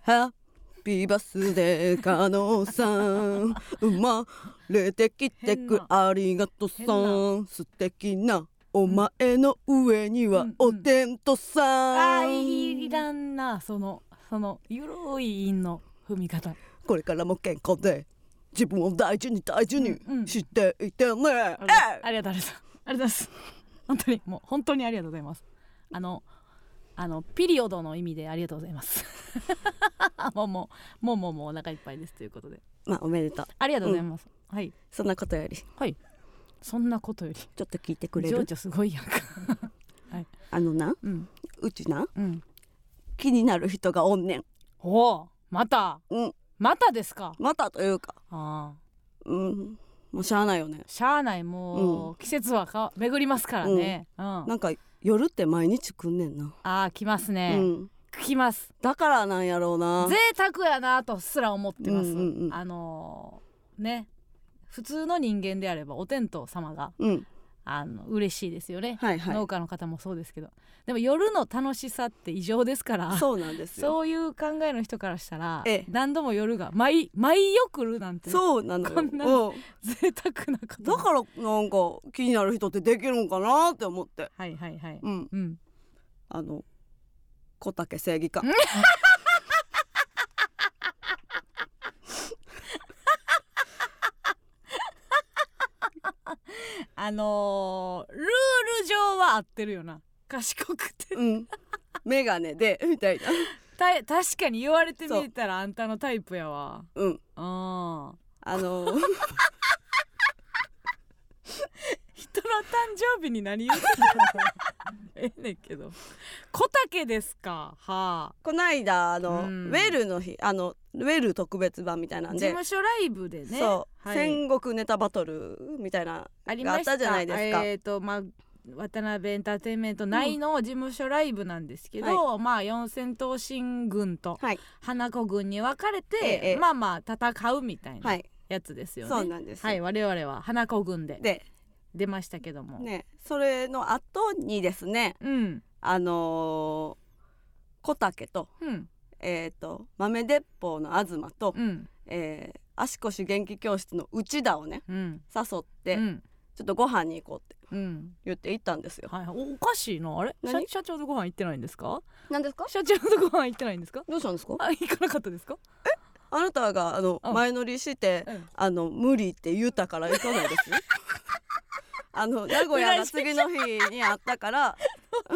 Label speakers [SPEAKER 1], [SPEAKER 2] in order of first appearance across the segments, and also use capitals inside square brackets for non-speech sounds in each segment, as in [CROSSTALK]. [SPEAKER 1] ハッピーバースデー加納さん生まれてきてくありがとさん素敵なお前の上にはおでんとさ
[SPEAKER 2] あ
[SPEAKER 1] ん、
[SPEAKER 2] いらんなそのそのゆるい韻の踏み方
[SPEAKER 1] これからも健康で自分を大事に大事に
[SPEAKER 2] うんうん
[SPEAKER 1] していてね、
[SPEAKER 2] ありが
[SPEAKER 1] えい
[SPEAKER 2] ありがとうございますありがとうございます本当にもう本当にありがとうございますあのあのピリオドの意味でありがとうございます [LAUGHS] もうもうもうもうもうお腹いっぱいですということで
[SPEAKER 1] まあおめでとう
[SPEAKER 2] ありがとうございます、はい
[SPEAKER 1] そんなことよりち
[SPEAKER 2] はいそんなことより
[SPEAKER 1] ょっと聞いてくれ
[SPEAKER 2] 情
[SPEAKER 1] る
[SPEAKER 2] 緒すごいやんか
[SPEAKER 1] あのな
[SPEAKER 2] うん
[SPEAKER 1] うちな
[SPEAKER 2] うん
[SPEAKER 1] 気になる人がおんねん
[SPEAKER 2] おおまた
[SPEAKER 1] うん
[SPEAKER 2] またですか
[SPEAKER 1] またというか
[SPEAKER 2] ああ
[SPEAKER 1] うんもうしゃあないよね
[SPEAKER 2] しゃあないもう、季節はか巡りますからね、うん
[SPEAKER 1] なんか夜って毎日来んねんな、
[SPEAKER 2] ああ来ますね、
[SPEAKER 1] うん、
[SPEAKER 2] 来ます
[SPEAKER 1] だからなんやろうな
[SPEAKER 2] 贅沢やなとすら思ってます、
[SPEAKER 1] うんうんうん
[SPEAKER 2] あのーね普通の人間であればお天道様が
[SPEAKER 1] うん
[SPEAKER 2] あの嬉しいですよね、
[SPEAKER 1] はいは
[SPEAKER 2] 農家の方もそうですけどでも夜の楽しさって異常ですから
[SPEAKER 1] いそうなんですよ
[SPEAKER 2] そういう考えの人からしたら、
[SPEAKER 1] ええ
[SPEAKER 2] 何度も夜が毎毎夜来るなんてね
[SPEAKER 1] そうなのよ
[SPEAKER 2] こんな
[SPEAKER 1] うん
[SPEAKER 2] 贅沢なこと
[SPEAKER 1] だからなんか気になる人ってできるんかなって思って
[SPEAKER 2] はいはいはい、
[SPEAKER 1] うん
[SPEAKER 2] うん、
[SPEAKER 1] あの小竹正義感
[SPEAKER 2] あのールール上は合ってるよな賢くて
[SPEAKER 1] うん眼鏡でみたいな
[SPEAKER 2] た確かに言われて
[SPEAKER 1] そ
[SPEAKER 2] み
[SPEAKER 1] う
[SPEAKER 2] たらあんたのタイプやわ
[SPEAKER 1] うん
[SPEAKER 2] うん
[SPEAKER 1] あの [LAUGHS]
[SPEAKER 2] 人の誕生日に何言うて [LAUGHS] んのええねんけど小竹ですかは
[SPEAKER 1] こないだあの、
[SPEAKER 2] うん
[SPEAKER 1] ウェルの日あのウェル特別版みたいな
[SPEAKER 2] あ
[SPEAKER 1] ん
[SPEAKER 2] 事
[SPEAKER 1] で、
[SPEAKER 2] 務所ライブでね
[SPEAKER 1] そう、
[SPEAKER 2] はい
[SPEAKER 1] 戦国ネタバトルみたいな
[SPEAKER 2] ありました
[SPEAKER 1] があったじゃないですか
[SPEAKER 2] えっ、とまあ渡辺エンターテインメント内の事務所ライブなんですけど、まあ四千頭身軍と
[SPEAKER 1] はい
[SPEAKER 2] 花子軍に分かれて、
[SPEAKER 1] ええええ
[SPEAKER 2] まあまあ戦うみたい
[SPEAKER 1] は、
[SPEAKER 2] ないやつですよね。
[SPEAKER 1] そうなんですよ、
[SPEAKER 2] はい我々は花子軍で
[SPEAKER 1] で
[SPEAKER 2] 出ましたけども、
[SPEAKER 1] ねそれの後にですね
[SPEAKER 2] うん
[SPEAKER 1] あのー小竹と,、
[SPEAKER 2] うん
[SPEAKER 1] えー、と豆鉄砲の東と、
[SPEAKER 2] うん
[SPEAKER 1] えー足腰元気教室の内田をね
[SPEAKER 2] うん
[SPEAKER 1] 誘って、
[SPEAKER 2] うん
[SPEAKER 1] ちょっとご飯に行こうって
[SPEAKER 2] うん
[SPEAKER 1] 言って行ったんですよ。
[SPEAKER 2] はい、おおかしいなあれ社
[SPEAKER 1] 何
[SPEAKER 2] 社長とご飯行ってないんですか
[SPEAKER 1] なんですか
[SPEAKER 2] 社長とご飯行ってないんですか [LAUGHS]
[SPEAKER 1] どうしたんですか
[SPEAKER 2] あ行かなかったですか
[SPEAKER 1] あなたがあの
[SPEAKER 2] うん
[SPEAKER 1] 前乗りして、
[SPEAKER 2] うん
[SPEAKER 1] あの無理って言ったから行かないですよあの名古屋の次の日にあったから、
[SPEAKER 2] [LAUGHS]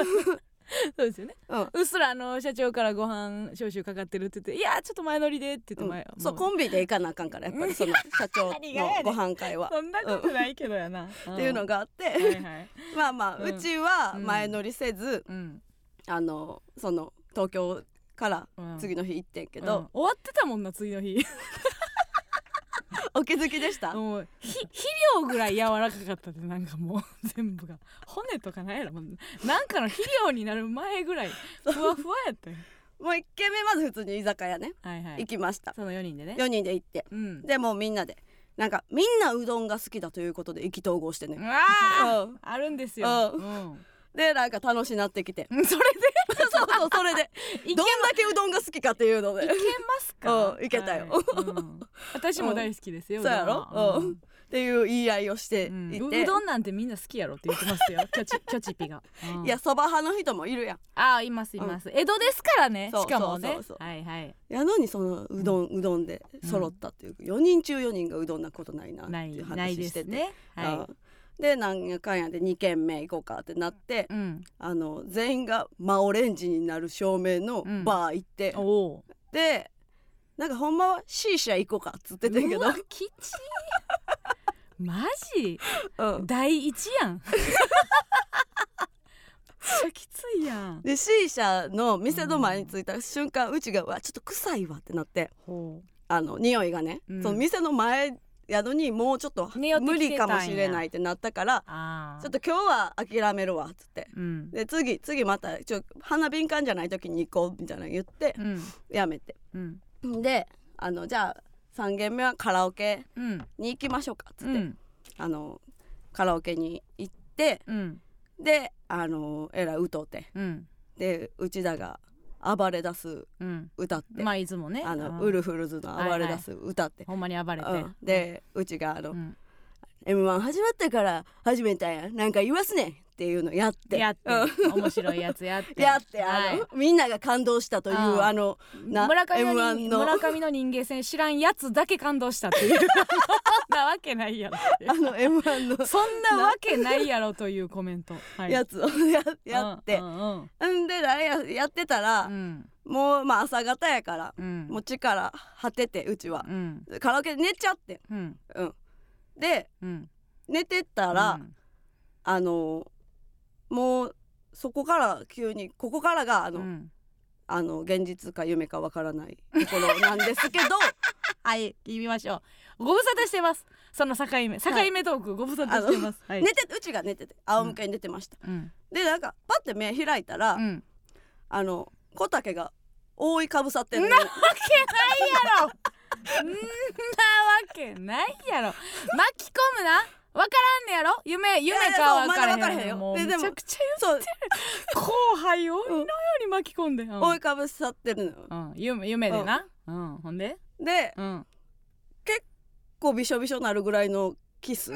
[SPEAKER 2] そうですよね
[SPEAKER 1] うん
[SPEAKER 2] うっすらあの社長からご飯招集かかってるって言って「いやちょっと前乗りで」って言って前、
[SPEAKER 1] そう
[SPEAKER 2] も
[SPEAKER 1] コンビで行かなあかんからやっぱり
[SPEAKER 2] [LAUGHS]
[SPEAKER 1] その社長
[SPEAKER 2] 何がやね
[SPEAKER 1] の
[SPEAKER 2] ん
[SPEAKER 1] ご飯会は
[SPEAKER 2] そんなことないけどやな、っ
[SPEAKER 1] っていうの
[SPEAKER 2] が、
[SPEAKER 1] があって、
[SPEAKER 2] はいはい
[SPEAKER 1] まあまあ、
[SPEAKER 2] う
[SPEAKER 1] うんちは前乗りせず、
[SPEAKER 2] うん
[SPEAKER 1] あのその東京から
[SPEAKER 2] う
[SPEAKER 1] [LAUGHS]
[SPEAKER 2] ん、
[SPEAKER 1] 次の日行ってんけ
[SPEAKER 2] うん
[SPEAKER 1] ど、
[SPEAKER 2] 終わってたもんな次の日
[SPEAKER 1] お気づきでした、
[SPEAKER 2] [LAUGHS] もうひ肥料ぐらい柔らかかったでなんかもう [LAUGHS] 全部が骨とかなんやろもうなんかの肥料になる前ぐ
[SPEAKER 1] [LAUGHS]
[SPEAKER 2] らいふわふわやったよ
[SPEAKER 1] もう1軒目まず普通に居酒屋ね、
[SPEAKER 2] はいは
[SPEAKER 1] 行
[SPEAKER 2] い
[SPEAKER 1] きました
[SPEAKER 2] その4人でね
[SPEAKER 1] 4人で行って
[SPEAKER 2] うん
[SPEAKER 1] でもうみんなでなんかみんなうどんが好きだということで意気投合してね、
[SPEAKER 2] うわあ、
[SPEAKER 1] うん
[SPEAKER 2] あるんですよ、
[SPEAKER 1] う
[SPEAKER 2] うん
[SPEAKER 1] でなんか楽しなってきて
[SPEAKER 2] [LAUGHS] それ
[SPEAKER 1] そうそうそれ
[SPEAKER 2] [LAUGHS]
[SPEAKER 1] で
[SPEAKER 2] でいけ
[SPEAKER 1] どんだけうどんが好きかっていうので
[SPEAKER 2] いけます [LAUGHS] か
[SPEAKER 1] うんいけたよ
[SPEAKER 2] はいうん私も大好きですよ、
[SPEAKER 1] そうやろ
[SPEAKER 2] うどんは
[SPEAKER 1] うんっていう言い合いをしていて、
[SPEAKER 2] うんううどんなんてみんな好きやろって言ってますよキョチキ [LAUGHS] ョチピが、うん
[SPEAKER 1] いやそば派の人もいるやん
[SPEAKER 2] ああいますいます、江戸ですからね
[SPEAKER 1] そう
[SPEAKER 2] しかも
[SPEAKER 1] そ
[SPEAKER 2] ね
[SPEAKER 1] うそうそ
[SPEAKER 2] はいはい
[SPEAKER 1] やのにそのうどん、うどんで揃ったっていう、4人中4人がうどんなことないなって
[SPEAKER 2] ない
[SPEAKER 1] いう
[SPEAKER 2] ない
[SPEAKER 1] 話
[SPEAKER 2] で
[SPEAKER 1] して
[SPEAKER 2] す
[SPEAKER 1] て、
[SPEAKER 2] ね
[SPEAKER 1] あ
[SPEAKER 2] は
[SPEAKER 1] でなんやかんやで2軒目行こうかってなって、
[SPEAKER 2] いうん
[SPEAKER 1] あの全員が真オレンジになる照明の
[SPEAKER 2] うん
[SPEAKER 1] バー行って、
[SPEAKER 2] おお
[SPEAKER 1] でなんかほんまは C 社行こうかっつっててんけ
[SPEAKER 2] う
[SPEAKER 1] ど
[SPEAKER 2] わ、きちいマジ
[SPEAKER 1] うん、
[SPEAKER 2] 第一 [LAUGHS] やんめっちゃきついやん
[SPEAKER 1] で C 社の店の前に着いた瞬間、うちがうわちょっと臭いわってなって
[SPEAKER 2] ほ
[SPEAKER 1] あの匂いがね、
[SPEAKER 2] うん
[SPEAKER 1] その店の前やのにもうちょっと
[SPEAKER 2] 匂ってきてたんや
[SPEAKER 1] 無理かもしれないってなったから
[SPEAKER 2] ああ
[SPEAKER 1] ちょっと今日は諦めるわっつって
[SPEAKER 2] うん
[SPEAKER 1] で次次またちょ鼻敏感じゃない時に行こうみたいなの言って
[SPEAKER 2] うん
[SPEAKER 1] やめて
[SPEAKER 2] うん
[SPEAKER 1] であのじゃあ3軒目はカラオケ
[SPEAKER 2] うん
[SPEAKER 1] に行きましょうかっつ
[SPEAKER 2] う
[SPEAKER 1] って、
[SPEAKER 2] ん
[SPEAKER 1] あのカラオケに行って
[SPEAKER 2] うん
[SPEAKER 1] であのえらいうとうて
[SPEAKER 2] うん
[SPEAKER 1] で内田が「暴れ出す
[SPEAKER 2] うん
[SPEAKER 1] 歌って、
[SPEAKER 2] まあいつもね
[SPEAKER 1] あ
[SPEAKER 2] うん
[SPEAKER 1] のウルフルズの暴れ出す歌って、
[SPEAKER 2] ほんまに暴れて、
[SPEAKER 1] うん、でうちがあの、
[SPEAKER 2] うん
[SPEAKER 1] m 1始まってから始めたんやなんか言わすねんっていうのやって
[SPEAKER 2] やって
[SPEAKER 1] うん
[SPEAKER 2] 面白いやつやっ
[SPEAKER 1] [LAUGHS]
[SPEAKER 2] て
[SPEAKER 1] やって
[SPEAKER 2] は
[SPEAKER 1] あ
[SPEAKER 2] い
[SPEAKER 1] の、みんなが感動したという
[SPEAKER 2] あ
[SPEAKER 1] あのな
[SPEAKER 2] 村上の
[SPEAKER 1] M1
[SPEAKER 2] 人
[SPEAKER 1] の
[SPEAKER 2] 村上の人間性知らんやつだけ感動したって
[SPEAKER 1] [LAUGHS]
[SPEAKER 2] いうなわけないやろっていう
[SPEAKER 1] あ
[SPEAKER 2] [LAUGHS]
[SPEAKER 1] の m 1の
[SPEAKER 2] そんなわけないやろというコメント、はい
[SPEAKER 1] やつを [LAUGHS] ややって、
[SPEAKER 2] うんうん
[SPEAKER 1] んでなんややってた
[SPEAKER 2] う
[SPEAKER 1] ら、
[SPEAKER 2] ん
[SPEAKER 1] もうまあ朝方やから、
[SPEAKER 2] うん
[SPEAKER 1] もう力果ててうちは
[SPEAKER 2] う、ん
[SPEAKER 1] カラオケで寝ちゃって
[SPEAKER 2] うん
[SPEAKER 1] うんで
[SPEAKER 2] うん
[SPEAKER 1] 寝てったら、あのもうそこから急にここからがあ
[SPEAKER 2] う
[SPEAKER 1] の、
[SPEAKER 2] ん
[SPEAKER 1] あの現実か夢かわからないところなんですけど
[SPEAKER 2] [LAUGHS] はい言いましょうご無沙汰してますその境目境目トーク、ご無沙汰してますはい
[SPEAKER 1] 寝てうちが寝てて仰向けに寝てました、
[SPEAKER 2] うん
[SPEAKER 1] でなんかパッて目開いたら、
[SPEAKER 2] うん
[SPEAKER 1] あの小竹が覆いかぶさってんの
[SPEAKER 2] やろそんなわけないやろ巻き込むなわからんねやろ夢夢
[SPEAKER 1] いやいや
[SPEAKER 2] か
[SPEAKER 1] そう
[SPEAKER 2] わからへん
[SPEAKER 1] まだわからへんよ
[SPEAKER 2] もう
[SPEAKER 1] で
[SPEAKER 2] め
[SPEAKER 1] でも
[SPEAKER 2] ちゃくちゃ
[SPEAKER 1] そう
[SPEAKER 2] 後輩をのように巻き込んで、うん
[SPEAKER 1] 覆いかぶさってるのよ
[SPEAKER 2] うん、夢夢でな、うんほんで、
[SPEAKER 1] で
[SPEAKER 2] うん、
[SPEAKER 1] こうびしょびしょなるぐらいのキス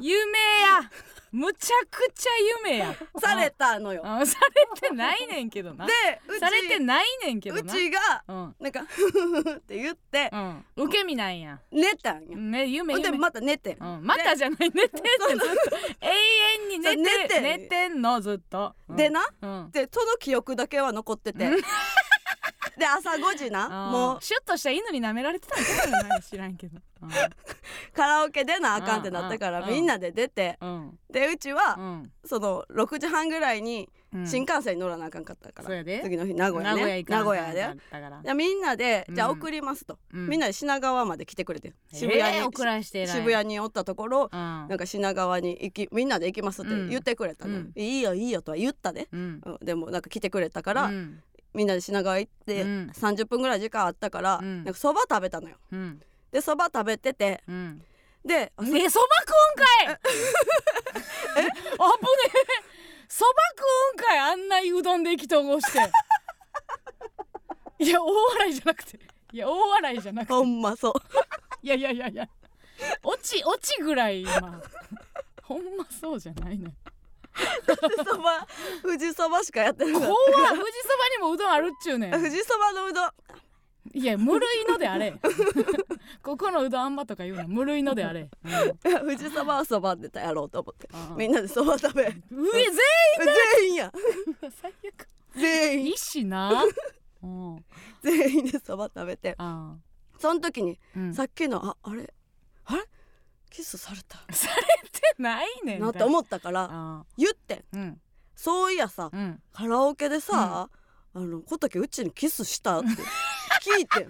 [SPEAKER 2] 夢やむちゃくちゃ夢や
[SPEAKER 1] [LAUGHS] されたのよ
[SPEAKER 2] うんうんされてないねんけどな
[SPEAKER 1] でうち
[SPEAKER 2] されてないねんけど
[SPEAKER 1] う
[SPEAKER 2] な
[SPEAKER 1] ちが
[SPEAKER 2] うん
[SPEAKER 1] なんかふふふって言って
[SPEAKER 2] うん、受け身なんや、
[SPEAKER 1] 寝たんよ
[SPEAKER 2] ね、夢
[SPEAKER 1] ほんで
[SPEAKER 2] 夢
[SPEAKER 1] また寝てん
[SPEAKER 2] うん、またじゃない寝てんねんずっと永遠に寝て
[SPEAKER 1] そう寝て
[SPEAKER 2] 寝てんのずっと、うん
[SPEAKER 1] でな
[SPEAKER 2] うん、
[SPEAKER 1] でその記憶だけは残ってて
[SPEAKER 2] うん
[SPEAKER 1] で朝5時な
[SPEAKER 2] も
[SPEAKER 1] も
[SPEAKER 2] うシュッとした犬に舐められてたんじゃない知らんけど
[SPEAKER 1] うカラオケ出なあかんってなったか
[SPEAKER 2] うん
[SPEAKER 1] ら
[SPEAKER 2] うん
[SPEAKER 1] みんなで出て
[SPEAKER 2] うん
[SPEAKER 1] でうち
[SPEAKER 2] う
[SPEAKER 1] は
[SPEAKER 2] ん
[SPEAKER 1] その6時半ぐらいに
[SPEAKER 2] うん
[SPEAKER 1] 新幹線に乗らなあかんかったか
[SPEAKER 2] そう
[SPEAKER 1] ら
[SPEAKER 2] やで
[SPEAKER 1] 次の日名古屋
[SPEAKER 2] 名古屋
[SPEAKER 1] ね
[SPEAKER 2] 行か
[SPEAKER 1] 名
[SPEAKER 2] な
[SPEAKER 1] 古屋
[SPEAKER 2] だ
[SPEAKER 1] で
[SPEAKER 2] ったから、
[SPEAKER 1] でみんなで
[SPEAKER 2] うん
[SPEAKER 1] じゃあ送りますと
[SPEAKER 2] う
[SPEAKER 1] みんなで品川まで来てくれて渋
[SPEAKER 2] え
[SPEAKER 1] 谷
[SPEAKER 2] ー送
[SPEAKER 1] に
[SPEAKER 2] らして偉い
[SPEAKER 1] 渋谷におったところ
[SPEAKER 2] うん
[SPEAKER 1] なんか品川に行きみんなで行きますって言ってくれたの、
[SPEAKER 2] うん
[SPEAKER 1] いいよいいよとは言ったで、
[SPEAKER 2] うん
[SPEAKER 1] うんでもなんか来てくれたから、
[SPEAKER 2] うん
[SPEAKER 1] みんなで品川行って、
[SPEAKER 2] うん
[SPEAKER 1] 30分ぐらい時間あったから、
[SPEAKER 2] うん
[SPEAKER 1] なんかそば食べたのよ
[SPEAKER 2] うん
[SPEAKER 1] でそば食べてて
[SPEAKER 2] うん
[SPEAKER 1] で、あ
[SPEAKER 2] ねそば食うんかいえあぶねえ [LAUGHS] そば食うんかいあんなうどんで意気投合していや大笑いじゃなくていや大笑いじゃなくて
[SPEAKER 1] ほんまそう [LAUGHS]
[SPEAKER 2] いやいやいやいや落ち落ちぐらい今ほんまそうじゃないね
[SPEAKER 1] そば富士そばしかやってなかっ
[SPEAKER 2] 怖
[SPEAKER 1] た
[SPEAKER 2] っ富士そばにもうどんあるっちゅうねん
[SPEAKER 1] 富士そばのうどん
[SPEAKER 2] いや無類のであれ [LAUGHS] ここのうどんあんまとか言うの無類のであれ、うん
[SPEAKER 1] い [LAUGHS] や富士そばはそばでやろうと思って
[SPEAKER 2] うん
[SPEAKER 1] みんなでそば食べ
[SPEAKER 2] うえ全
[SPEAKER 1] 全員や
[SPEAKER 2] 員最悪
[SPEAKER 1] 全
[SPEAKER 2] い
[SPEAKER 1] 員
[SPEAKER 2] いしなうん
[SPEAKER 1] 全員でそば食べて
[SPEAKER 2] あ
[SPEAKER 1] その時に
[SPEAKER 2] ー、うん、
[SPEAKER 1] さっきのああれあれキスされた
[SPEAKER 2] されてないねん
[SPEAKER 1] なって思ったから
[SPEAKER 2] あ
[SPEAKER 1] 言ってん
[SPEAKER 2] ーうん
[SPEAKER 1] そういやさ
[SPEAKER 2] うん
[SPEAKER 1] カラオケでさ、あの小竹うちにキスしたって聞い
[SPEAKER 2] [LAUGHS]
[SPEAKER 1] てん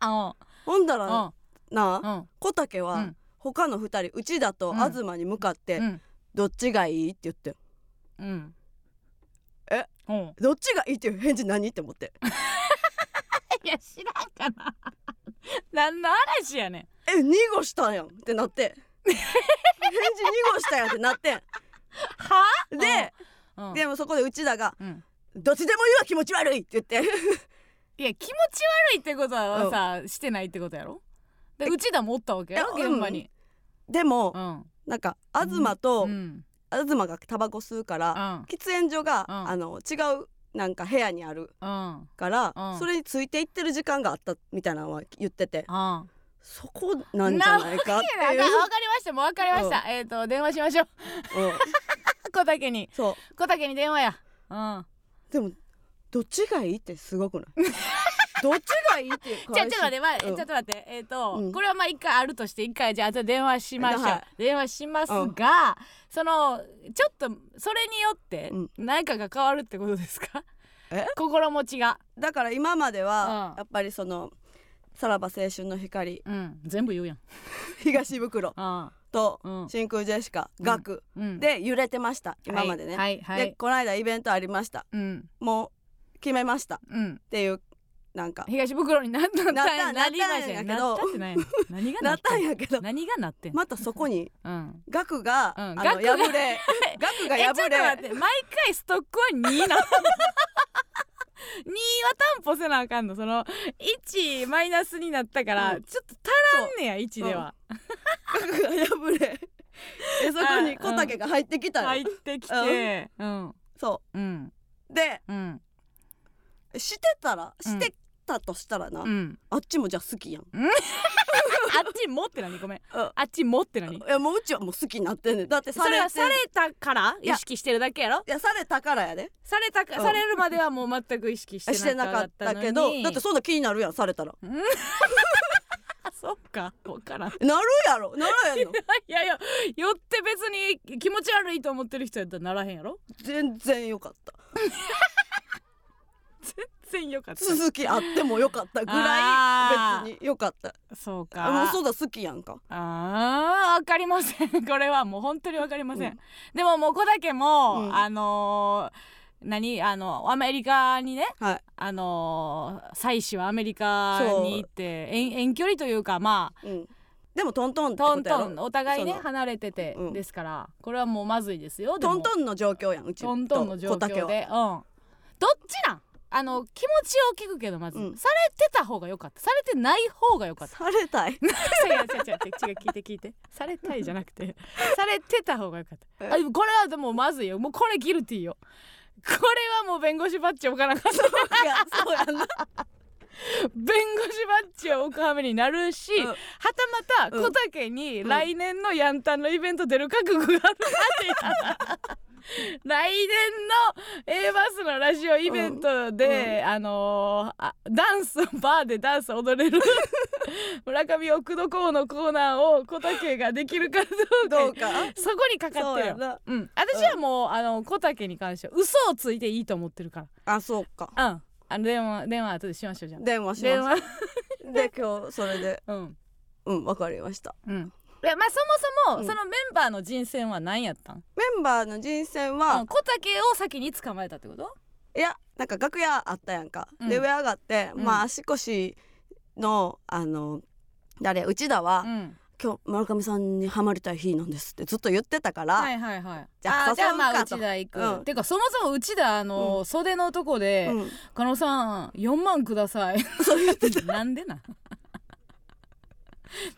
[SPEAKER 2] あ
[SPEAKER 1] ほんだ
[SPEAKER 2] う
[SPEAKER 1] ら
[SPEAKER 2] ん
[SPEAKER 1] な
[SPEAKER 2] う
[SPEAKER 1] あ
[SPEAKER 2] ん
[SPEAKER 1] 小竹
[SPEAKER 2] う
[SPEAKER 1] は
[SPEAKER 2] ん
[SPEAKER 1] 他の二人うちだと
[SPEAKER 2] うん
[SPEAKER 1] 東に向かって
[SPEAKER 2] うん
[SPEAKER 1] 「どっちがいい?」って言ってん
[SPEAKER 2] うん
[SPEAKER 1] え
[SPEAKER 2] うん
[SPEAKER 1] どっちがいいっていう返事何って思って
[SPEAKER 2] いや知らんかな何の嵐やねん
[SPEAKER 1] 「え濁したんやん」ってなって
[SPEAKER 2] [LAUGHS]
[SPEAKER 1] 返事濁したやんってなってん
[SPEAKER 2] は
[SPEAKER 1] で、
[SPEAKER 2] うん
[SPEAKER 1] でもそこでうちだが
[SPEAKER 2] うん
[SPEAKER 1] 「どっちでもいいわ気持ち悪い」って言って
[SPEAKER 2] いや気持ち悪いってことはさ、してないってことやろでうちだもおったわけやろ
[SPEAKER 1] え
[SPEAKER 2] 現場に、
[SPEAKER 1] でも
[SPEAKER 2] うん
[SPEAKER 1] なんか東と
[SPEAKER 2] うん
[SPEAKER 1] 東がタバコ吸うから
[SPEAKER 2] うん
[SPEAKER 1] 喫煙所が
[SPEAKER 2] うん
[SPEAKER 1] あの違うなんか部屋にある
[SPEAKER 2] うん
[SPEAKER 1] から
[SPEAKER 2] うん
[SPEAKER 1] それについていってる時間があったみたいなのは言ってて
[SPEAKER 2] うん
[SPEAKER 1] そこなんじゃないかって
[SPEAKER 2] あかん
[SPEAKER 1] い
[SPEAKER 2] わ
[SPEAKER 1] う。
[SPEAKER 2] かりましたもうわかりました、えっ、と電話しましょう
[SPEAKER 1] うん
[SPEAKER 2] 小竹に
[SPEAKER 1] そ
[SPEAKER 2] 小竹に電話やうん
[SPEAKER 1] うでもどっちがいいってすごく
[SPEAKER 2] [LAUGHS]
[SPEAKER 1] ないどっちがいいっていう
[SPEAKER 2] じゃあちょっと待って、まあ、ち
[SPEAKER 1] う
[SPEAKER 2] ょ
[SPEAKER 1] ん
[SPEAKER 2] っと待ってえっ、と、
[SPEAKER 1] うん
[SPEAKER 2] これはまあ一回あるとして一回じゃあ後で電話しましょう、
[SPEAKER 1] は
[SPEAKER 2] 電話しますが、
[SPEAKER 1] うん
[SPEAKER 2] そのちょっとそれによって
[SPEAKER 1] うん
[SPEAKER 2] 何かが変わるってことですか、
[SPEAKER 1] え
[SPEAKER 2] 心持ちが
[SPEAKER 1] だから今までは
[SPEAKER 2] うん
[SPEAKER 1] やっぱりそのさらば青春の光
[SPEAKER 2] うん全部言うやん
[SPEAKER 1] 東袋
[SPEAKER 2] あ
[SPEAKER 1] と
[SPEAKER 2] うん
[SPEAKER 1] 真空ジェシカガク
[SPEAKER 2] うん
[SPEAKER 1] で揺れてました今までね
[SPEAKER 2] はいはい、は
[SPEAKER 1] で
[SPEAKER 2] い、
[SPEAKER 1] この間イベントありました
[SPEAKER 2] うん
[SPEAKER 1] もう決めましたっ
[SPEAKER 2] うん
[SPEAKER 1] ていうなんか
[SPEAKER 2] 東袋になったん
[SPEAKER 1] なった
[SPEAKER 2] なりましたよ
[SPEAKER 1] なったんやけど
[SPEAKER 2] なったってないの何がな
[SPEAKER 1] な
[SPEAKER 2] っ
[SPEAKER 1] ったた
[SPEAKER 2] ん
[SPEAKER 1] んやけど
[SPEAKER 2] 何がなってんの
[SPEAKER 1] またそこに
[SPEAKER 2] うん
[SPEAKER 1] 額が、
[SPEAKER 2] うん
[SPEAKER 1] あの
[SPEAKER 2] 額が
[SPEAKER 1] 破
[SPEAKER 2] [LAUGHS]
[SPEAKER 1] れ額が
[SPEAKER 2] えちょっと
[SPEAKER 1] 破
[SPEAKER 2] 待っ
[SPEAKER 1] れ
[SPEAKER 2] て毎回ストックは2なの2は担保せなあかんのその1マイナスになったから、
[SPEAKER 1] うん
[SPEAKER 2] ちょっと足らんねや1では、
[SPEAKER 1] 額が破れでそこに小竹が入ってきたの、
[SPEAKER 2] 入ってきてうん
[SPEAKER 1] そ
[SPEAKER 2] うん
[SPEAKER 1] うで
[SPEAKER 2] うん
[SPEAKER 1] してたらしてたとしたらな、
[SPEAKER 2] うん
[SPEAKER 1] あっちもじゃあ好きやん、
[SPEAKER 2] あっちもって何ごめん
[SPEAKER 1] うん
[SPEAKER 2] あっちもって何
[SPEAKER 1] いやもううちはもう好きになってんねんだってさ
[SPEAKER 2] そ
[SPEAKER 1] れ
[SPEAKER 2] れ
[SPEAKER 1] て
[SPEAKER 2] はされたから
[SPEAKER 1] い
[SPEAKER 2] 意
[SPEAKER 1] や
[SPEAKER 2] 識してるだけやろ
[SPEAKER 1] いやされたからやで
[SPEAKER 2] されたか、
[SPEAKER 1] うん
[SPEAKER 2] されるまではもう全く意識して
[SPEAKER 1] してな
[SPEAKER 2] なか
[SPEAKER 1] か
[SPEAKER 2] っ
[SPEAKER 1] った
[SPEAKER 2] の
[SPEAKER 1] た
[SPEAKER 2] に
[SPEAKER 1] けどだってそんな気になるやんされたら
[SPEAKER 2] あそっか分からん [LAUGHS] い
[SPEAKER 1] なるやろならへんの
[SPEAKER 2] やいやよって別に気持ち悪いと思ってる人やったらならへんやろ
[SPEAKER 1] 全然よかった
[SPEAKER 2] 全然よかった
[SPEAKER 1] 続きあってもよかったぐら
[SPEAKER 2] あ
[SPEAKER 1] い
[SPEAKER 2] ー
[SPEAKER 1] 別によかった
[SPEAKER 2] そうか
[SPEAKER 1] もうそうだ好きやんか
[SPEAKER 2] あーわかりません [LAUGHS] これはもう本当にわかりません、
[SPEAKER 1] うん
[SPEAKER 2] でももう小竹も、
[SPEAKER 1] うん
[SPEAKER 2] あのー何あのアメリカにね
[SPEAKER 1] はい
[SPEAKER 2] あのー妻子はアメリカ
[SPEAKER 1] そう
[SPEAKER 2] に行って遠遠距離というかまあ
[SPEAKER 1] うん、でもトントンって
[SPEAKER 2] ト
[SPEAKER 1] こ
[SPEAKER 2] ン
[SPEAKER 1] とや
[SPEAKER 2] ト
[SPEAKER 1] ろ
[SPEAKER 2] ンお互いね
[SPEAKER 1] その
[SPEAKER 2] 離れてて
[SPEAKER 1] うん
[SPEAKER 2] ですから、これはもうまずいですよでも
[SPEAKER 1] トントンの状況やんうちと
[SPEAKER 2] トントンの状
[SPEAKER 1] 小竹
[SPEAKER 2] 況
[SPEAKER 1] は
[SPEAKER 2] で、うん、どっちなんあの気持ちを聞くけどまず、
[SPEAKER 1] うん
[SPEAKER 2] されてた方が良かったされてない方が良かった
[SPEAKER 1] され
[SPEAKER 2] [LAUGHS]
[SPEAKER 1] たい
[SPEAKER 2] 違う違う違う違う聞いて聞いてされたいじゃなくてされてた方が良かった
[SPEAKER 1] え
[SPEAKER 2] あでもこれはでもまずいよもうこれギルティーよこれはもう弁護士バッジを置かなかった
[SPEAKER 1] いやそうやな
[SPEAKER 2] 弁護士バッジを置くはめになるし、
[SPEAKER 1] うん
[SPEAKER 2] はたまた
[SPEAKER 1] うん
[SPEAKER 2] 小竹に
[SPEAKER 1] うん
[SPEAKER 2] 来年のヤンタンのイベント出る覚悟があるなって
[SPEAKER 1] [LAUGHS]
[SPEAKER 2] 言ったら来年の A バスのラジオイベントで、あのーあダンスバーでダンス踊
[SPEAKER 1] [LAUGHS]
[SPEAKER 2] れる村上奥どこうのコーナーを小竹ができるかど
[SPEAKER 1] ど
[SPEAKER 2] う
[SPEAKER 1] う
[SPEAKER 2] か
[SPEAKER 1] か
[SPEAKER 2] そこにかかっ
[SPEAKER 1] そう
[SPEAKER 2] てる
[SPEAKER 1] や
[SPEAKER 2] よ。
[SPEAKER 1] な
[SPEAKER 2] うん、私はもう、あの小竹に関しては嘘をついていいと思ってるか
[SPEAKER 1] あそうから
[SPEAKER 2] うんあの電話電話後でしましょうじゃん
[SPEAKER 1] 電話し
[SPEAKER 2] 電
[SPEAKER 1] ま
[SPEAKER 2] 話
[SPEAKER 1] したで今日それで
[SPEAKER 2] うん
[SPEAKER 1] うんわかりました
[SPEAKER 2] うんいやまあそもそも、
[SPEAKER 1] うん
[SPEAKER 2] そのメンバーの人選は何やったん、
[SPEAKER 1] メンバーの人選
[SPEAKER 2] あ
[SPEAKER 1] は、
[SPEAKER 2] の小竹を先に捕まえたってこと
[SPEAKER 1] いやなんか楽屋あったやんか、
[SPEAKER 2] うん
[SPEAKER 1] で上上がって、
[SPEAKER 2] うん
[SPEAKER 1] まあ足腰のあの誰内田は、
[SPEAKER 2] うん
[SPEAKER 1] 今日村上さんにハマりたい日なんですってずっと言ってたから、
[SPEAKER 2] はいはいはい
[SPEAKER 1] じゃあ
[SPEAKER 2] ーじゃあ
[SPEAKER 1] 誘う
[SPEAKER 2] ま
[SPEAKER 1] か
[SPEAKER 2] あ
[SPEAKER 1] と
[SPEAKER 2] 内田行く、
[SPEAKER 1] うん
[SPEAKER 2] てかそもそも内田あの、
[SPEAKER 1] う
[SPEAKER 2] 袖のとこで
[SPEAKER 1] うん
[SPEAKER 2] 「加、納、さん4万ください」
[SPEAKER 1] [LAUGHS] そう言ってた
[SPEAKER 2] なんでなん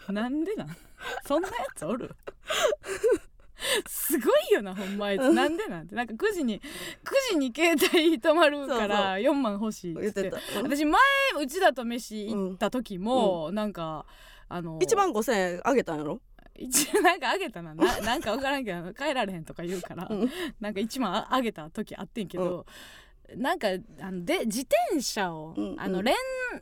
[SPEAKER 2] なんでなんそんなやつおるすごいよなほんまあいつなんでなんてなんか9時に9時に携帯止まるか
[SPEAKER 1] そうそう
[SPEAKER 2] ら4万欲しいっ
[SPEAKER 1] 言っ
[SPEAKER 2] つ
[SPEAKER 1] て
[SPEAKER 2] って
[SPEAKER 1] た、うん
[SPEAKER 2] [LAUGHS] 私前うちだと飯行った時も、なんかあの
[SPEAKER 1] 1万5千円あげたんやろ、
[SPEAKER 2] 一番なんかあげたなななんか分からんけど帰られへんとか言うから、
[SPEAKER 1] うん
[SPEAKER 2] なんか1万ああげた時あってんけど、なんかあので自転車を、
[SPEAKER 1] うんうん
[SPEAKER 2] あのレン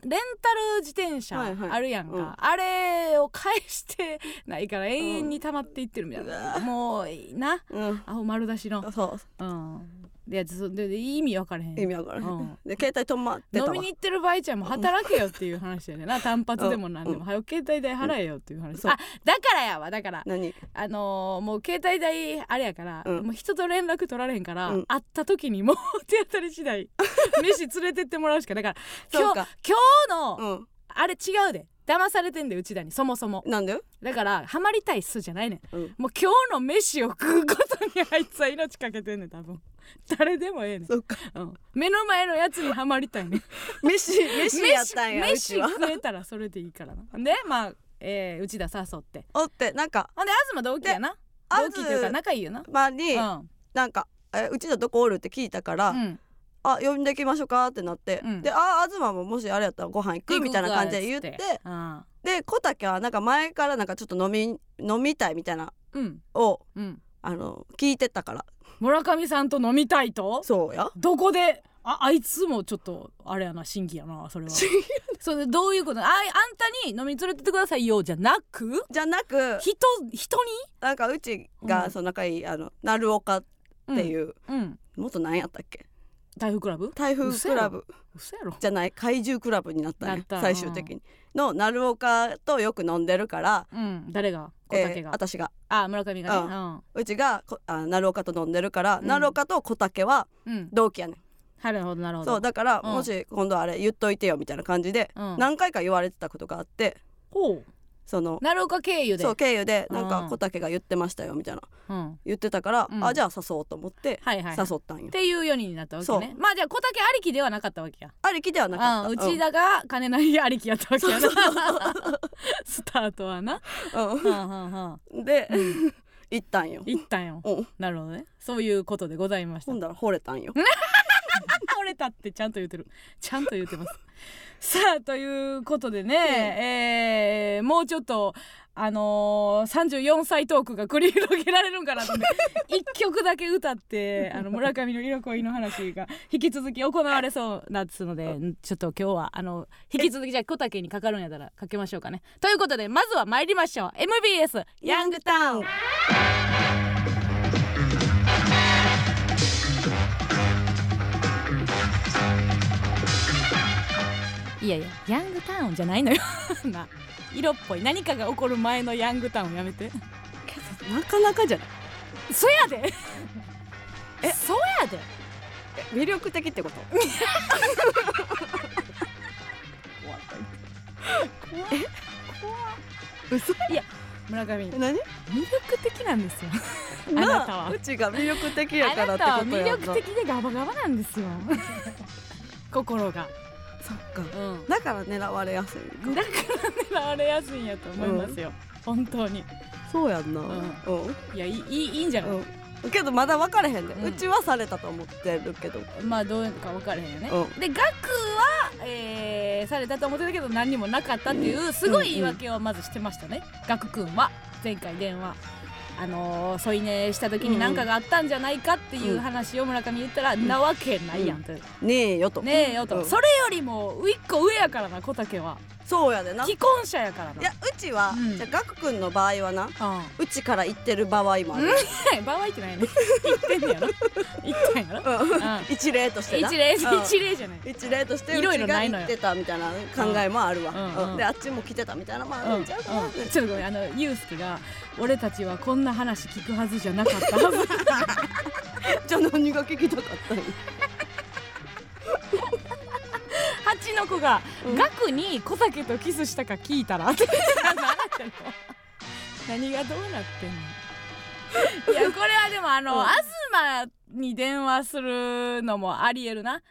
[SPEAKER 2] レンタル自転車
[SPEAKER 1] はいはい
[SPEAKER 2] あるやんか、
[SPEAKER 1] うん
[SPEAKER 2] あれを返してないから永遠に溜まっていってるみたいな、
[SPEAKER 1] う
[SPEAKER 2] もういいな
[SPEAKER 1] うん、
[SPEAKER 2] 青丸出しの、
[SPEAKER 1] そ
[SPEAKER 2] うん、いやそでで意味分からへん
[SPEAKER 1] う意味わからへん、
[SPEAKER 2] うん
[SPEAKER 1] で携帯止まってた
[SPEAKER 2] 飲
[SPEAKER 1] わ
[SPEAKER 2] みに行ってる場合じゃんもう働けよっていう話だよね
[SPEAKER 1] [LAUGHS]
[SPEAKER 2] な単発でもなんで
[SPEAKER 1] う
[SPEAKER 2] も早く携帯代払えよっていう話、
[SPEAKER 1] そう
[SPEAKER 2] あだからやわだから
[SPEAKER 1] 何
[SPEAKER 2] あのーもう携帯代あれやから、
[SPEAKER 1] うん
[SPEAKER 2] もう人と連絡取られへんから、
[SPEAKER 1] うん
[SPEAKER 2] 会った時にもう手当たり
[SPEAKER 1] [LAUGHS]
[SPEAKER 2] 次第飯連れてってもらうしかだから
[SPEAKER 1] そ
[SPEAKER 2] 今
[SPEAKER 1] う
[SPEAKER 2] 日
[SPEAKER 1] か
[SPEAKER 2] 今日
[SPEAKER 1] う
[SPEAKER 2] の、
[SPEAKER 1] ん
[SPEAKER 2] あれ違うで騙されてんでうちだにそもそも
[SPEAKER 1] なんで、
[SPEAKER 2] だからハマりたいっすじゃないねん
[SPEAKER 1] うん、
[SPEAKER 2] もう今日の飯を食うことにあいつは命かけてんねん多分誰でもええねん、
[SPEAKER 1] そう
[SPEAKER 2] [LAUGHS]
[SPEAKER 1] か
[SPEAKER 2] うん、目の前のやつにはまりたいねん
[SPEAKER 1] 飯飯やったんやう
[SPEAKER 2] 飯
[SPEAKER 1] ちは
[SPEAKER 2] 飯食えたらそれでいいからなでまあ、えー、内田誘って
[SPEAKER 1] おってなんか
[SPEAKER 2] ほんで東同期やな
[SPEAKER 1] で
[SPEAKER 2] 同期っていうか
[SPEAKER 1] 東
[SPEAKER 2] 仲いいよな
[SPEAKER 1] まあに、
[SPEAKER 2] うん
[SPEAKER 1] なんかえうちのどこおるって聞いたから、
[SPEAKER 2] うん
[SPEAKER 1] あ呼んできましょうかってなって、
[SPEAKER 2] うん
[SPEAKER 1] であ東ももしあれやったらご飯行くみたいな感じで言って
[SPEAKER 2] うん
[SPEAKER 1] で小竹はなんか前からなんかちょっと飲み飲みたいみたいな
[SPEAKER 2] うん
[SPEAKER 1] を
[SPEAKER 2] うん
[SPEAKER 1] あの聞いてたから
[SPEAKER 2] 村上さんと飲みたいと
[SPEAKER 1] そうや
[SPEAKER 2] どこでああいつもちょっとあれやな真偽やなそれは
[SPEAKER 1] 真
[SPEAKER 2] それでどういうことああんたに飲みに連れてってくださいよじゃなく
[SPEAKER 1] じゃなく
[SPEAKER 2] 人人
[SPEAKER 1] なんかうち
[SPEAKER 2] うん
[SPEAKER 1] がその仲いいあの鳴岡っ
[SPEAKER 2] に
[SPEAKER 1] ていう、
[SPEAKER 2] うん、うん、
[SPEAKER 1] もっと何やったっけ
[SPEAKER 2] 台風クラブ
[SPEAKER 1] 台風クラブ
[SPEAKER 2] 嘘やろ
[SPEAKER 1] じゃない怪獣クラブになったん
[SPEAKER 2] な
[SPEAKER 1] や
[SPEAKER 2] った
[SPEAKER 1] 最終的に、の鳴岡とよく飲んでるから、
[SPEAKER 2] うん誰が小
[SPEAKER 1] え
[SPEAKER 2] 竹
[SPEAKER 1] ー、
[SPEAKER 2] が、
[SPEAKER 1] 私が
[SPEAKER 2] あ村上がね
[SPEAKER 1] うちがこあ鳴岡と飲んでるから
[SPEAKER 2] うん
[SPEAKER 1] 鳴岡と小竹は
[SPEAKER 2] うん、うん、
[SPEAKER 1] 同期やねん
[SPEAKER 2] なるほどなるほど
[SPEAKER 1] そうだから、
[SPEAKER 2] うん
[SPEAKER 1] もし今度あれ言っといてよみたいな感じで、
[SPEAKER 2] うん
[SPEAKER 1] 何回か言われてたことがあって
[SPEAKER 2] ほう
[SPEAKER 1] その
[SPEAKER 2] 奈良岡経由で
[SPEAKER 1] そう経由でなん
[SPEAKER 2] う
[SPEAKER 1] か
[SPEAKER 2] ん
[SPEAKER 1] 小竹が言ってましたよみたいな
[SPEAKER 2] うん、
[SPEAKER 1] 言ってたから、
[SPEAKER 2] うん
[SPEAKER 1] あじゃあ誘おうと思って
[SPEAKER 2] はいはい
[SPEAKER 1] 誘ったんよ
[SPEAKER 2] っ。ていう4人になったわけね
[SPEAKER 1] そ
[SPEAKER 2] まあじゃあ小竹ありきではなかったわけや
[SPEAKER 1] ありきではなかった。
[SPEAKER 2] うん、うちだが金ないありきやったわけやな [LAUGHS] スタートは
[SPEAKER 1] [LAUGHS]
[SPEAKER 2] な、
[SPEAKER 1] うん
[SPEAKER 2] はんはんはん
[SPEAKER 1] うんで、
[SPEAKER 2] う
[SPEAKER 1] 行ったんよ。
[SPEAKER 2] 行ったんよ
[SPEAKER 1] うん、
[SPEAKER 2] なるほどねそういうことでございました
[SPEAKER 1] ほんだら惚れたんよ。
[SPEAKER 2] 倒れたってちゃんと言ってるちゃんと言ってますさあということでね、えーもうちょっとあのー、34歳トークが繰り広げられるんかなと思って [LAUGHS] 一曲だけ歌ってあの村上の色恋の話が引き続き行われそうなっつうのでちょっと今日はあの引き続きじゃあ小竹にかかるんやったらかけましょうかね。ということでまずは参りましょう MBS
[SPEAKER 1] ヤングタウン。
[SPEAKER 2] いやいやヤングタウンじゃないのよ [LAUGHS] な色っぽい何かが起こる前のヤングタウンやめて
[SPEAKER 1] なかなかじゃない。
[SPEAKER 2] そやで
[SPEAKER 1] [LAUGHS] え
[SPEAKER 2] そやで
[SPEAKER 1] え魅力的ってこと。嘘。
[SPEAKER 2] いや村上魅
[SPEAKER 1] 何？
[SPEAKER 2] 力的なんですよあ
[SPEAKER 1] あ
[SPEAKER 2] なたは
[SPEAKER 1] うちが魅力的や
[SPEAKER 2] あ
[SPEAKER 1] から
[SPEAKER 2] な
[SPEAKER 1] った
[SPEAKER 2] は
[SPEAKER 1] てこと
[SPEAKER 2] 魅
[SPEAKER 1] やん
[SPEAKER 2] 力
[SPEAKER 1] な。
[SPEAKER 2] 的でガバガバなんで
[SPEAKER 1] [LAUGHS]
[SPEAKER 2] すよ心が
[SPEAKER 1] そっか。
[SPEAKER 2] うん
[SPEAKER 1] だから狙われやすいのか。
[SPEAKER 2] だから狙われやすいんやと思いますよ、本当に
[SPEAKER 1] そうやんな。うんん。
[SPEAKER 2] いやいいいいいいんじゃない、
[SPEAKER 1] うん。けどまだ分かれへんで、
[SPEAKER 2] うん
[SPEAKER 1] うちはされたと思ってるけど。
[SPEAKER 2] まあどうか分からへんよね、
[SPEAKER 1] う
[SPEAKER 2] で額は、えーされたと思ってたけど何にもなかったっていうすごい言い訳をまずしてましたね、額くんは前回電話あのー添い寝した時に何かがあったんじゃないかっていう話を村上言ったら、なわけないやんと、
[SPEAKER 1] ねえよと。
[SPEAKER 2] ねえよと、
[SPEAKER 1] うん
[SPEAKER 2] それよりも一個上やからな小竹は
[SPEAKER 1] そうやでな。い
[SPEAKER 2] 既婚者やからな
[SPEAKER 1] やうちは、
[SPEAKER 2] うん
[SPEAKER 1] じゃあガク君の場合はな。
[SPEAKER 2] うん [LAUGHS]
[SPEAKER 1] うちから言ってる場合もある。
[SPEAKER 2] うん場合ってないね言ってんねやろ言ってんやろ、
[SPEAKER 1] うん
[SPEAKER 2] う
[SPEAKER 1] 一例として
[SPEAKER 2] ん、
[SPEAKER 1] な
[SPEAKER 2] 一例
[SPEAKER 1] うん
[SPEAKER 2] 一例じゃない
[SPEAKER 1] 一例として
[SPEAKER 2] いうろい
[SPEAKER 1] ち
[SPEAKER 2] ろ
[SPEAKER 1] が
[SPEAKER 2] ないの
[SPEAKER 1] 言
[SPEAKER 2] よ
[SPEAKER 1] ってたみたいな考えもあるわ、
[SPEAKER 2] うんうん
[SPEAKER 1] うんであっちも来てたみたいなのもあ
[SPEAKER 2] う
[SPEAKER 1] る
[SPEAKER 2] ん
[SPEAKER 1] んちゃうかな、
[SPEAKER 2] うんちょっとごめんあのユうスケが「俺たちはこんな話聞くはずじゃなかったはず」
[SPEAKER 1] じゃあ何が聞きたかったの
[SPEAKER 2] 八の子が
[SPEAKER 1] うん
[SPEAKER 2] ガクに小竹とキスしたか聞いたらって何なってんの何がどうなってんのいやこれはでもあの、
[SPEAKER 1] うん
[SPEAKER 2] 東に電話するのもありえるな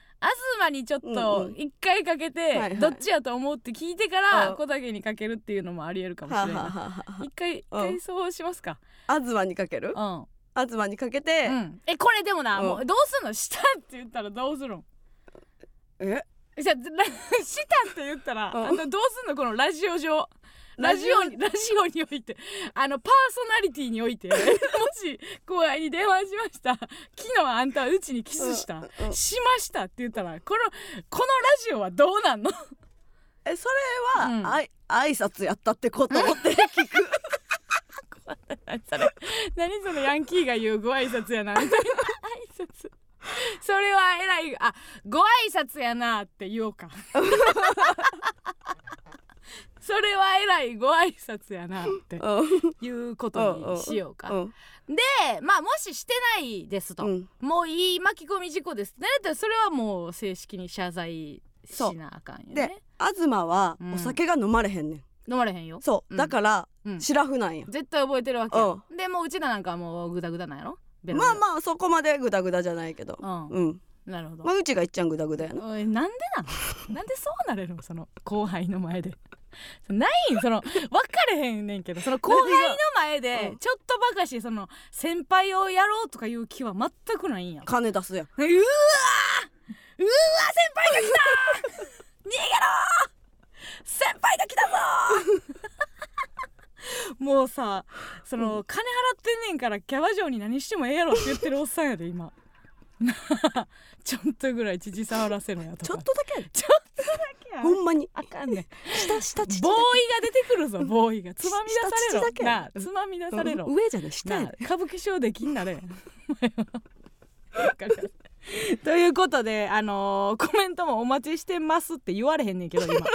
[SPEAKER 2] 東にちょっ
[SPEAKER 1] うん
[SPEAKER 2] と
[SPEAKER 1] うん
[SPEAKER 2] 一回かけて、
[SPEAKER 1] はいはい
[SPEAKER 2] どっちやと思うって聞いてから、
[SPEAKER 1] うん
[SPEAKER 2] 小竹にかけるっていうのもありえるかもし
[SPEAKER 1] はあ
[SPEAKER 2] れ
[SPEAKER 1] はあ
[SPEAKER 2] な
[SPEAKER 1] はあはい
[SPEAKER 2] 一回一回そうしますか
[SPEAKER 1] あ東にかける
[SPEAKER 2] うん
[SPEAKER 1] 東にかけて、
[SPEAKER 2] うん、えこれでもな、
[SPEAKER 1] うん
[SPEAKER 2] もうどうすんのしたって言ったらどうするん
[SPEAKER 1] え
[SPEAKER 2] じゃ [LAUGHS] したって言ったら、
[SPEAKER 1] うん
[SPEAKER 2] あのどうすんのこのラジオ上ラジオに [LAUGHS] ラジオにおいてあのパーソナリティに
[SPEAKER 1] [LAUGHS]
[SPEAKER 2] おいてもし後輩に電話しました昨日あんたはうちにキスした、
[SPEAKER 1] うんうん
[SPEAKER 2] しましたって言ったらこのこのラジオはどうなんの
[SPEAKER 1] えそれは、
[SPEAKER 2] うん
[SPEAKER 1] あい挨拶やったってことって聞く
[SPEAKER 2] それ [LAUGHS] 何そのヤンキーが言うご挨拶やなみたいな挨拶それは偉いあご挨拶やなって言おうか [LAUGHS] それは偉いご挨拶やなって
[SPEAKER 1] うん
[SPEAKER 2] いうことにしようか、
[SPEAKER 1] うん
[SPEAKER 2] でまあもししてないですと、
[SPEAKER 1] うん
[SPEAKER 2] もういい巻き込み事故ですってなったらそれはもう正式に謝罪しなあかんよ
[SPEAKER 1] で
[SPEAKER 2] ね
[SPEAKER 1] 東は
[SPEAKER 2] うん
[SPEAKER 1] お酒が飲まれへんねん、
[SPEAKER 2] 飲まれへんよ、
[SPEAKER 1] そうだから、
[SPEAKER 2] うん、
[SPEAKER 1] シラフなんや
[SPEAKER 2] 絶対覚えてるわけよでもううちらなんかはもうグダグダなんやろベロベ
[SPEAKER 1] ま
[SPEAKER 2] ロ
[SPEAKER 1] あまあそこまでグダグダじゃないけど
[SPEAKER 2] う
[SPEAKER 1] うん、
[SPEAKER 2] ん、なるほど。
[SPEAKER 1] まあ、うちがいっちゃんグダグダやな
[SPEAKER 2] おいなんでなんなんでそうなれるの [LAUGHS] その後輩の前で [LAUGHS] ないんその分かれへんねんけどその後輩の前で
[SPEAKER 1] うん
[SPEAKER 2] ちょっとばかしその先輩をやろうとかいう気は全くないんやうわ
[SPEAKER 1] 金出すやん
[SPEAKER 2] ーうわー先輩が来た逃げろー先輩が来たぞー [LAUGHS] もうさその、金払ってんねんからキャバ嬢に何してもええやろって言ってるおっさんやで今 [LAUGHS] ちょっとぐらい乳触らせろやとか
[SPEAKER 1] ちょっとだけやで
[SPEAKER 2] ちょっとだけや
[SPEAKER 1] ほんまに
[SPEAKER 2] あかんねん
[SPEAKER 1] 下下乳
[SPEAKER 2] ボーイが出てくるぞボーイがつまみ出され
[SPEAKER 1] 下
[SPEAKER 2] ろ
[SPEAKER 1] 乳だけ
[SPEAKER 2] なあつまみ出されろ
[SPEAKER 1] うん上じゃない下
[SPEAKER 2] な
[SPEAKER 1] や
[SPEAKER 2] あ
[SPEAKER 1] で
[SPEAKER 2] 歌舞伎町できんなれわかりました [LAUGHS] ということであのーコメントもお待ちしてますって言われへんねんけど [LAUGHS] 今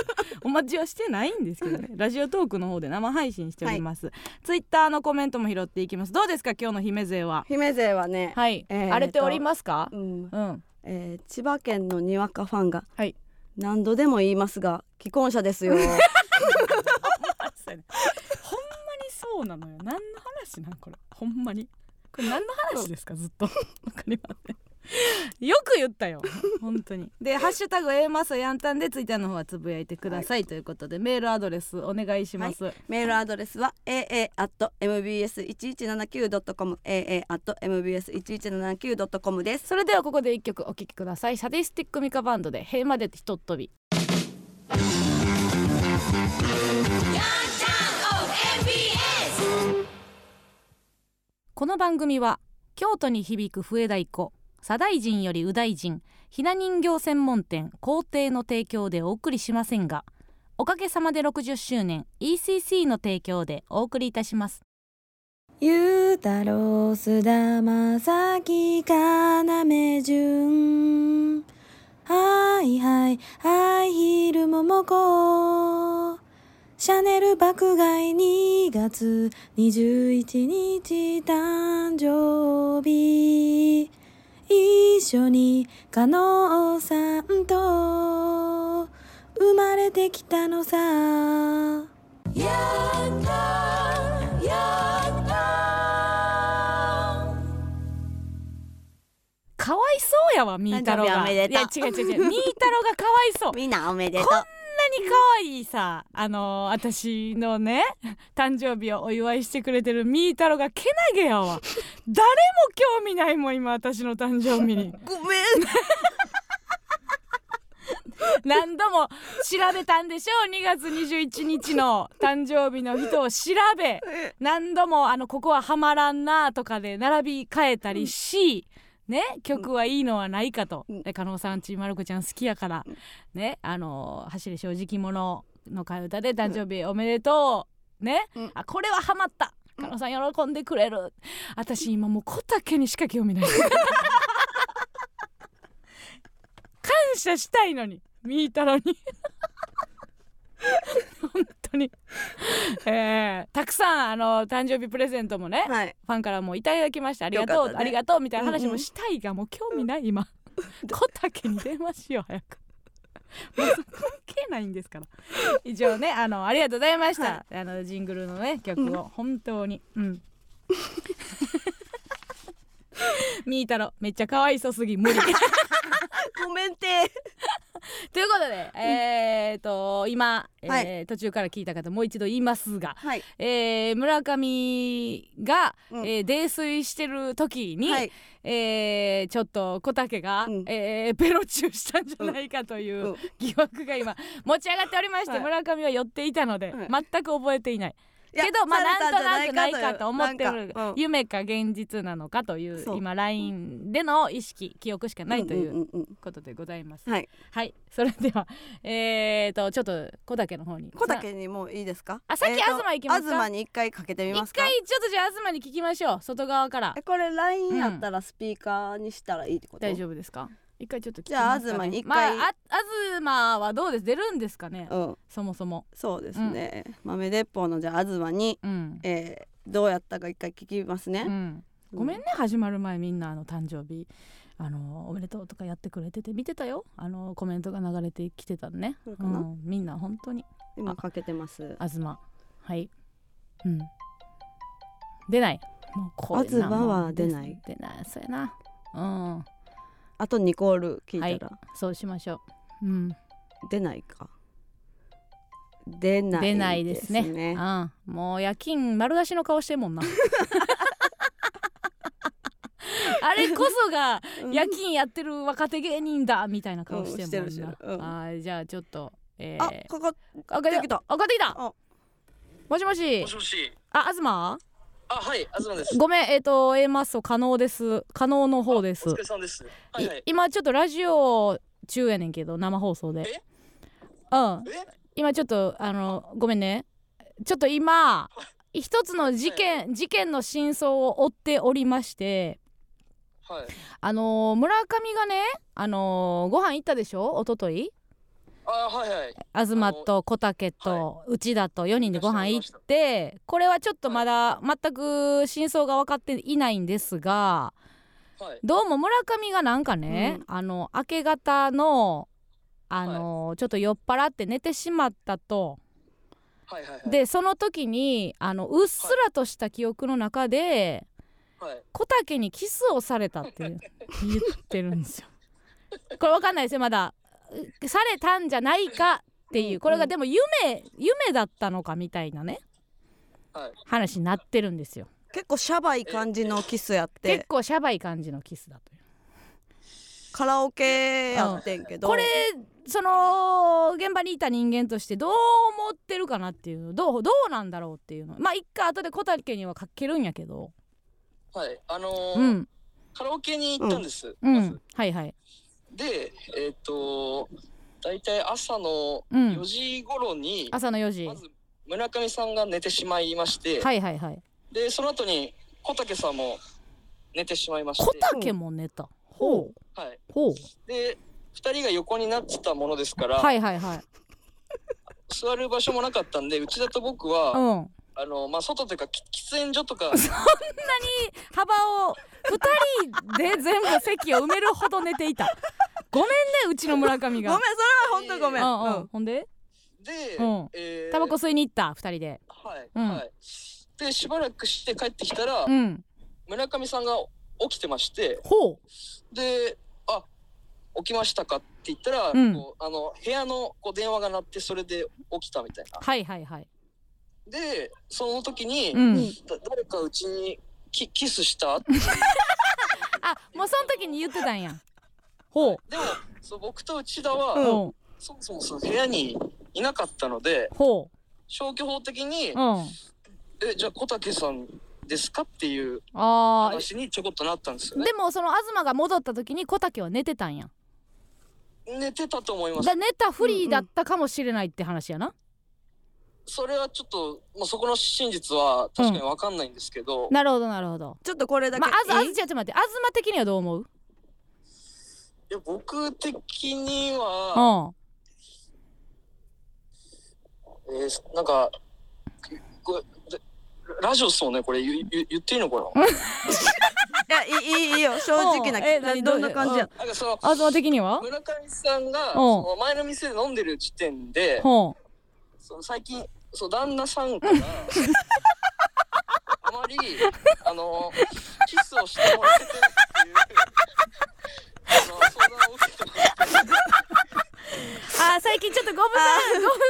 [SPEAKER 2] お待ちはしてないんですけどねラジオトークの方で生配信しております、ツイッターのコメントも拾っていきますどうですか今日の姫勢は
[SPEAKER 1] 姫勢はね、
[SPEAKER 2] はい、
[SPEAKER 1] えーと
[SPEAKER 2] 荒れておりますか
[SPEAKER 1] うん
[SPEAKER 2] うん、
[SPEAKER 1] えー千葉県のにわかファンが、
[SPEAKER 2] はい
[SPEAKER 1] 何度でも言いますが既婚者
[SPEAKER 2] [LAUGHS]
[SPEAKER 1] ですよ
[SPEAKER 2] そうやねほんまにそうなのよ何の話なんこれほんまにこれ何の話ですかずっとわかりませんよく言ったよ本当にで「 [LAUGHS] ハッシュタグ #A マスやんたん」でツイッターの方はつぶやいてください、ということでメールアドレスお願いします、
[SPEAKER 1] メールアドレスは aa.mbs1179.com aa.mbs1179.com です
[SPEAKER 2] それではここで一曲お聴きくださいサディスティックミカバンドで「へまでひとっ飛び」この番組は京都に響く笛太鼓左大臣より右大臣ひな人形専門店皇帝の提供でお送りしませんがおかげさまで60周年 ECC の提供でお送りいたします
[SPEAKER 3] ゆうたろうすだまさきかなめじゅんはいはいはいヒールももこシャネル爆買い2月21日誕生日一緒に加納さんと生まれてきたのさやったやった
[SPEAKER 2] かわいそうやわみーたろう
[SPEAKER 1] 誕
[SPEAKER 2] が
[SPEAKER 1] 生日おめでとう
[SPEAKER 2] いや違う違う違うみーたろうがかわいそう
[SPEAKER 1] みんなおめでとう
[SPEAKER 2] こんなに可愛いさあの私のね誕生日をお祝いしてくれてるみーたろがけなげやわ誰も興味ないもん今私の誕生日に
[SPEAKER 1] ごめん
[SPEAKER 2] 何度も調べたんでしょう2月21日の誕生日の人を調べ何度もあのここはハマらんなとかで並び替えたりし、ね曲はいいのはないかと、
[SPEAKER 1] うん
[SPEAKER 2] で加納さんちまる子ちゃん好きやから、
[SPEAKER 1] うん
[SPEAKER 2] ねあの「走れ正直者」の替え歌で「誕生日おめでとう」ね、
[SPEAKER 1] うん
[SPEAKER 2] あこれはハマった加納さん喜んでくれる私今もう小竹にしか興味ない感謝したいのにみーたろに [LAUGHS] 本当に、えーたくさんあの誕生日プレゼントもね、
[SPEAKER 1] はい
[SPEAKER 2] ファンからもいただきましたありがと
[SPEAKER 1] よ
[SPEAKER 2] う、
[SPEAKER 1] かったね
[SPEAKER 2] ありがとうみたいな話もしたいが、もう興味ない今小竹に電話しよう早くもうそこ関係ないんですから以上ねあのありがとうございました、あのジングルのね曲を本当にうん、 [LAUGHS] みーたろめっちゃ可愛そす
[SPEAKER 1] [LAUGHS]
[SPEAKER 2] ぎ無理
[SPEAKER 1] ごめんて
[SPEAKER 2] ということで、えー、と今、えー
[SPEAKER 1] は
[SPEAKER 2] 途中から聞いた方もう一度言いますが、
[SPEAKER 1] はい、
[SPEAKER 2] えー村上が、
[SPEAKER 1] うん
[SPEAKER 2] えー泥酔してる時に、
[SPEAKER 1] はい
[SPEAKER 2] えーちょっと小竹が、
[SPEAKER 1] うん
[SPEAKER 2] えーペロチューしたんじゃないかといううん疑惑が今持ち上がっておりまして、
[SPEAKER 1] はい
[SPEAKER 2] 村上は寄っていたので、
[SPEAKER 1] はい
[SPEAKER 2] 全く覚えていない。
[SPEAKER 1] いや
[SPEAKER 2] けどまあ
[SPEAKER 1] され
[SPEAKER 2] な
[SPEAKER 1] た
[SPEAKER 2] んとなくなんい
[SPEAKER 1] じゃ
[SPEAKER 2] かと思って
[SPEAKER 1] なん
[SPEAKER 2] る
[SPEAKER 1] かうん
[SPEAKER 2] 夢か現実なのかという
[SPEAKER 1] そう
[SPEAKER 2] 今 LINE での意識記憶しかないとい
[SPEAKER 1] ん
[SPEAKER 2] うん
[SPEAKER 1] うん
[SPEAKER 2] ことでございます。
[SPEAKER 1] うんはい
[SPEAKER 2] はい、それではえー、とちょっと小竹の方に
[SPEAKER 1] 小竹にもういいですか
[SPEAKER 2] あさっき
[SPEAKER 1] えーと
[SPEAKER 2] 東行きますか
[SPEAKER 1] 東に一回かけてみま
[SPEAKER 2] 一
[SPEAKER 1] すか
[SPEAKER 2] 回ちょっとじゃあ東に聞きましょう外側から
[SPEAKER 1] えこれ LINE やったらスピーカーにしたらいいってこと、
[SPEAKER 2] 大丈夫ですか一回ちょっと聞き
[SPEAKER 1] じゃあ
[SPEAKER 2] ますか、ね、
[SPEAKER 1] 東に一回
[SPEAKER 2] まあ、あ東はどうです出るんですかね
[SPEAKER 1] 夫うん
[SPEAKER 2] そもそも
[SPEAKER 1] そうですね、豆鉄砲のじゃあ東に、
[SPEAKER 2] うん、
[SPEAKER 1] えー、どうやったか一回聞きます
[SPEAKER 2] う
[SPEAKER 1] ね、
[SPEAKER 2] ん、ごめんね始まる前みんなあの誕生日あのおめでとうとかやってくれてて見てたよあのコメントが流れてきてたのね
[SPEAKER 1] そうかな
[SPEAKER 2] うん、みんな本当に
[SPEAKER 1] 今かけてます
[SPEAKER 2] 東はいうん出ないもうこうやな
[SPEAKER 1] 東は出ない
[SPEAKER 2] もう出ないそうやなうん
[SPEAKER 1] あとニコール聞いたら、
[SPEAKER 2] そうしましょううん
[SPEAKER 1] 出ないか出ない
[SPEAKER 2] 出ないですね
[SPEAKER 1] ね
[SPEAKER 2] ああもう夜勤丸出しの顔してんも
[SPEAKER 1] [LAUGHS]
[SPEAKER 2] んなあれこそが
[SPEAKER 1] うん
[SPEAKER 2] 夜勤やってる若手芸人だみたいな顔してん
[SPEAKER 1] うんして
[SPEAKER 2] も
[SPEAKER 1] る
[SPEAKER 2] んな
[SPEAKER 1] して、るうん
[SPEAKER 2] ああじゃあちょっとえー、
[SPEAKER 1] あかかっ
[SPEAKER 2] あか
[SPEAKER 1] 出てきた
[SPEAKER 2] あかってきた
[SPEAKER 1] あ
[SPEAKER 2] もしもし
[SPEAKER 4] もしもし。
[SPEAKER 2] あ東
[SPEAKER 4] あ、はい、あずまです。
[SPEAKER 2] ごめんえっ、と A マッソ可能です可能の方です
[SPEAKER 4] お疲れ様です。はいはい
[SPEAKER 2] い。今ちょっとラジオ中やねんけど生放送で
[SPEAKER 4] え
[SPEAKER 2] うん
[SPEAKER 4] え、
[SPEAKER 2] 今ちょっとあのごめんねちょっと今一つの事件事件の真相を追っておりまして
[SPEAKER 4] はい。
[SPEAKER 2] あのー村上がねあのーご飯行ったでしょ一昨日
[SPEAKER 4] あ、はいはい。
[SPEAKER 2] 東と小竹と内田と4人でご飯行ってこれはちょっとまだ全く真相が分かっていないんですが
[SPEAKER 4] はい。
[SPEAKER 2] どうも村上がなんかね、あの明け方のあの、ちょっと酔っ払って寝てしまったと、
[SPEAKER 4] はいはいはい。
[SPEAKER 2] でその時にあのうっすらとした記憶の中で、
[SPEAKER 4] はい。
[SPEAKER 2] 小竹にキスをされたっていう言ってるんですよ。これわかんないですよまだうされたんじゃないかっていうこれがでも夢夢だったのかみたいなね
[SPEAKER 4] はい。
[SPEAKER 2] 話になってるんですよ。
[SPEAKER 1] 結構シャバい感じのキスやっ
[SPEAKER 2] 結
[SPEAKER 1] て
[SPEAKER 2] 構シャバい感じのキスだという。
[SPEAKER 1] カラオケやってんけど
[SPEAKER 2] これその現場にいた人間としてどう思ってるかなっていうどうどうなんだろうっていうのまあ一回後で小竹にはかけるんやけど
[SPEAKER 4] はい。あのー
[SPEAKER 2] うん
[SPEAKER 4] カラオケに行ったんです。
[SPEAKER 2] う
[SPEAKER 4] まず
[SPEAKER 2] んはいはい
[SPEAKER 4] で、えっ、とだいたい朝の
[SPEAKER 2] うん
[SPEAKER 4] 4時頃に、
[SPEAKER 2] 朝の4時
[SPEAKER 4] まず村上さんが寝てしまいまして、
[SPEAKER 2] はいはいはい
[SPEAKER 4] でその後に小竹さんも寝てしまいまし
[SPEAKER 2] 小
[SPEAKER 4] て、
[SPEAKER 2] 竹も寝たほう
[SPEAKER 4] はい。
[SPEAKER 2] ほう
[SPEAKER 4] で二人が横になってたものですから、
[SPEAKER 2] はいはいはい
[SPEAKER 4] 座る場所もなかったんで、うちだと僕は、
[SPEAKER 2] うん何
[SPEAKER 4] あのまあ外というかき喫煙所とか、
[SPEAKER 2] 幅を2人で全部席を埋めるほど寝てい [LAUGHS] たごめんねうちの村上
[SPEAKER 1] ごめんそれ
[SPEAKER 2] が
[SPEAKER 1] は本当ごめん、
[SPEAKER 2] うんうん
[SPEAKER 1] うん
[SPEAKER 2] ほんで
[SPEAKER 4] で、
[SPEAKER 2] うん
[SPEAKER 4] えー
[SPEAKER 2] タバコ吸いに行った2人で
[SPEAKER 4] はい、
[SPEAKER 2] うん
[SPEAKER 4] はい。でしばらくして帰ってきたら、
[SPEAKER 2] うん
[SPEAKER 4] 村上さんが起きてまして、
[SPEAKER 2] ほう
[SPEAKER 4] で、あ、起きましたかって言ったら、
[SPEAKER 2] うん
[SPEAKER 4] こうあの部屋のこう電話が鳴ってそれで起きたみたいな。
[SPEAKER 2] はいはいはい
[SPEAKER 4] で、その時に、
[SPEAKER 2] うん
[SPEAKER 4] だ誰かうちにキキスした。
[SPEAKER 2] あもうその時に言ってたんやほう
[SPEAKER 4] でも、そう僕と内田は、
[SPEAKER 1] うん
[SPEAKER 2] ほ
[SPEAKER 4] そもそもその部屋にいなかったので
[SPEAKER 2] う、ほ
[SPEAKER 4] 消去法的に、
[SPEAKER 2] ううん
[SPEAKER 4] えじゃあ小竹さんですかっていう
[SPEAKER 2] あー
[SPEAKER 4] 話にちょこっとなったんですよね。
[SPEAKER 2] でもその東が戻った時に小竹は寝てたんや
[SPEAKER 4] 寝てたと思います
[SPEAKER 2] だ。寝たフリーだったかもしれないって話やな、
[SPEAKER 4] それはちょっと、まあ、そこの真実は確かにわかんないんですけど、
[SPEAKER 2] なるほどなるほど
[SPEAKER 1] ちょっとこれだけ、
[SPEAKER 2] まああずあ
[SPEAKER 1] い
[SPEAKER 2] ず
[SPEAKER 1] い
[SPEAKER 2] ちょっと待って東的にはどう思う
[SPEAKER 4] いや僕的には、
[SPEAKER 2] うん
[SPEAKER 4] えーなんかこれでラジオっすもんねこれ言言言っていいのかな
[SPEAKER 1] やいいいいいいよ正直な
[SPEAKER 2] うんえ何
[SPEAKER 1] どんな感じや
[SPEAKER 4] なんかその
[SPEAKER 2] 東的には
[SPEAKER 4] 村上さんが
[SPEAKER 2] ん
[SPEAKER 4] その前の店で飲んでる時点で
[SPEAKER 2] ほう
[SPEAKER 4] その最近そう旦那さんからあまりあのキスをしてもらえてないっていうあの相談を受けてもらって
[SPEAKER 2] あー最近ちょっとご無沙汰ご無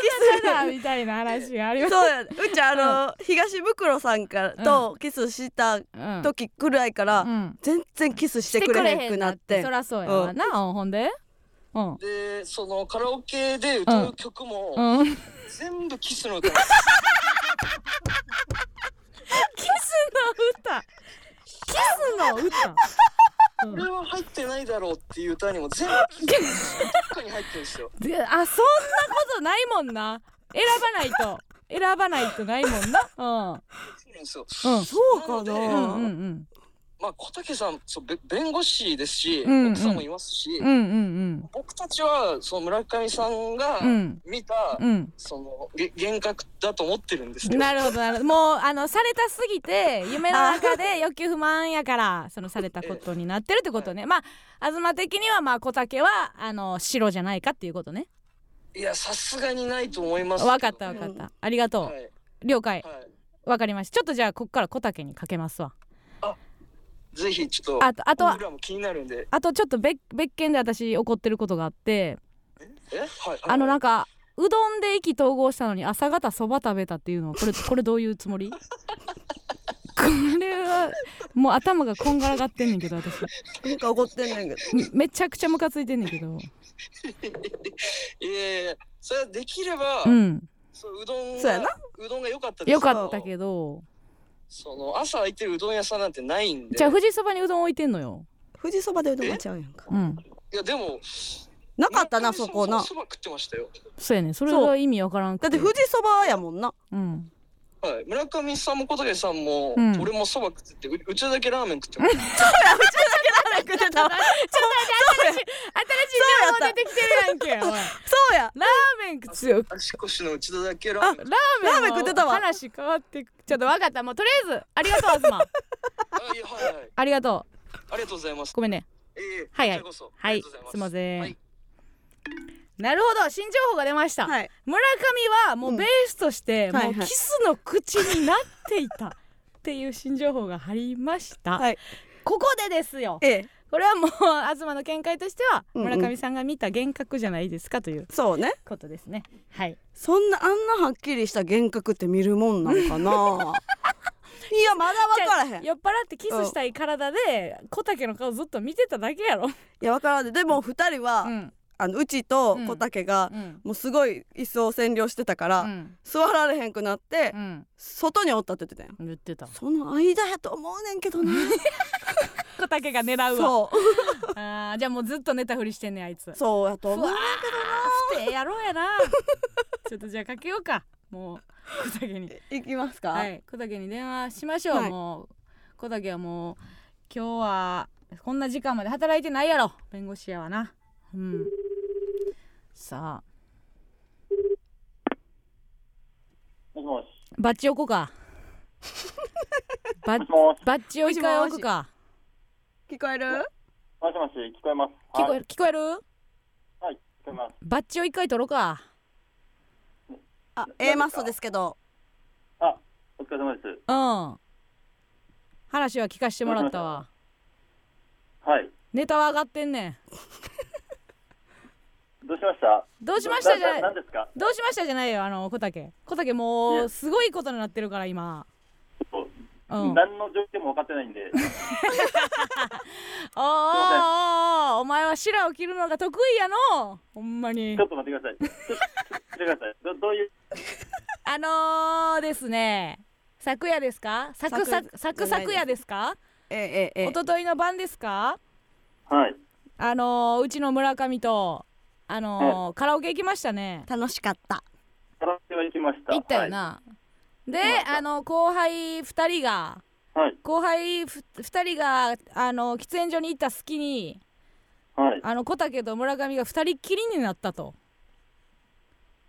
[SPEAKER 2] 沙汰だみたいな話があります
[SPEAKER 1] そうやうちあの、東袋さんからとキスした
[SPEAKER 2] うん
[SPEAKER 1] 時くらいから、
[SPEAKER 2] うん
[SPEAKER 1] 全然キスしてくれへんくなって
[SPEAKER 2] そらそうやわな、うん、ほんでうんうん
[SPEAKER 4] でそのカラオケで歌う曲も、全部キスの歌なんです
[SPEAKER 2] キスの歌キスの歌
[SPEAKER 4] これは入ってないだろうっていう歌にも全部キスに入ってるんですよ
[SPEAKER 2] であそんなことないもんな選ばないと選ばないとないもんな
[SPEAKER 4] そうなんですよ
[SPEAKER 2] うんうん
[SPEAKER 1] そうかな、
[SPEAKER 2] う
[SPEAKER 4] な
[SPEAKER 2] うんうん
[SPEAKER 4] まあ小竹さんそうべ弁護士ですし、
[SPEAKER 2] うんうん
[SPEAKER 4] 奥さんもいますし、
[SPEAKER 2] うんうん
[SPEAKER 4] 僕たちはその村上さんが
[SPEAKER 2] うん
[SPEAKER 4] 見た、
[SPEAKER 2] うん
[SPEAKER 4] そのげ幻覚だと思ってるんです
[SPEAKER 2] う
[SPEAKER 4] け
[SPEAKER 2] ん [LAUGHS]
[SPEAKER 4] ど
[SPEAKER 2] なるほどなるほどもうあのされたすぎて夢の中で欲求不満やからそのされたことになってるってことねまあ東的にはまあ小竹はあの白じゃないかっていうことね
[SPEAKER 4] いやさすがにないと思いますけど
[SPEAKER 2] わかったわかったありが
[SPEAKER 4] は
[SPEAKER 2] と
[SPEAKER 4] いう
[SPEAKER 2] 了解
[SPEAKER 4] はい
[SPEAKER 2] わかりましたちょっとじゃあこっから小竹にかけますわ
[SPEAKER 4] ぜひちょっと
[SPEAKER 2] あとあとは
[SPEAKER 4] 僕らも気になるんで
[SPEAKER 2] あとちょっと別別件で私怒ってることがあって
[SPEAKER 4] えはいはい
[SPEAKER 2] あのなんかうどんで意気投合したのに朝方そば食べたっていうのはこれこれどういうつもり [LAUGHS] これはもう頭がこんがらがってんねんけど私
[SPEAKER 1] なんか怒ってんねんけど
[SPEAKER 2] めめちゃくちゃムカついてんねんけど
[SPEAKER 4] いやいやそれはできれば、
[SPEAKER 2] うん
[SPEAKER 4] そううどん
[SPEAKER 1] そうやな
[SPEAKER 4] がうどんが良かったです
[SPEAKER 2] よかったけど
[SPEAKER 4] その朝空いてるうどん屋さんなんてないんで
[SPEAKER 2] じゃあ富士そばにうどん置いてんのよ
[SPEAKER 1] 富士そばでうどんがちゃうやんか
[SPEAKER 2] うん
[SPEAKER 4] いやでも
[SPEAKER 1] なかったなそこな
[SPEAKER 4] そば食ってましたよ
[SPEAKER 2] そうやねんそれが意味わからんく
[SPEAKER 1] だってて富士そばやもんな
[SPEAKER 2] うん
[SPEAKER 4] はい村上さんも小竹さんも、
[SPEAKER 2] うん
[SPEAKER 4] 俺もそば食っててううちだけラーメン食ってました
[SPEAKER 1] 食ってた
[SPEAKER 2] 新しい情報出てきてるやんけおいラ
[SPEAKER 1] そうや
[SPEAKER 2] ーメン強く
[SPEAKER 4] 足腰のうちだけラーメン
[SPEAKER 2] ラー
[SPEAKER 1] ラーメ
[SPEAKER 2] メ
[SPEAKER 1] ン
[SPEAKER 2] ン
[SPEAKER 1] 食ってたわ
[SPEAKER 2] 話変わってくちょっとわかったもうとりあえずありがとう東
[SPEAKER 4] あいやはいはい
[SPEAKER 2] [LAUGHS] ありがとう
[SPEAKER 4] ありがとうございます。
[SPEAKER 2] ごめんね
[SPEAKER 4] ええ
[SPEAKER 2] はいはい
[SPEAKER 4] こちらこそ
[SPEAKER 2] はい
[SPEAKER 4] ありがとうござ
[SPEAKER 2] すいません
[SPEAKER 4] はい
[SPEAKER 2] なるほど新情報が出ました、
[SPEAKER 1] はい
[SPEAKER 2] 村上はもうベースとして、
[SPEAKER 1] んはい
[SPEAKER 2] もう
[SPEAKER 1] はい
[SPEAKER 2] キスの口になっていた [LAUGHS] っていう新情報が入りました、
[SPEAKER 1] はい
[SPEAKER 2] ここでですよ
[SPEAKER 1] ええ
[SPEAKER 2] これはもう東の見解としては
[SPEAKER 1] うんうん
[SPEAKER 2] 村上さんが見た幻覚じゃないですかという
[SPEAKER 1] そうね
[SPEAKER 2] ことですね、はい
[SPEAKER 1] そんなあんなはっきりした幻覚って見るもんなんかないやまだ分からへんい
[SPEAKER 2] 酔っ払ってキスしたい体で小竹の顔ずっと見てただけやろ、
[SPEAKER 1] や分からんででも二人は、
[SPEAKER 2] う
[SPEAKER 1] うんあのうちと小竹が、
[SPEAKER 2] うん
[SPEAKER 1] もうすごい椅子を占領してたから、
[SPEAKER 2] うん
[SPEAKER 1] 座られへんくなって、
[SPEAKER 2] うん、
[SPEAKER 1] 外におったって言ってたよ
[SPEAKER 2] 言ってた
[SPEAKER 1] その間やと思うねんけどな
[SPEAKER 2] 小竹が狙うわ
[SPEAKER 1] そう
[SPEAKER 2] [LAUGHS] あーじゃあもうずっと寝たふりしてんねんあい
[SPEAKER 1] [LAUGHS]
[SPEAKER 2] つ
[SPEAKER 1] そうやと
[SPEAKER 2] う
[SPEAKER 1] 思
[SPEAKER 2] わ
[SPEAKER 1] う
[SPEAKER 2] ー不定やろうやな [LAUGHS] ちょっとじゃあかけようかもう小竹に
[SPEAKER 1] いきますか、
[SPEAKER 2] [LAUGHS] はい小竹に電話しましょう、
[SPEAKER 1] はい
[SPEAKER 2] もう小竹はもう今日はこんな時間まで働いてないやろ弁護士やわなうんさあ
[SPEAKER 5] もしもし。
[SPEAKER 2] バッチ置こうかバッ
[SPEAKER 5] もしもし。
[SPEAKER 2] バッチを一回置くか
[SPEAKER 1] 聞こえる
[SPEAKER 5] もしもし。聞こえます。
[SPEAKER 2] 聞こえ
[SPEAKER 5] はい
[SPEAKER 2] る、聞こえる
[SPEAKER 5] はい。聞こえます。
[SPEAKER 2] バッチを一回取ろうか
[SPEAKER 1] あ A マストですけど
[SPEAKER 5] あ、お疲れ様です。
[SPEAKER 2] うん話は聞かしてもらった [LAUGHS] わ
[SPEAKER 5] はい。
[SPEAKER 2] ネタは上がってんねん
[SPEAKER 5] どうしました
[SPEAKER 2] どうしましたじゃない
[SPEAKER 5] なな何ですか
[SPEAKER 2] どうしましたじゃないよあの小竹小竹もう
[SPEAKER 5] ね
[SPEAKER 2] すごいことになってるから今
[SPEAKER 5] そ
[SPEAKER 2] う
[SPEAKER 5] う
[SPEAKER 2] ん
[SPEAKER 5] 何の状況も分かってないんで。
[SPEAKER 2] おーおーおーお前は白を切るのが得意やのほんまに
[SPEAKER 5] ちょっと待ってください。ちょっと待ってください。どどういう。
[SPEAKER 2] あのー、ですね昨夜ですか昨昨
[SPEAKER 1] 昨
[SPEAKER 2] 昨昨夜ですか
[SPEAKER 1] ええええ
[SPEAKER 2] 一昨日の晩ですか
[SPEAKER 5] はい。
[SPEAKER 2] あのー、うちの村上とあのー、カラオケ行きましたね
[SPEAKER 1] 楽しかった
[SPEAKER 5] カラオケは行きました。
[SPEAKER 2] 行ったよな、であの後輩2人が
[SPEAKER 5] はい。
[SPEAKER 2] 後輩ふ2人があの喫煙所に行った隙に
[SPEAKER 5] はい。はい。
[SPEAKER 2] あの小竹と村上が2人っきりになったと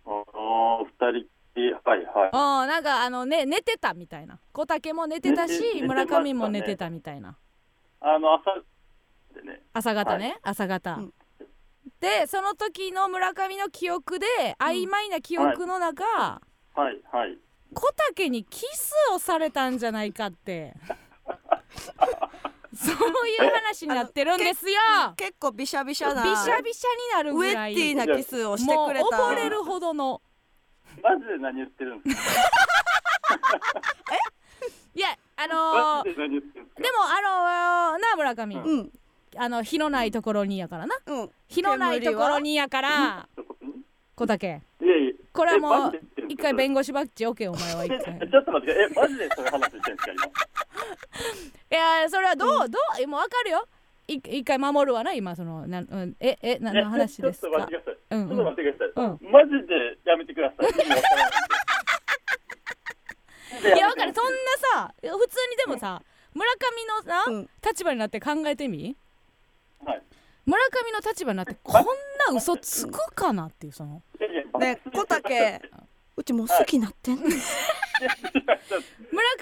[SPEAKER 5] おー、二人っきり。はい。はい。
[SPEAKER 2] あーなんかあの、ね、寝てたみたいな小竹も寝てたし
[SPEAKER 5] 寝て寝てました
[SPEAKER 2] 村
[SPEAKER 5] ね
[SPEAKER 2] 上も寝てたみたいな
[SPEAKER 5] あの、朝でね。
[SPEAKER 2] 朝方ね、朝方、
[SPEAKER 1] うん
[SPEAKER 2] でその時の村上の記憶で曖昧な記憶の中、
[SPEAKER 5] はい。はい。
[SPEAKER 2] 小竹にキスをされたんじゃないかって
[SPEAKER 1] [LAUGHS]
[SPEAKER 2] そういう話になってるんですよ
[SPEAKER 1] 結構ビシャビシ
[SPEAKER 2] び
[SPEAKER 1] ャ
[SPEAKER 2] しゃ
[SPEAKER 1] な
[SPEAKER 2] びしゃになる
[SPEAKER 1] ウ
[SPEAKER 2] ぐ
[SPEAKER 1] ェ
[SPEAKER 2] らい
[SPEAKER 1] ッティなキスをしてくれた
[SPEAKER 2] もう溺れるほどの
[SPEAKER 5] マジで何言ってるんですか
[SPEAKER 2] いやあの
[SPEAKER 5] マ
[SPEAKER 1] [LAUGHS]
[SPEAKER 2] ー、
[SPEAKER 5] ジで何言ってるんです
[SPEAKER 2] で
[SPEAKER 5] か
[SPEAKER 2] もあのー、なあ村上、
[SPEAKER 5] うん
[SPEAKER 1] うん
[SPEAKER 2] あの火のないところにやからな
[SPEAKER 1] うん
[SPEAKER 2] 火のないところにやから小竹
[SPEAKER 5] いやいや。
[SPEAKER 2] これはも
[SPEAKER 5] えマジで
[SPEAKER 2] う
[SPEAKER 5] 言ってるん
[SPEAKER 2] 一回弁
[SPEAKER 5] ですか
[SPEAKER 2] 護士バッジオッケーお前は一回
[SPEAKER 5] [LAUGHS] えちょっと待って、え、マジでそういう話してるんですか、今。
[SPEAKER 2] いやそれはどう、どうもうわかるよい一回守るわな今そのなん、うん、ええ何の話です
[SPEAKER 5] ちょっ
[SPEAKER 2] か
[SPEAKER 5] と待ってくだ
[SPEAKER 2] う
[SPEAKER 5] さい。
[SPEAKER 2] んうん
[SPEAKER 5] ちょっと待ってください。
[SPEAKER 2] う
[SPEAKER 5] マジでやめてください。
[SPEAKER 2] いやわかるそんなさ普通にでもさ村上のな、
[SPEAKER 1] うん
[SPEAKER 2] 立場になって考えてみ
[SPEAKER 5] はい。
[SPEAKER 2] 村上の立場になってこんな嘘つくかなっていうその
[SPEAKER 5] いやいや
[SPEAKER 1] ね小竹うちもう好きになってんねん
[SPEAKER 2] 村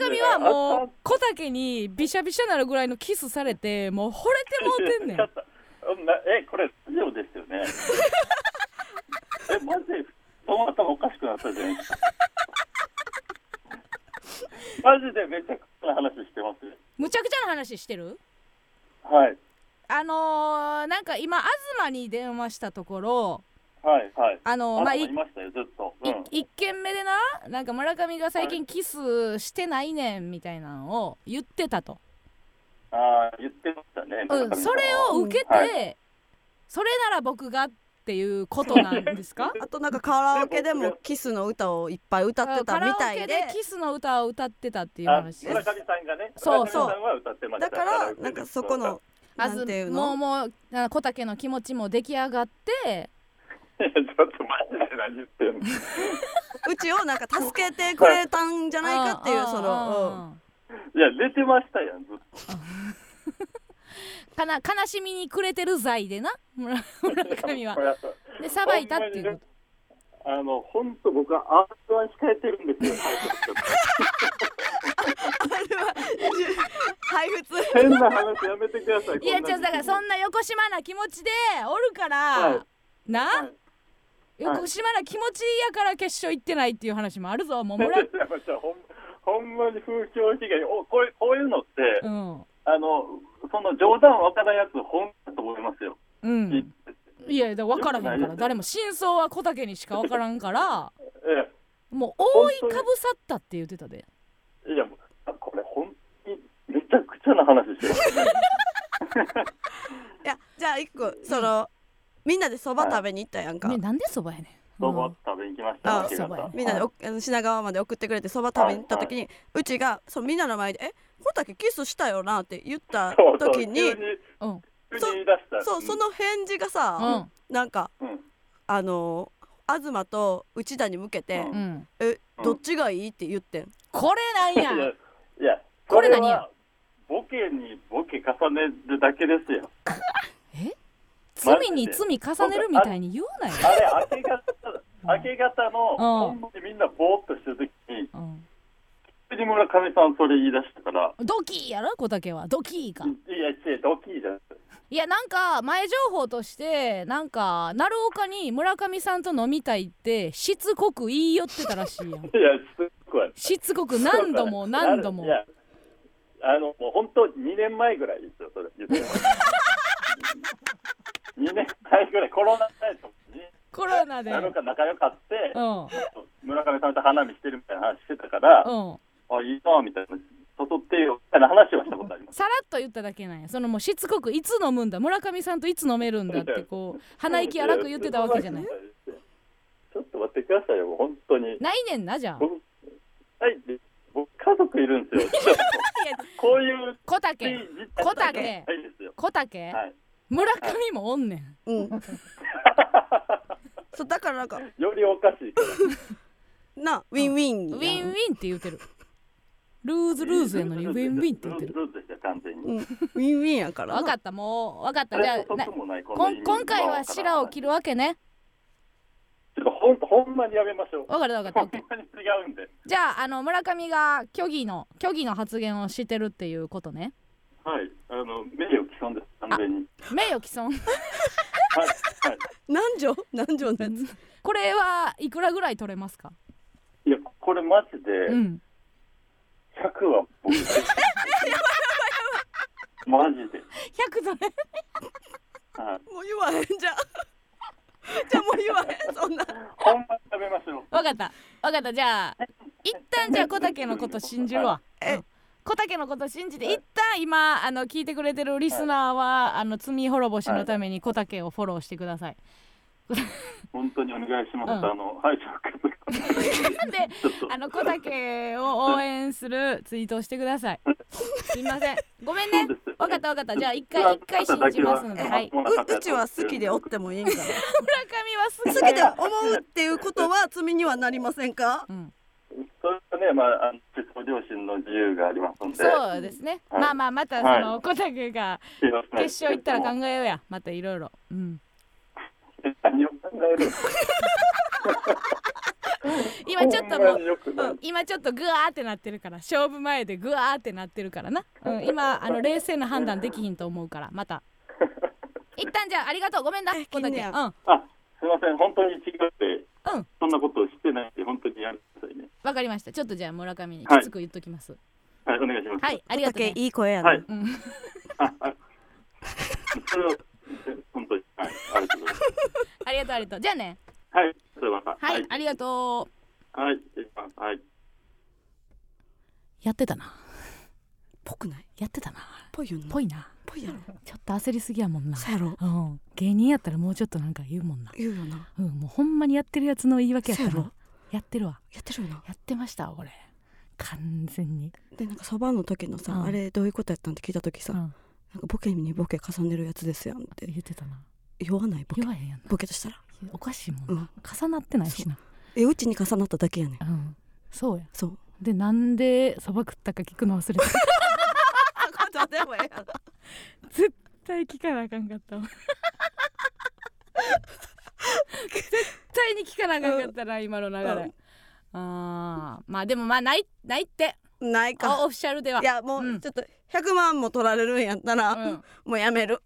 [SPEAKER 2] 上はもう小竹にびしゃびしゃなるぐらいのキスされてもう惚れてもうてんねん
[SPEAKER 5] [LAUGHS] ちょっとうんなえ、これ、ラジオですよね。え、マジで、その頭おかしくなったじゃないですか。マジでめちゃくちゃな話してますよ。
[SPEAKER 2] むちゃくちゃな話してる
[SPEAKER 5] はい。
[SPEAKER 2] あのー、なんか今東に電話したところ
[SPEAKER 5] はい、はい。
[SPEAKER 2] あのー、まあ
[SPEAKER 5] い
[SPEAKER 2] い
[SPEAKER 5] いましたよ、ずっと。うん。
[SPEAKER 2] い一件目でななんか村上が最近キスしてないねんみたいなのを言ってたと、
[SPEAKER 5] ああ、言ってましたね。
[SPEAKER 2] うん、それを受けて、
[SPEAKER 5] は
[SPEAKER 2] それなら僕がっていうことなんですか
[SPEAKER 1] あとなんかカラオケでもキスの歌をいっぱい [LAUGHS] 歌ってたみたいで
[SPEAKER 2] カラオケでキスの歌を歌ってたっていう
[SPEAKER 5] あ
[SPEAKER 2] 話で
[SPEAKER 5] 村上
[SPEAKER 2] す
[SPEAKER 5] さんがね、
[SPEAKER 2] そう
[SPEAKER 5] 村上さんは歌ってまし
[SPEAKER 1] だ
[SPEAKER 5] た
[SPEAKER 1] からなんかそこの
[SPEAKER 2] あ
[SPEAKER 1] な
[SPEAKER 2] ず
[SPEAKER 1] んていう
[SPEAKER 2] も
[SPEAKER 1] の
[SPEAKER 2] うもうあ小竹の気持ちも出来上がって
[SPEAKER 5] い [LAUGHS] やちょっとマジで何言ってんの
[SPEAKER 1] うちをなんか助けてくれたんじゃないかってい
[SPEAKER 2] ん
[SPEAKER 1] うんその
[SPEAKER 2] うん
[SPEAKER 5] いや出てましたやんずっと
[SPEAKER 2] かな悲しみにくれてる罪でな [LAUGHS] 村村上は
[SPEAKER 5] これ
[SPEAKER 2] でさばいたっていうこと
[SPEAKER 5] あの本当僕は R1 控えてるんですよ
[SPEAKER 1] 配布
[SPEAKER 5] 変な話やめてください。
[SPEAKER 2] いやちょっとだからそんな横島な気持ちでおるから、
[SPEAKER 5] は
[SPEAKER 2] な、
[SPEAKER 5] はい
[SPEAKER 2] 横島な気持ちやから決勝行ってないっていう話もあるぞもうもら
[SPEAKER 5] いやまあほんほんまに風評被害おこういうこういうのって、
[SPEAKER 2] うん
[SPEAKER 5] あのその冗談わからんやつ本だと思いますよ。
[SPEAKER 2] うんいやだから分からへんか
[SPEAKER 5] よくな
[SPEAKER 2] ら
[SPEAKER 5] い
[SPEAKER 2] 誰も真相は小竹にしか分からんから
[SPEAKER 5] え
[SPEAKER 2] もう覆いかぶさったって言ってたで
[SPEAKER 5] えいやもうこれ本当にめちゃくちゃな話してます、ね。
[SPEAKER 1] いやじゃあ一個そのみんなでそば食べに行ったやんか、
[SPEAKER 2] ねなんでそばやねん
[SPEAKER 5] どう
[SPEAKER 2] う
[SPEAKER 5] も
[SPEAKER 2] ん
[SPEAKER 5] 食べに行きまし
[SPEAKER 1] あ
[SPEAKER 5] た。明け
[SPEAKER 2] そうや
[SPEAKER 5] 方
[SPEAKER 2] ね
[SPEAKER 1] みんなでおあの品川まで送ってくれてそば食べに行った時に、うちがそのみんなの前で「え小竹キスしたよな」って言った
[SPEAKER 5] そうそう急
[SPEAKER 1] 時
[SPEAKER 5] に
[SPEAKER 1] に
[SPEAKER 5] 急に
[SPEAKER 2] うん
[SPEAKER 5] 言い出した。
[SPEAKER 1] そうその返事がさ、なんか
[SPEAKER 5] うん
[SPEAKER 1] あの東と内田に向けて「
[SPEAKER 5] うん
[SPEAKER 2] うん
[SPEAKER 1] え
[SPEAKER 5] うん
[SPEAKER 1] どっちがいい?」って言ってん
[SPEAKER 2] これなん
[SPEAKER 5] いや
[SPEAKER 2] や
[SPEAKER 5] いや
[SPEAKER 2] これ何
[SPEAKER 5] は
[SPEAKER 2] や
[SPEAKER 5] ボケにボケ重ねるだけですよ。
[SPEAKER 2] 罪に罪重ねるみたいに言うなよ、
[SPEAKER 5] あれ
[SPEAKER 1] [LAUGHS]
[SPEAKER 5] 明け方明け方の
[SPEAKER 2] う
[SPEAKER 5] ほ
[SPEAKER 2] ん
[SPEAKER 5] んまにみんなぼーっとしてる時に
[SPEAKER 2] うん、
[SPEAKER 5] 藤村上さんそれ言い出したから。
[SPEAKER 2] ドキーやろ小竹はドキーか
[SPEAKER 5] いや、違う、ドキーじゃん。
[SPEAKER 2] いやなんか前情報としてなんか鳴岡に村上さんと飲みたいってしつこく言い寄ってたらしい
[SPEAKER 5] [LAUGHS]
[SPEAKER 2] やん
[SPEAKER 5] いや、すっごい。
[SPEAKER 2] しつこく何度も何度も
[SPEAKER 5] いや、あの、もう本当、2年前ぐらいですよ、それ。言って
[SPEAKER 2] [LAUGHS]
[SPEAKER 5] 2年前ぐらい、コロナ前とかに、
[SPEAKER 2] コロナで
[SPEAKER 5] なのか仲良かって、
[SPEAKER 2] うんうん
[SPEAKER 5] 村上さんと花見してるみたいな話してたから、あ、いいな、みたいな、誘ってよ、みたいな話はしたことあります。
[SPEAKER 2] さらっと言っただけなんやそのもうしつこくいつ飲むんだ村上さんといつ飲めるんだってこう鼻息荒く言ってたわけじゃない
[SPEAKER 5] や。ちょっと待ってくださいよ、もう本当に。
[SPEAKER 2] ないねんなじゃあ
[SPEAKER 5] 僕、はい、で僕、家族いるんですよ。
[SPEAKER 2] [LAUGHS]
[SPEAKER 5] ちょっとこういう
[SPEAKER 2] 小
[SPEAKER 5] 小
[SPEAKER 2] 竹小竹
[SPEAKER 5] はいですよ。
[SPEAKER 2] 小竹
[SPEAKER 5] はい。
[SPEAKER 2] 村上もおんねん
[SPEAKER 1] うん、そうだからなんか
[SPEAKER 5] よりおかしいから。
[SPEAKER 1] なウィンウィン
[SPEAKER 2] ウ
[SPEAKER 1] やん
[SPEAKER 2] ィンウィンって言ってるルーズルーズやのにウィンウィンって言ってる
[SPEAKER 5] ルーズですよ完全に。
[SPEAKER 1] うんウィンウィンやからな
[SPEAKER 2] 分かったもう分かった
[SPEAKER 5] あれ
[SPEAKER 2] じゃあ
[SPEAKER 5] そ
[SPEAKER 2] な
[SPEAKER 5] そもないこん
[SPEAKER 2] こ
[SPEAKER 5] なん
[SPEAKER 2] 今回は白を切
[SPEAKER 5] る。
[SPEAKER 2] るわけね
[SPEAKER 5] ちょっとほんほんまにやめましょう。
[SPEAKER 2] 分かる分か
[SPEAKER 5] ほ
[SPEAKER 2] っ
[SPEAKER 5] ん
[SPEAKER 2] た OK
[SPEAKER 5] まに違うんで。
[SPEAKER 2] じゃああの村上が虚偽の虚偽の発言をしてるっていうことね
[SPEAKER 5] はい。あの名誉毀損です完全に。
[SPEAKER 2] 名誉毀損
[SPEAKER 5] はいはい。
[SPEAKER 1] 何畳何畳のやつ
[SPEAKER 2] これはいくらぐらい取れますか
[SPEAKER 5] いやこれマジで
[SPEAKER 2] うん
[SPEAKER 5] 100は僕。マジで。
[SPEAKER 2] 100取れ
[SPEAKER 5] はい。
[SPEAKER 1] もう言わへんじゃん [LAUGHS] じゃあもう言わへんそんな
[SPEAKER 5] ほんまにやめましょう。
[SPEAKER 2] 分かった分かったじゃあ一旦じゃあ小竹のこと信じるわ
[SPEAKER 1] え
[SPEAKER 2] うん小竹のこと信じて一旦今あの聞いてくれてるリスナーはあの罪滅ぼしのために小竹をフォローしてください
[SPEAKER 5] 本当にお願いします。
[SPEAKER 2] うん
[SPEAKER 5] あのはいちょっと
[SPEAKER 2] で
[SPEAKER 5] ちょっと
[SPEAKER 2] あの小竹を応援するツイートをしてください。すいません。ごめんね
[SPEAKER 5] そうです。
[SPEAKER 2] わかったわかった。じゃあ一回一回信じますので、はい。村上
[SPEAKER 1] [LAUGHS]
[SPEAKER 2] は
[SPEAKER 1] ううちは好きでおってもいいんか [LAUGHS] な
[SPEAKER 2] 好き
[SPEAKER 1] 好きで思うっていうことは罪にはなりませんか
[SPEAKER 2] うん。
[SPEAKER 5] それはね、まあ、あの、ご両親の自由がありますので。
[SPEAKER 2] そうですね。
[SPEAKER 5] はい
[SPEAKER 2] まあまあまたその小竹が
[SPEAKER 5] よろしくお願い
[SPEAKER 2] 決勝行ったら
[SPEAKER 5] し
[SPEAKER 2] 考えようや。またいろいろ。うん。
[SPEAKER 5] ます何を考え [LAUGHS] る。
[SPEAKER 2] 今ちょっとも
[SPEAKER 5] ほんまに
[SPEAKER 2] う。
[SPEAKER 5] よくない
[SPEAKER 2] 今ちょっとグワーってなってるから勝負前でグワーってなってるからな、うん、今あの冷静な判断できひんと思うからまた一旦じゃあありがとうごめんな
[SPEAKER 1] え
[SPEAKER 2] 小
[SPEAKER 1] 気に
[SPEAKER 2] 竹
[SPEAKER 1] な
[SPEAKER 2] う
[SPEAKER 1] る
[SPEAKER 2] ん
[SPEAKER 5] あ、すみません、本当に違って、
[SPEAKER 2] うん
[SPEAKER 5] そんなことをしてないんで、本当にやめてくださいね。
[SPEAKER 2] わかりましたちょっとじゃあ村上にきつく言っときます
[SPEAKER 5] はい、お願いします。
[SPEAKER 2] はい、ありがとう、ね。
[SPEAKER 1] いい声や
[SPEAKER 5] はい。
[SPEAKER 2] うん
[SPEAKER 5] ああ [LAUGHS] それを、本当に、はい、ありがとうございます。
[SPEAKER 2] ありがとう、ありがとう。じゃあね。
[SPEAKER 5] はい、それはまた。
[SPEAKER 2] はい、
[SPEAKER 5] はい、
[SPEAKER 2] ありがとう。
[SPEAKER 5] はい、失礼しますはい。
[SPEAKER 2] やってたな。
[SPEAKER 1] ぽくない
[SPEAKER 2] やってたな。
[SPEAKER 1] ぽいよな
[SPEAKER 2] ぽいな。
[SPEAKER 1] ぽいやろ
[SPEAKER 2] ちょっと焦りすぎやもんな。
[SPEAKER 1] そうやろ
[SPEAKER 2] うん。芸人やったらもうちょっとなんか言うもんな。
[SPEAKER 1] 言うよな
[SPEAKER 2] うん、もうほんまにやってるやつの言い訳やった
[SPEAKER 1] そうや
[SPEAKER 2] な。やってるわ。
[SPEAKER 1] やってるよな
[SPEAKER 2] やってましたわ、これ。完全に。
[SPEAKER 1] でなんかそばの時のさ、
[SPEAKER 2] うん
[SPEAKER 1] あれどういうことやったんって聞いた時さ、
[SPEAKER 2] う
[SPEAKER 1] なん
[SPEAKER 2] ん。
[SPEAKER 1] かボケにボケ重ねるやつですやんって
[SPEAKER 2] 言ってたな。
[SPEAKER 1] 言わないボケ
[SPEAKER 2] 言わへんやんな。
[SPEAKER 1] ボケとしたら
[SPEAKER 2] おかしいもん
[SPEAKER 1] う
[SPEAKER 2] な。
[SPEAKER 1] ん
[SPEAKER 2] 重なってないしな。
[SPEAKER 1] えうちに重なっただけやねん
[SPEAKER 2] うん。そうや。
[SPEAKER 1] そう
[SPEAKER 2] で、なんでそば食ったか聞くの忘れた。
[SPEAKER 1] でもえ
[SPEAKER 2] 絶対聞かなあかんかったわ絶対に聞かなあかんかったな今の流れ、あーまあでもまあないないって
[SPEAKER 1] ない
[SPEAKER 2] あ
[SPEAKER 1] か
[SPEAKER 2] オフィシャルではい
[SPEAKER 1] やもううんちょっと100万も取られるんやったら、
[SPEAKER 2] うん
[SPEAKER 1] もうやめる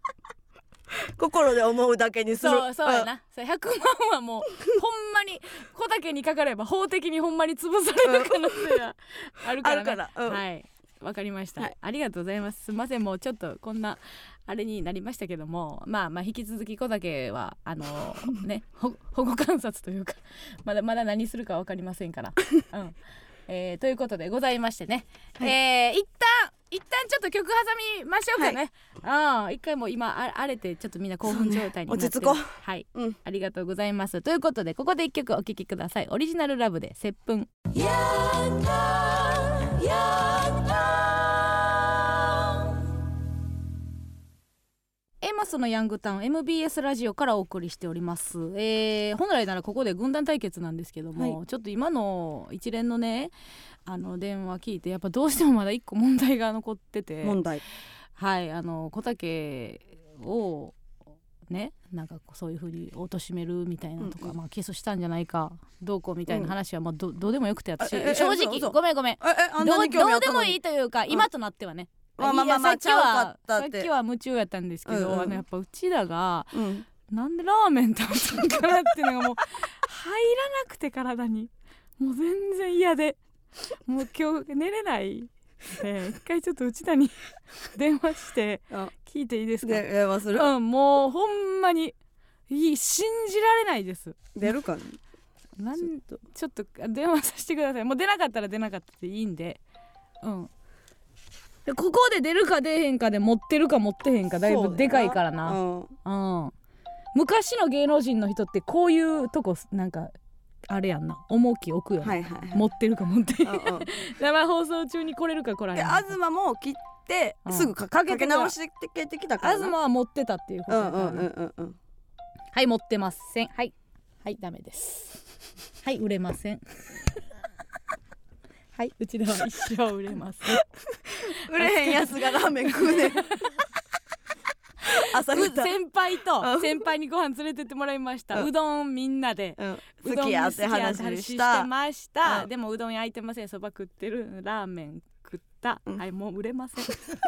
[SPEAKER 1] [LAUGHS] 心で思うだけにする
[SPEAKER 2] そうそうやな、そう100万はもうほんまに小竹にかかれば法的にほんまに潰される可能性が [LAUGHS] あるから,、ね、
[SPEAKER 1] あるからうん
[SPEAKER 2] はいわかりました、
[SPEAKER 1] はい
[SPEAKER 2] ありがとうございますすいませんもうちょっとこんなあれになりましたけどもまあまあ引き続き小竹はあの [LAUGHS] ねほ保護観察というかまだまだ何するかわかりませんから、うんえーということでございましてね、えー一旦一旦ちょっと曲挟みましょうかね、うん一回もう今あ荒れてちょっとみんな興奮状態になってる
[SPEAKER 1] 落ち着こう
[SPEAKER 2] はい、
[SPEAKER 1] うん
[SPEAKER 2] ありがとうございますということでここで一曲お聴きくださいオリジナルラブで接吻エマスのヤングタウン MBS ラジオからお送りしております、えー、本来ならここで軍団対決なんですけども、ちょっと今の一連のねあの電話聞いてやっぱどうしてもまだ一個問題が残ってて
[SPEAKER 1] 問題
[SPEAKER 2] はいあの小竹をねなんかこうそういうふうに貶めるみたいなとか、
[SPEAKER 1] うんうん
[SPEAKER 2] まあ、キスしたんじゃないかどうこうみたいな話は、まあ、どどうでもよくて私
[SPEAKER 1] あええ
[SPEAKER 2] 正
[SPEAKER 1] 嘘
[SPEAKER 2] 直
[SPEAKER 1] 嘘
[SPEAKER 2] ごめんごめん
[SPEAKER 1] ええあん
[SPEAKER 2] ど
[SPEAKER 1] な
[SPEAKER 2] う
[SPEAKER 1] に興味
[SPEAKER 2] ど
[SPEAKER 1] あ
[SPEAKER 2] う
[SPEAKER 1] っ
[SPEAKER 2] で
[SPEAKER 1] た
[SPEAKER 2] も
[SPEAKER 1] の
[SPEAKER 2] いい
[SPEAKER 1] に
[SPEAKER 2] というか、今となってはね
[SPEAKER 1] まあまあまあまあ
[SPEAKER 2] いやさっ
[SPEAKER 1] ち
[SPEAKER 2] きは
[SPEAKER 1] ゃうかったって
[SPEAKER 2] さっきは夢中やったんですけど、
[SPEAKER 1] うんうん
[SPEAKER 2] あのやっぱうちらが
[SPEAKER 1] うん
[SPEAKER 2] なんでラーメン食べたんかなっていうのがもう入らなくて体にもう全然嫌でもう今日寝れないで一回ちょっとうちらに [LAUGHS] 電話して
[SPEAKER 1] あ
[SPEAKER 2] 聞いていいですか
[SPEAKER 1] で電話する
[SPEAKER 2] うんもうほんまにいい信じられないです
[SPEAKER 1] 出るかな
[SPEAKER 2] なん
[SPEAKER 1] ちょっ
[SPEAKER 2] ちょっと電話させてくださいもう出なかったら出なかったでいいんでうんでここで出るか出えへんかで持ってるか持ってへんかだいぶでかいからな
[SPEAKER 1] うん
[SPEAKER 2] うん、昔の芸能人の人ってこういうとこなんかあれやんな重き置くよな、
[SPEAKER 1] はい
[SPEAKER 2] [LAUGHS]
[SPEAKER 1] はい
[SPEAKER 2] 持ってるか持ってへん
[SPEAKER 1] うんうん
[SPEAKER 2] [LAUGHS] 生放送中に来れるか来られ
[SPEAKER 1] で
[SPEAKER 2] へんか
[SPEAKER 1] 東も切って
[SPEAKER 2] うん
[SPEAKER 1] すぐか
[SPEAKER 2] か
[SPEAKER 1] か
[SPEAKER 2] けて
[SPEAKER 1] け
[SPEAKER 2] から
[SPEAKER 1] 直してきたから
[SPEAKER 2] 東
[SPEAKER 1] な
[SPEAKER 2] は持ってたっていうこと
[SPEAKER 1] う
[SPEAKER 2] だ
[SPEAKER 1] ん
[SPEAKER 2] か
[SPEAKER 1] う
[SPEAKER 2] ら
[SPEAKER 1] ん
[SPEAKER 2] な、
[SPEAKER 1] うんうんうん
[SPEAKER 2] はい持ってませんはいはいダメです [LAUGHS] はい売れません [LAUGHS] はいうちでは一生売れません
[SPEAKER 1] 売れへんやつがラーメン食うねん朝
[SPEAKER 2] [LAUGHS] う
[SPEAKER 1] 食った
[SPEAKER 2] 先輩
[SPEAKER 1] う
[SPEAKER 2] と
[SPEAKER 1] ん
[SPEAKER 2] 先輩にご飯連れてってもらいました
[SPEAKER 1] うん
[SPEAKER 2] うどんみんなで
[SPEAKER 1] うん
[SPEAKER 2] う
[SPEAKER 1] 好
[SPEAKER 2] どん
[SPEAKER 1] きやって
[SPEAKER 2] [LAUGHS] 好きやって
[SPEAKER 1] 話
[SPEAKER 2] 話
[SPEAKER 1] し
[SPEAKER 2] して
[SPEAKER 1] た
[SPEAKER 2] ました、
[SPEAKER 1] うん
[SPEAKER 2] でもうどん焼いてませんそば食ってるラーメン食った、
[SPEAKER 1] うん
[SPEAKER 2] はいもう売れませ [LAUGHS] ん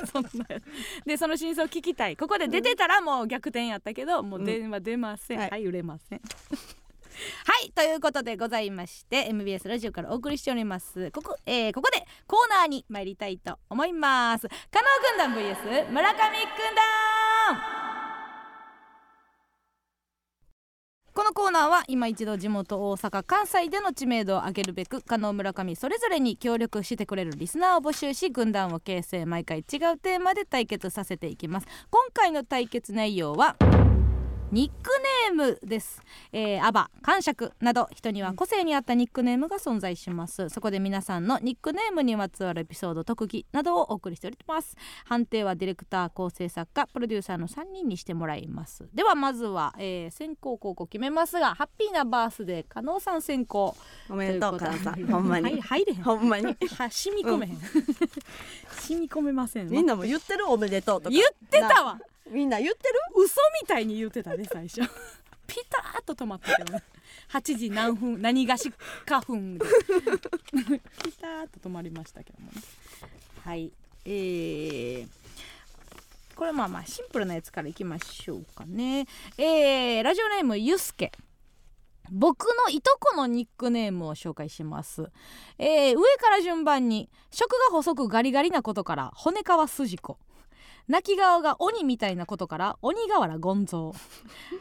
[SPEAKER 2] そんなやつでその真相聞きたいここで出てたらもう逆転やったけどもう電話出ません、
[SPEAKER 1] うん
[SPEAKER 2] は、
[SPEAKER 1] はいい
[SPEAKER 2] 売れません [LAUGHS] はいということでございまして MBS ラジオからお送りしておりますここ、えーここでコーナーに参りたいと思います加納軍団 VS 村上軍団このコーナーは今一度地元大阪関西での知名度を上げるべく加納村上それぞれに協力してくれるリスナーを募集し軍団を形成毎回違うテーマで対決させていきます今回の対決内容はニックネームです、えー、アバ、感触など人には個性に合ったニックネームが存在しますそこで皆さんのニックネームにまつわるエピソード特技などをお送りしております判定はディレクター構成作家プロデューサーの3人にしてもらいますではまずは、えー、先行後攻決めますがハッピーなバースデー加納さん先行
[SPEAKER 1] おめでとうからさ
[SPEAKER 2] とい
[SPEAKER 1] ん
[SPEAKER 2] うこと
[SPEAKER 1] ほ
[SPEAKER 2] で
[SPEAKER 1] んま
[SPEAKER 2] はい
[SPEAKER 1] に
[SPEAKER 2] 入れへん
[SPEAKER 1] ほんま
[SPEAKER 2] [LAUGHS]
[SPEAKER 1] に
[SPEAKER 2] は染み込めへん、 [LAUGHS] 染み込めません
[SPEAKER 1] みんなも言ってるおめでとうとか
[SPEAKER 2] 言ってたわ
[SPEAKER 1] みんな言ってる
[SPEAKER 2] 嘘みたいに言ってたね最初 [LAUGHS] ピタッと止まったけどね8時何分何がし花粉でピタッと止まりましたけどもねはいえーこれまあまあシンプルなやつからいきましょうかねえーラジオネームゆすけ僕のいとこのニックネームを紹介します、えー上から順番に食が細くガリガリなことから骨皮筋子泣き顔が鬼みたいなことから鬼瓦権蔵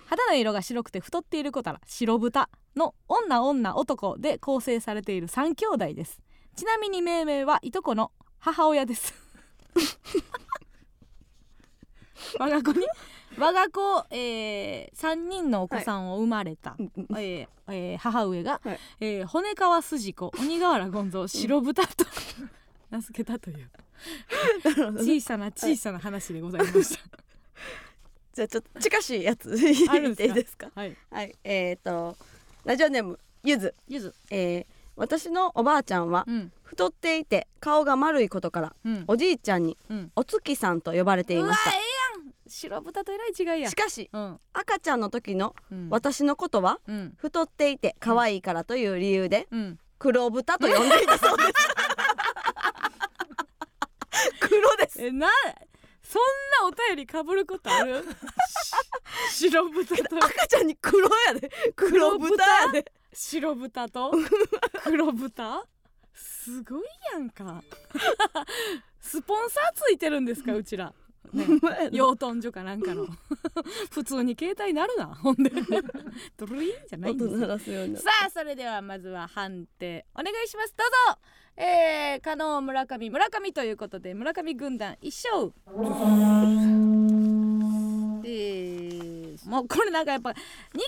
[SPEAKER 2] 肌の色が白くて太っている子から白豚の女女男で構成されている三兄弟ですちなみに命名はいとこの母親です
[SPEAKER 1] [LAUGHS]
[SPEAKER 2] 我が子に我が子、え3人のお子さんを生まれた、えーえー母上が、
[SPEAKER 1] はい
[SPEAKER 2] えー骨川筋子鬼瓦権蔵白
[SPEAKER 1] [LAUGHS]
[SPEAKER 2] 豚と名付けたという小さな小さな話でございまし
[SPEAKER 1] じゃあちょっと近しいやつ言っていいですか
[SPEAKER 2] た。はい。
[SPEAKER 1] はいえっとラジオネームゆず
[SPEAKER 2] ゆず。
[SPEAKER 1] えー私のおばあちゃんは
[SPEAKER 2] うん。
[SPEAKER 1] 太っていて顔が丸いことから
[SPEAKER 2] うん。
[SPEAKER 1] おじいちゃんに
[SPEAKER 2] うん。
[SPEAKER 1] お月さんと呼ばれていまし
[SPEAKER 2] ええやん。白豚とえらい違い
[SPEAKER 1] た
[SPEAKER 2] や
[SPEAKER 1] し。かし
[SPEAKER 2] うん。
[SPEAKER 1] 赤ちゃんの時の
[SPEAKER 2] うん。
[SPEAKER 1] 私のことは
[SPEAKER 2] うん。
[SPEAKER 1] 太っていて可愛いからという理由で
[SPEAKER 2] うん。
[SPEAKER 6] 黒豚と呼んでいたそう
[SPEAKER 1] [LAUGHS]
[SPEAKER 6] です黒です
[SPEAKER 2] えなそんなお便りかぶることあ [LAUGHS] るし白豚と
[SPEAKER 7] 赤ちゃんに黒やで黒豚やで
[SPEAKER 2] 白豚と黒豚すごいやんかスポンサーついてるんですかうちら、ね、 [LAUGHS] 養豚所かなんかの普通に携帯なるなほん [LAUGHS] でドルインじゃないん
[SPEAKER 7] 音
[SPEAKER 2] ですよ
[SPEAKER 7] 鳴らすようになる
[SPEAKER 2] さあそれではまずは判定お願いしますどうぞえー、加納村上村上ということで村上軍団一勝えー、もうこれなんかやっぱニックネ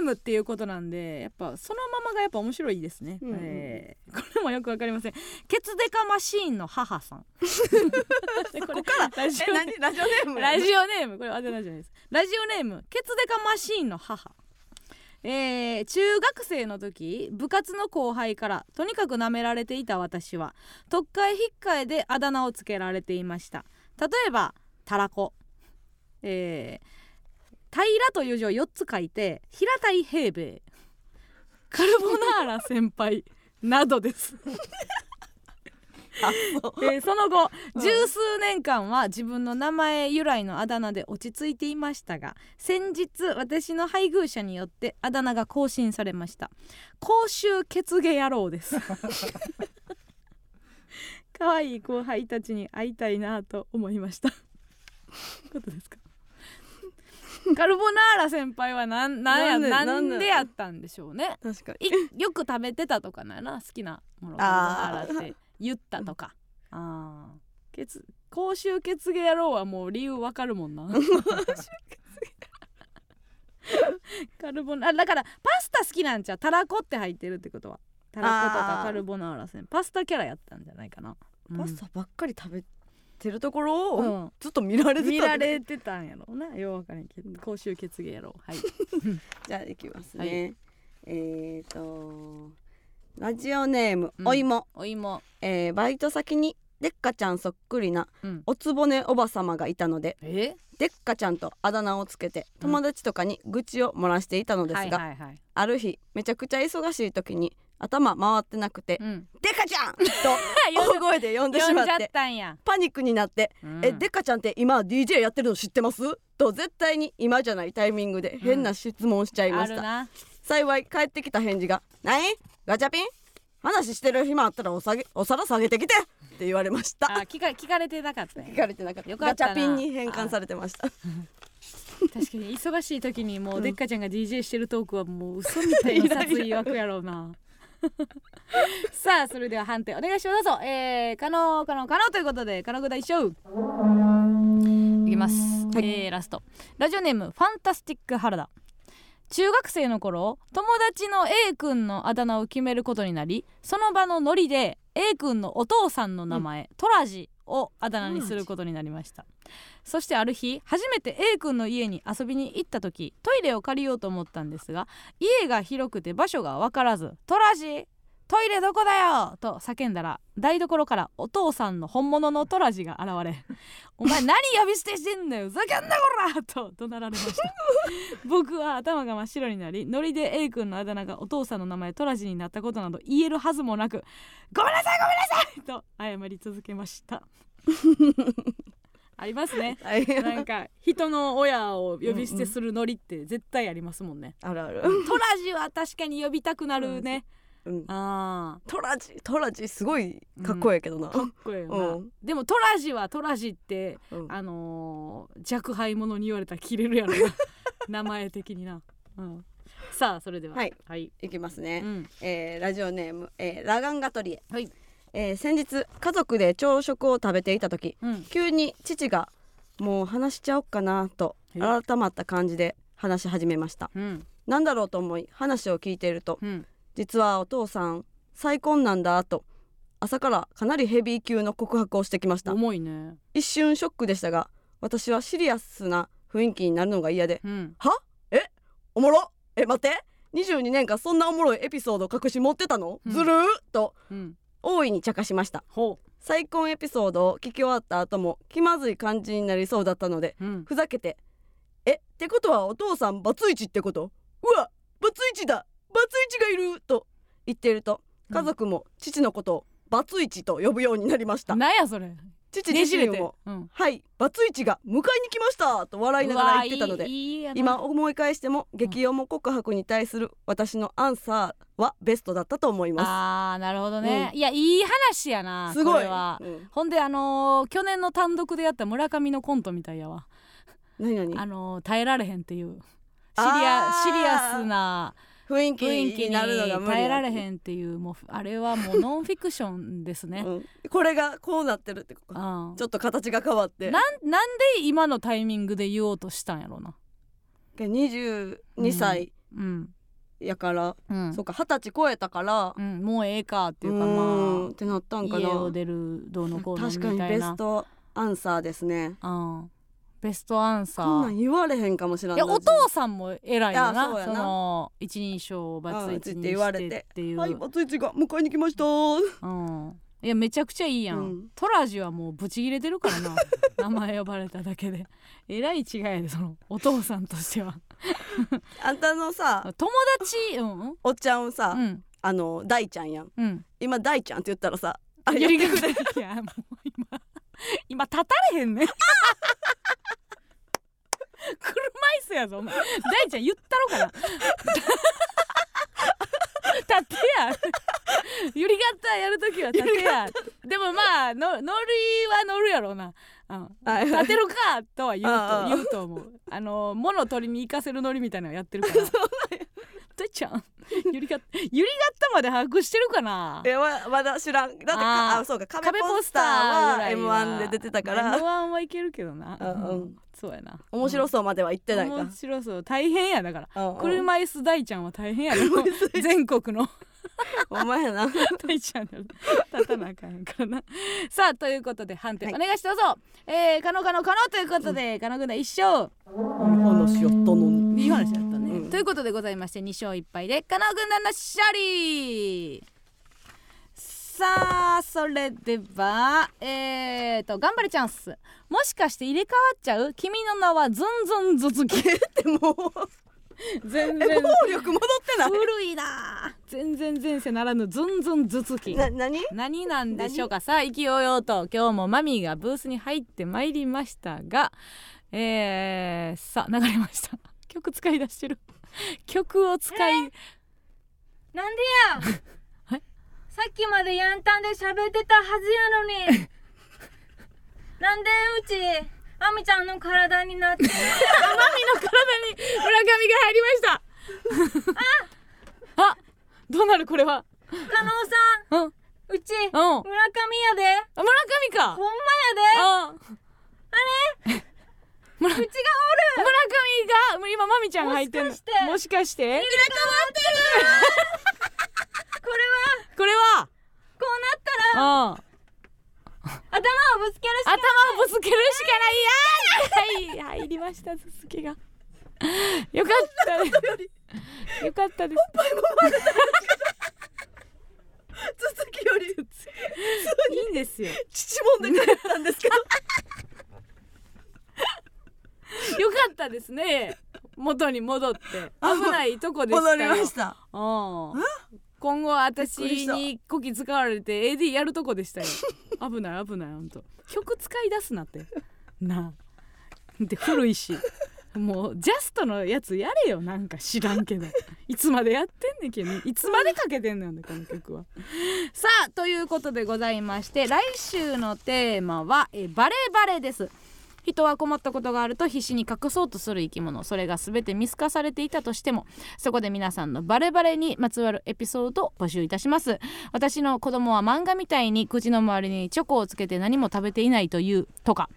[SPEAKER 2] ームっていうことなんでやっぱそのままがやっぱ面白いですね、
[SPEAKER 7] うんうん
[SPEAKER 2] えーこれもよくわかりませんケツデカマシーンの母
[SPEAKER 7] [LAUGHS]
[SPEAKER 2] さんここからラジ
[SPEAKER 7] え
[SPEAKER 2] オネーム
[SPEAKER 7] 何ラジオネーム
[SPEAKER 2] ラジオネームこれ当てたじゃないですラジオネームケツデカマシーンの母えー中学生の時部活の後輩からとにかく舐められていた私は特会引っかえであだ名をつけられていました例えばたらこえー平という字を4つ書いて平たい平兵衛カルボナーラ先輩などですえーその後十数年間は自分の名前由来のあだ名で落ち着いていましたが先日私の配偶者によってあだ名が更新されました公衆血毛野郎です [LAUGHS] 可愛い後輩たちに会いたいなと思いましたことですかカルボナーラ先輩はなんなんや
[SPEAKER 7] なんで
[SPEAKER 2] なん
[SPEAKER 7] なん
[SPEAKER 2] で
[SPEAKER 7] で
[SPEAKER 2] やったんでしょうね
[SPEAKER 7] 確かに
[SPEAKER 2] いよく食べてたとかなら好きなものを
[SPEAKER 7] あ
[SPEAKER 2] 食
[SPEAKER 7] ー
[SPEAKER 2] べてたって言ったとかああ血口臭血芸野郎はもう理由わかるも
[SPEAKER 7] [LAUGHS]
[SPEAKER 2] んな [LAUGHS] カルボナあだからパスタ好きなんちゃうたらこって入ってるってことはたらことか
[SPEAKER 7] あー
[SPEAKER 2] カルボナーラ戦パスタキャラやったんじゃないかな、うん
[SPEAKER 7] パスタばっかり食べてるところを、
[SPEAKER 2] うん
[SPEAKER 7] ずっと見られてた
[SPEAKER 2] 見られてたんやろうなようわからんけど口臭血芸野郎はい
[SPEAKER 7] じゃあいきます
[SPEAKER 2] はい
[SPEAKER 7] ね、えっ、とラジオネーム、
[SPEAKER 2] うん
[SPEAKER 7] お芋、
[SPEAKER 2] お芋
[SPEAKER 7] えーバイト先にでっかちゃんそっくりな
[SPEAKER 2] うん
[SPEAKER 7] おつぼねおばさまがいたので
[SPEAKER 2] え
[SPEAKER 7] でっかちゃんとあだ名をつけて友達とかに愚痴を漏らしていたのですが、
[SPEAKER 2] はいはいはい
[SPEAKER 7] ある日めちゃくちゃ忙しい時に頭回ってなくて
[SPEAKER 2] うん
[SPEAKER 7] 「でっかちゃん!」と
[SPEAKER 2] 呼ん
[SPEAKER 7] [LAUGHS] 大声で呼んでし
[SPEAKER 2] 呼
[SPEAKER 7] ま
[SPEAKER 2] ん
[SPEAKER 7] っ
[SPEAKER 2] じゃってたんや、
[SPEAKER 7] パニックになって
[SPEAKER 2] うん
[SPEAKER 7] えでっかちゃんって今 DJ やってるの知ってますと絶対に今じゃないタイミングで変な質問しちゃいま
[SPEAKER 2] あ
[SPEAKER 7] し
[SPEAKER 2] る
[SPEAKER 7] た、
[SPEAKER 2] な
[SPEAKER 7] 幸い返ってきた返事が「何ガチャピン話してる暇あったらおさげお皿下げてきて!」って言われました
[SPEAKER 2] あ聞か聞かれてなか [LAUGHS] ったんや
[SPEAKER 7] 聞かれてなかった
[SPEAKER 2] よかったな
[SPEAKER 7] ガチャピンに変換されてました
[SPEAKER 2] 確かに忙しい時にもうでっかちゃんが DJ してるトークはもう嘘みたい [LAUGHS] な殺意枠やろうな [LAUGHS] さあそれでは判定お願いしますどうぞえー、可能可能可能ということで可能ぐだ一勝いきます、えー、ラストラジオネームファンタスティック原田中学生の頃友達の A 君のあだ名を決めることになりその場のノリで A 君のお父さんの名前、トラジをあだ名にすることになりましたそしてある日初めて A 君の家に遊びに行った時トイレを借りようと思ったんですが家が広くて場所が分からず「トラジトイレどこだよ!」と叫んだら台所からお父さんの本物のトラジが現れ [LAUGHS] 「お前何呼び捨てしてんだよふざけんなこら!」と怒鳴られました僕は頭が真っ白になりノリで A 君のあだ名がお父さんの名前トラジになったことなど言えるはずもなく「ごめんなさいごめんなさい!」と謝り続けましたありますね
[SPEAKER 7] 大変
[SPEAKER 2] [LAUGHS] なんか人の親を呼び捨てするノリって絶対ありますもんね、
[SPEAKER 7] あるある、
[SPEAKER 2] トラジは確かに呼びたくなるね、
[SPEAKER 7] うん、
[SPEAKER 2] あ
[SPEAKER 7] トラジトラジすごいかっこええけどな、
[SPEAKER 2] あかっこいいよな、
[SPEAKER 7] うん
[SPEAKER 2] でもトラジはトラジって
[SPEAKER 7] うん
[SPEAKER 2] あのー、若輩者に言われたら切れるやろな
[SPEAKER 1] [LAUGHS]
[SPEAKER 2] 名前的にな、うん、さあそれでは
[SPEAKER 7] はい、
[SPEAKER 2] はい
[SPEAKER 7] いきますね、
[SPEAKER 2] うん、
[SPEAKER 7] えーラジオネーム、えーラガンガトリエ、
[SPEAKER 2] はい
[SPEAKER 7] えー先日家族で朝食を食べていた時
[SPEAKER 2] うん、
[SPEAKER 7] 急に父が「もう話しちゃおっかな」と
[SPEAKER 2] え
[SPEAKER 7] 改まった感じで話し始めました
[SPEAKER 2] うん、
[SPEAKER 7] なんだろうと思い話を聞いていると
[SPEAKER 2] うん、
[SPEAKER 7] 「実はお父さん再婚なんだ」と朝からかなりヘビー級の告白をしてきました
[SPEAKER 2] 重いね
[SPEAKER 7] 一瞬ショックでしたが私はシリアスな雰囲気になるのが嫌で
[SPEAKER 2] うん
[SPEAKER 7] おもろえ待って22年間そんなおもろいエピソード隠し持ってたの、
[SPEAKER 2] うん
[SPEAKER 7] ずるーと
[SPEAKER 2] うん
[SPEAKER 7] 大いに茶化しました
[SPEAKER 2] ほ
[SPEAKER 7] 再婚エピソードを聞き終わった後も気まずい感じになりそうだったので
[SPEAKER 2] う、うん、
[SPEAKER 7] ふざけて「えってことはお父さんバツイチってことうわバツイチだバツイチがいる!」と言っていると
[SPEAKER 1] 家族も父のことをバツイチと呼ぶようになりました
[SPEAKER 2] なんやそれ
[SPEAKER 1] 父自身
[SPEAKER 2] ねじれて
[SPEAKER 1] も
[SPEAKER 2] うん
[SPEAKER 1] はいバツイチが迎えに来ましたと笑いながら言ってたの
[SPEAKER 2] うわ
[SPEAKER 1] で
[SPEAKER 2] いいいいやな
[SPEAKER 1] 今思い返しても激用も告白に対する私のアンサーはベストだったと思いま
[SPEAKER 2] あーなるほどね、
[SPEAKER 1] う
[SPEAKER 2] いやいい話やな
[SPEAKER 1] すすご
[SPEAKER 2] こ
[SPEAKER 1] い
[SPEAKER 2] れは、
[SPEAKER 1] うん
[SPEAKER 2] ほんであのー去年の単独でやった村上のコントみたいやわ
[SPEAKER 1] 何何
[SPEAKER 2] あのー耐えられへんっていうシリ
[SPEAKER 1] あ
[SPEAKER 2] ア
[SPEAKER 1] ー
[SPEAKER 2] シリアスな
[SPEAKER 1] 雰囲気
[SPEAKER 2] 雰囲気
[SPEAKER 1] に
[SPEAKER 2] に
[SPEAKER 1] なるのが無理
[SPEAKER 2] 耐えられ
[SPEAKER 1] ん、
[SPEAKER 2] へんっていうもうあれ
[SPEAKER 1] [LAUGHS]
[SPEAKER 2] はもうノンフィクションですね、
[SPEAKER 1] うんこれがこうなってるってこと
[SPEAKER 2] うん、
[SPEAKER 1] か
[SPEAKER 2] なん
[SPEAKER 1] ちょっと形が変わって
[SPEAKER 2] なんで今のタイミングで言おうとしたんやろうな
[SPEAKER 1] 22
[SPEAKER 2] うん
[SPEAKER 1] 歳
[SPEAKER 2] うん
[SPEAKER 1] やから、
[SPEAKER 2] うん
[SPEAKER 1] そ、うか二十歳超えたから、
[SPEAKER 2] うん、もうええかっていううか
[SPEAKER 1] ーん
[SPEAKER 2] ま
[SPEAKER 1] ってなった
[SPEAKER 2] あ
[SPEAKER 1] んか
[SPEAKER 2] 家
[SPEAKER 1] な
[SPEAKER 2] を出るどうのこうの
[SPEAKER 1] 確かに
[SPEAKER 2] みたい
[SPEAKER 1] ベス
[SPEAKER 2] な
[SPEAKER 1] トアンサーですね
[SPEAKER 2] うんベストアンサー
[SPEAKER 1] こんなん言われへんかもしれない
[SPEAKER 2] いやお父さんも偉いよ
[SPEAKER 1] いや
[SPEAKER 2] な
[SPEAKER 1] そうや
[SPEAKER 2] そ
[SPEAKER 1] な
[SPEAKER 2] の一人称をバツイチにしてっていう、
[SPEAKER 1] はいバツイチが迎えに来ましたー
[SPEAKER 2] うん、いやめちゃくちゃいいやん、
[SPEAKER 1] うん
[SPEAKER 2] トラジはもうブチ切れてるか
[SPEAKER 1] [LAUGHS]
[SPEAKER 2] らな名前呼ばれただけでえらい違いでそのお父さんとしては
[SPEAKER 1] あんたのさ
[SPEAKER 2] 友達うんうん
[SPEAKER 1] おっちゃんをさ、
[SPEAKER 2] うん
[SPEAKER 1] あの大ちゃんやん
[SPEAKER 2] うん
[SPEAKER 1] 今大ちゃんって言ったらさあ
[SPEAKER 2] い
[SPEAKER 1] れ
[SPEAKER 2] や
[SPEAKER 1] やっ
[SPEAKER 2] い
[SPEAKER 1] てくれ
[SPEAKER 2] やもう今 [LAUGHS] 今立たれへんね車椅子やぞお前大ちゃん言ったろから立てやゆりがったやるときは立てやでもまあの乗りは乗るやろうな、うん、
[SPEAKER 1] はい
[SPEAKER 2] 立てるかとは言
[SPEAKER 1] [LAUGHS] ああ
[SPEAKER 2] うと言うと思うあの物取りに行かせる乗りみたいなのやってる
[SPEAKER 1] [LAUGHS]
[SPEAKER 2] から大ちゃ [LAUGHS] んゆりがったゆりがったまで把握してるかな
[SPEAKER 1] [LAUGHS] えままだ知らんだって
[SPEAKER 2] あ
[SPEAKER 1] か
[SPEAKER 2] ー
[SPEAKER 1] あそうか壁
[SPEAKER 2] 壁
[SPEAKER 1] ポ
[SPEAKER 2] ポ
[SPEAKER 1] ス
[SPEAKER 2] ス
[SPEAKER 1] タ
[SPEAKER 2] タ
[SPEAKER 1] ー
[SPEAKER 2] ー
[SPEAKER 1] は
[SPEAKER 2] ぐらい
[SPEAKER 1] M1 で出てたから、
[SPEAKER 2] M1 はいけるけどな、
[SPEAKER 1] うんうん
[SPEAKER 2] そうやな
[SPEAKER 1] 面白そうまでは言ってないか
[SPEAKER 2] 面白そう大変やだから、
[SPEAKER 1] うんうん
[SPEAKER 2] 車椅子大ちゃんは大変やでもう全国の
[SPEAKER 1] お前や
[SPEAKER 2] [LAUGHS]
[SPEAKER 1] な
[SPEAKER 2] 大ちゃんで立たなあかんからなさあということで判定お願いしてどうぞ、えー、可能可能可能ということで、可能軍団一勝
[SPEAKER 1] 話やったの [LAUGHS] に
[SPEAKER 2] いい話だったね、
[SPEAKER 1] うん
[SPEAKER 2] ということでございまして2勝1敗で加納軍団の勝利さあそれではえー、と頑張れチャンスもしかして入れ替わっちゃう君の名はズンズンズ
[SPEAKER 1] [LAUGHS]
[SPEAKER 2] ツキ
[SPEAKER 1] でもう
[SPEAKER 2] 全
[SPEAKER 1] え
[SPEAKER 2] 然
[SPEAKER 1] 能力戻ってない
[SPEAKER 2] 古いな全然前世ならぬズンズンズツキ
[SPEAKER 1] な何
[SPEAKER 2] 何なんでしょうかさあ勢いよと今日もマミーがブースに入ってまいりましたがえー、さあ流れました [LAUGHS] 曲使い出してる [LAUGHS] 曲を使い、
[SPEAKER 8] なんでや
[SPEAKER 2] はい
[SPEAKER 8] さっきまでヤンタンで喋ってたはずやの
[SPEAKER 2] [LAUGHS]
[SPEAKER 8] になんでうちあみちゃんの体になって
[SPEAKER 2] の体に村上が入りました [LAUGHS] あどうなるこれは
[SPEAKER 8] 加納
[SPEAKER 2] う
[SPEAKER 8] さ
[SPEAKER 2] んうん
[SPEAKER 8] んうち村
[SPEAKER 2] あ
[SPEAKER 8] 上やで
[SPEAKER 2] 村上か
[SPEAKER 8] ほんまや
[SPEAKER 2] ああれ村村
[SPEAKER 8] でう
[SPEAKER 2] 上
[SPEAKER 8] ちがおる
[SPEAKER 2] が今マミちゃんが入ってる
[SPEAKER 8] もしかして
[SPEAKER 2] もしかして
[SPEAKER 8] 入れ替わ
[SPEAKER 2] [LAUGHS]
[SPEAKER 8] ってるこれは
[SPEAKER 2] これは
[SPEAKER 8] こうなったら
[SPEAKER 2] うん
[SPEAKER 8] 頭をぶつけるしか
[SPEAKER 2] 頭をぶつけるしかないやーはい入りました続けがよかったですよかったです
[SPEAKER 1] 続きより
[SPEAKER 2] いいんですよ
[SPEAKER 1] 父もんで帰ったんですけど
[SPEAKER 2] よかったですね元に戻って危ないとこでした
[SPEAKER 1] 戻
[SPEAKER 2] よ
[SPEAKER 1] りました
[SPEAKER 2] うん今後私
[SPEAKER 1] びっくりした
[SPEAKER 2] にこき使われて AD やるとこで [LAUGHS] したよ危ない危ないほんと曲使い出すなってなあで古いしもうジャストのやつやれよなんか知らんけどいつまでやってんねんけどいつまでかけてんのよねこの曲はさあということでございまして来週のテーマはえーバレバレです人は困ったことがあると必死に隠そうとする生き物それが全て見透かされていたとしてもそこで皆さんのバレバレにまつわるエピソードを募集いたします私の子供は漫画みたいに口の周りにチョコをつけて何も食べていないというとか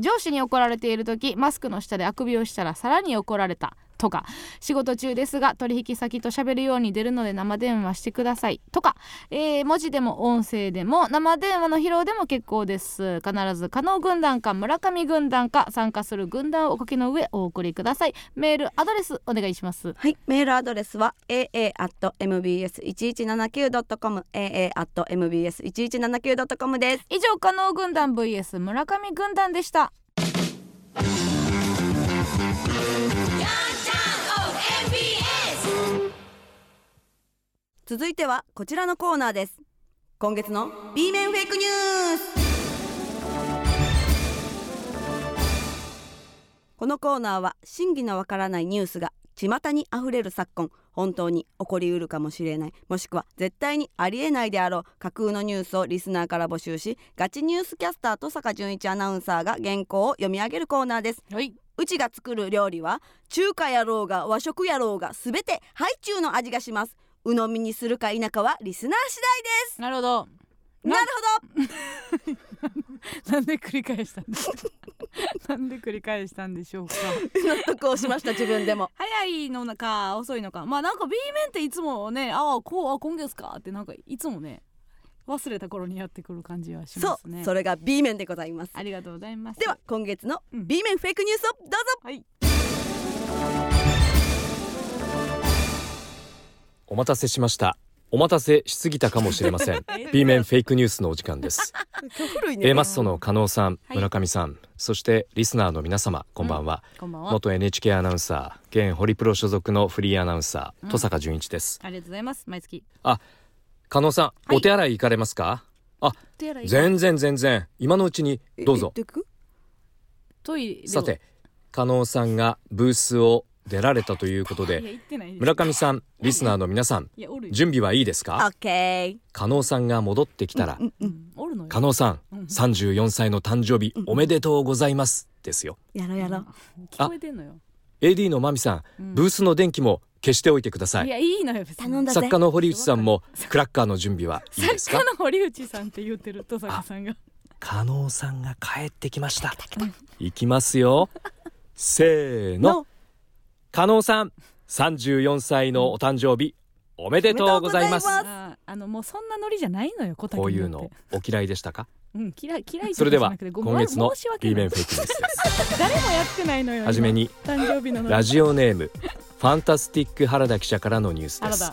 [SPEAKER 2] 上司に怒られている時マスクの下であくびをしたらさらに怒られたとか仕事中ですが取引先と喋るように出るので生電話してくださいとか、えー文字でも音声でも生電話の披露でも結構です必ず加納軍団か村上軍団か参加する軍団をお書きの上お送りくださいメールアドレスお願いします
[SPEAKER 1] はい、メールアドレスは aa at mbs 一一七九ドットコム aa at mbs 一一七九ドットコムです。
[SPEAKER 2] 以上加納軍団 vs 村上軍団でした
[SPEAKER 1] 続いてはこちらのコーナーです今月の B 面フェイクニュースこのコーナーは真偽のわからないニュースが巷にあふれる昨今本当に起こりうるかもしれないもしくは絶対にありえないであろう架空のニュースをリスナーから募集しガチニュースキャスターと坂淳一アナウンサーが原稿を読み上げるコーナーです
[SPEAKER 2] はいう
[SPEAKER 1] ちが作る料理は中華やろうが和食やろうがすべてハイチュウの味がします鵜呑みにするか否かはリスナー次第です
[SPEAKER 2] なるほど
[SPEAKER 1] なるほど
[SPEAKER 2] [LAUGHS] なんで繰り返したんでしょう [LAUGHS] なんで繰り返したんでしょうか
[SPEAKER 1] 納得をしました自分でも
[SPEAKER 2] 早いのか遅いのかまあなんか B 面っていつもねああこうあ今月かってなんかいつもね忘れた頃にやってくる感じは
[SPEAKER 1] [LAUGHS]
[SPEAKER 2] し
[SPEAKER 1] そ
[SPEAKER 2] ますね
[SPEAKER 1] うそれが B 面でございます
[SPEAKER 2] ありがとうございます
[SPEAKER 1] では今月の
[SPEAKER 2] うん
[SPEAKER 1] B 面フェイクニュースをどうぞ
[SPEAKER 2] はい
[SPEAKER 9] お待たせしましたお待たせしすぎたかもしれません
[SPEAKER 2] [LAUGHS]
[SPEAKER 9] B 面フェイクニュースのお時間です
[SPEAKER 1] 古い
[SPEAKER 9] A マッソの加納さん
[SPEAKER 2] はい
[SPEAKER 9] 村上さん、そしてリスナーの皆様こんばんは、
[SPEAKER 2] こんばんは
[SPEAKER 9] 元 NHK アナウンサー現ホリプロ所属のフリーアナウンサー戸坂純一です、
[SPEAKER 2] ありがとうございます毎月
[SPEAKER 9] あ加納さん、
[SPEAKER 2] い
[SPEAKER 9] お手洗い行かれますかあ
[SPEAKER 2] 手洗い
[SPEAKER 9] 全然全然今のうちにどうぞ
[SPEAKER 2] トイレを
[SPEAKER 9] さて加納さんがブースを出られたということ
[SPEAKER 2] いや
[SPEAKER 9] で
[SPEAKER 2] 行ってないです
[SPEAKER 9] 村上さんリスナーの皆さん
[SPEAKER 2] いやおるよ
[SPEAKER 9] 準備はいいですか
[SPEAKER 1] OK
[SPEAKER 9] 加納さんが戻ってきたら
[SPEAKER 2] うんおるのよ
[SPEAKER 9] 加納さん34歳の誕生日おめでとうございますですよ
[SPEAKER 1] やろうやろう
[SPEAKER 2] 聞こえてんのよ
[SPEAKER 9] AD のまみさんブースの電気も消しておいてくださ
[SPEAKER 2] い
[SPEAKER 9] い
[SPEAKER 2] やいいのよ別に
[SPEAKER 1] 頼んだぜ
[SPEAKER 9] 作家の堀内さんもクラッカーの準備はいいです
[SPEAKER 2] 作
[SPEAKER 9] か
[SPEAKER 2] 家の堀内さんって言ってる登坂さんが
[SPEAKER 9] 加納さんが帰ってきましたいきますよせーの加納さん34歳のお誕生日おめでとうございます
[SPEAKER 1] おめでとうございま
[SPEAKER 2] あーあのもうそんなノリじゃないのよ小竹
[SPEAKER 9] こうい
[SPEAKER 2] な
[SPEAKER 9] うん
[SPEAKER 2] て
[SPEAKER 9] のお嫌いでしたか
[SPEAKER 2] うん嫌い嫌いとか
[SPEAKER 9] それで
[SPEAKER 2] じゃ
[SPEAKER 9] は
[SPEAKER 2] なくてごめん
[SPEAKER 9] 今月の
[SPEAKER 2] 申し訳
[SPEAKER 9] B
[SPEAKER 2] な
[SPEAKER 9] 面
[SPEAKER 2] い
[SPEAKER 9] フェイクニュースです
[SPEAKER 2] [LAUGHS] 誰もやってないのよ今
[SPEAKER 9] はじめに
[SPEAKER 2] 誕生日なのに
[SPEAKER 9] ラジオネームファンタスティック原田記者からのニュース
[SPEAKER 2] あ
[SPEAKER 9] で
[SPEAKER 2] ら
[SPEAKER 9] す
[SPEAKER 2] だ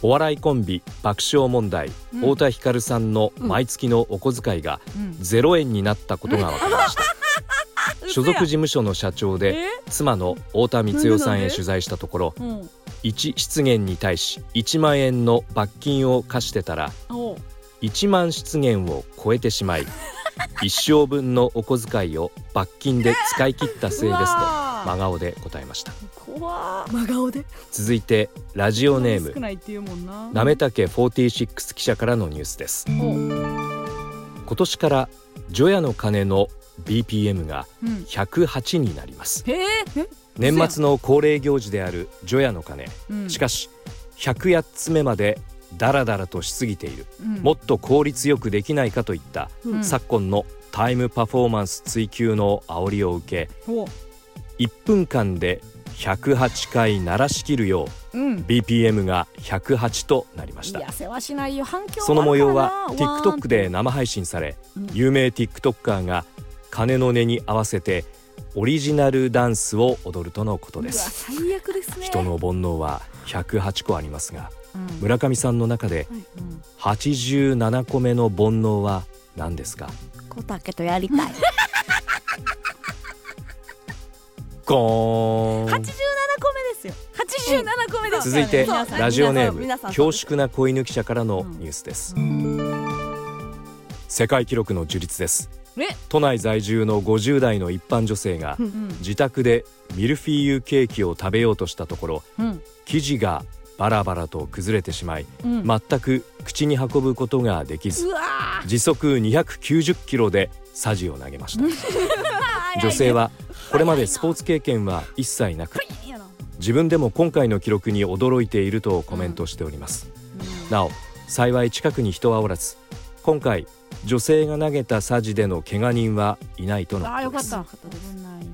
[SPEAKER 9] お笑いコンビ爆笑問題、
[SPEAKER 2] うん
[SPEAKER 9] 太田光さんの毎月のお小遣いが
[SPEAKER 2] うん
[SPEAKER 9] 0円になったことが分かりました、所属事務所の社長で
[SPEAKER 2] え
[SPEAKER 9] 妻の太田光代さん
[SPEAKER 2] なんでなん
[SPEAKER 9] へ
[SPEAKER 2] で
[SPEAKER 9] 取材したところ
[SPEAKER 2] うん
[SPEAKER 9] 1失言に対し1万円の罰金を課してたら
[SPEAKER 2] おう
[SPEAKER 9] 1万失言を超えてし
[SPEAKER 2] [LAUGHS]
[SPEAKER 9] まい一生分のお小遣いを罰金で使い切ったせいですと真顔で答えました
[SPEAKER 2] 怖ー
[SPEAKER 1] 真顔で
[SPEAKER 9] 続いてラジオネー
[SPEAKER 2] 少
[SPEAKER 9] ム
[SPEAKER 2] ないっていうもんな
[SPEAKER 9] なめたけ46記者からのニュースです
[SPEAKER 2] おう
[SPEAKER 9] 今年から除夜の鐘の BPM が
[SPEAKER 2] うん
[SPEAKER 9] 108になります
[SPEAKER 2] へええ
[SPEAKER 9] 年末の恒例行事である除夜の鐘
[SPEAKER 2] うん
[SPEAKER 9] しかし108つ目までダラダラとしすぎている
[SPEAKER 2] うん
[SPEAKER 9] もっと効率よくできないかといった
[SPEAKER 2] うん
[SPEAKER 9] 昨今のタイムパフォーマンス追求の煽りを受
[SPEAKER 2] おう
[SPEAKER 9] け1分間で108回鳴らしきるよう
[SPEAKER 2] うん
[SPEAKER 9] BPM が108となりまし
[SPEAKER 2] い
[SPEAKER 9] た
[SPEAKER 2] や世話しないよ反響
[SPEAKER 9] その模様は
[SPEAKER 2] あるからな
[SPEAKER 9] TikTok で生配信され
[SPEAKER 2] うん
[SPEAKER 9] 有名 TikToker が鐘の音に合わせてオリジナルダンスを踊るとのこと
[SPEAKER 2] う
[SPEAKER 9] で
[SPEAKER 2] わ
[SPEAKER 9] す
[SPEAKER 2] 最悪ですね
[SPEAKER 9] 人の煩悩は108個ありますが
[SPEAKER 2] うん
[SPEAKER 9] 村上さんの中で
[SPEAKER 2] うん
[SPEAKER 9] 87個目の煩悩は何ですか
[SPEAKER 1] 小竹とやりたい
[SPEAKER 9] [LAUGHS] ゴーン
[SPEAKER 2] 87個目ですよ87個目です
[SPEAKER 9] 続いて
[SPEAKER 2] 皆さん
[SPEAKER 9] ラジオネー
[SPEAKER 1] 皆さん
[SPEAKER 9] ム恐縮な子犬記者からのニュースです、世界記録の樹立です
[SPEAKER 2] え
[SPEAKER 9] 都内在住の50代の一般女性が
[SPEAKER 2] うん
[SPEAKER 9] 自宅でミルフィーユケーキを食べようとしたところ
[SPEAKER 2] うん
[SPEAKER 9] 生地がバラバラと崩れてしまい
[SPEAKER 2] うん
[SPEAKER 9] 全く口に運ぶことができず
[SPEAKER 2] うわ
[SPEAKER 9] 時速290キロでサジを投げました
[SPEAKER 2] ー
[SPEAKER 9] 女
[SPEAKER 2] [LAUGHS]
[SPEAKER 9] 性はこれまでスポーツ経験は一切なく
[SPEAKER 2] いやな
[SPEAKER 9] 自分でも今回の記録に驚いているとコメントしております、なお幸い近くに人はおらず今回女性が投げたサジでの怪我人はいないとの
[SPEAKER 2] あーよ
[SPEAKER 9] こと
[SPEAKER 2] か
[SPEAKER 9] で
[SPEAKER 2] っ
[SPEAKER 9] す
[SPEAKER 2] た危ないね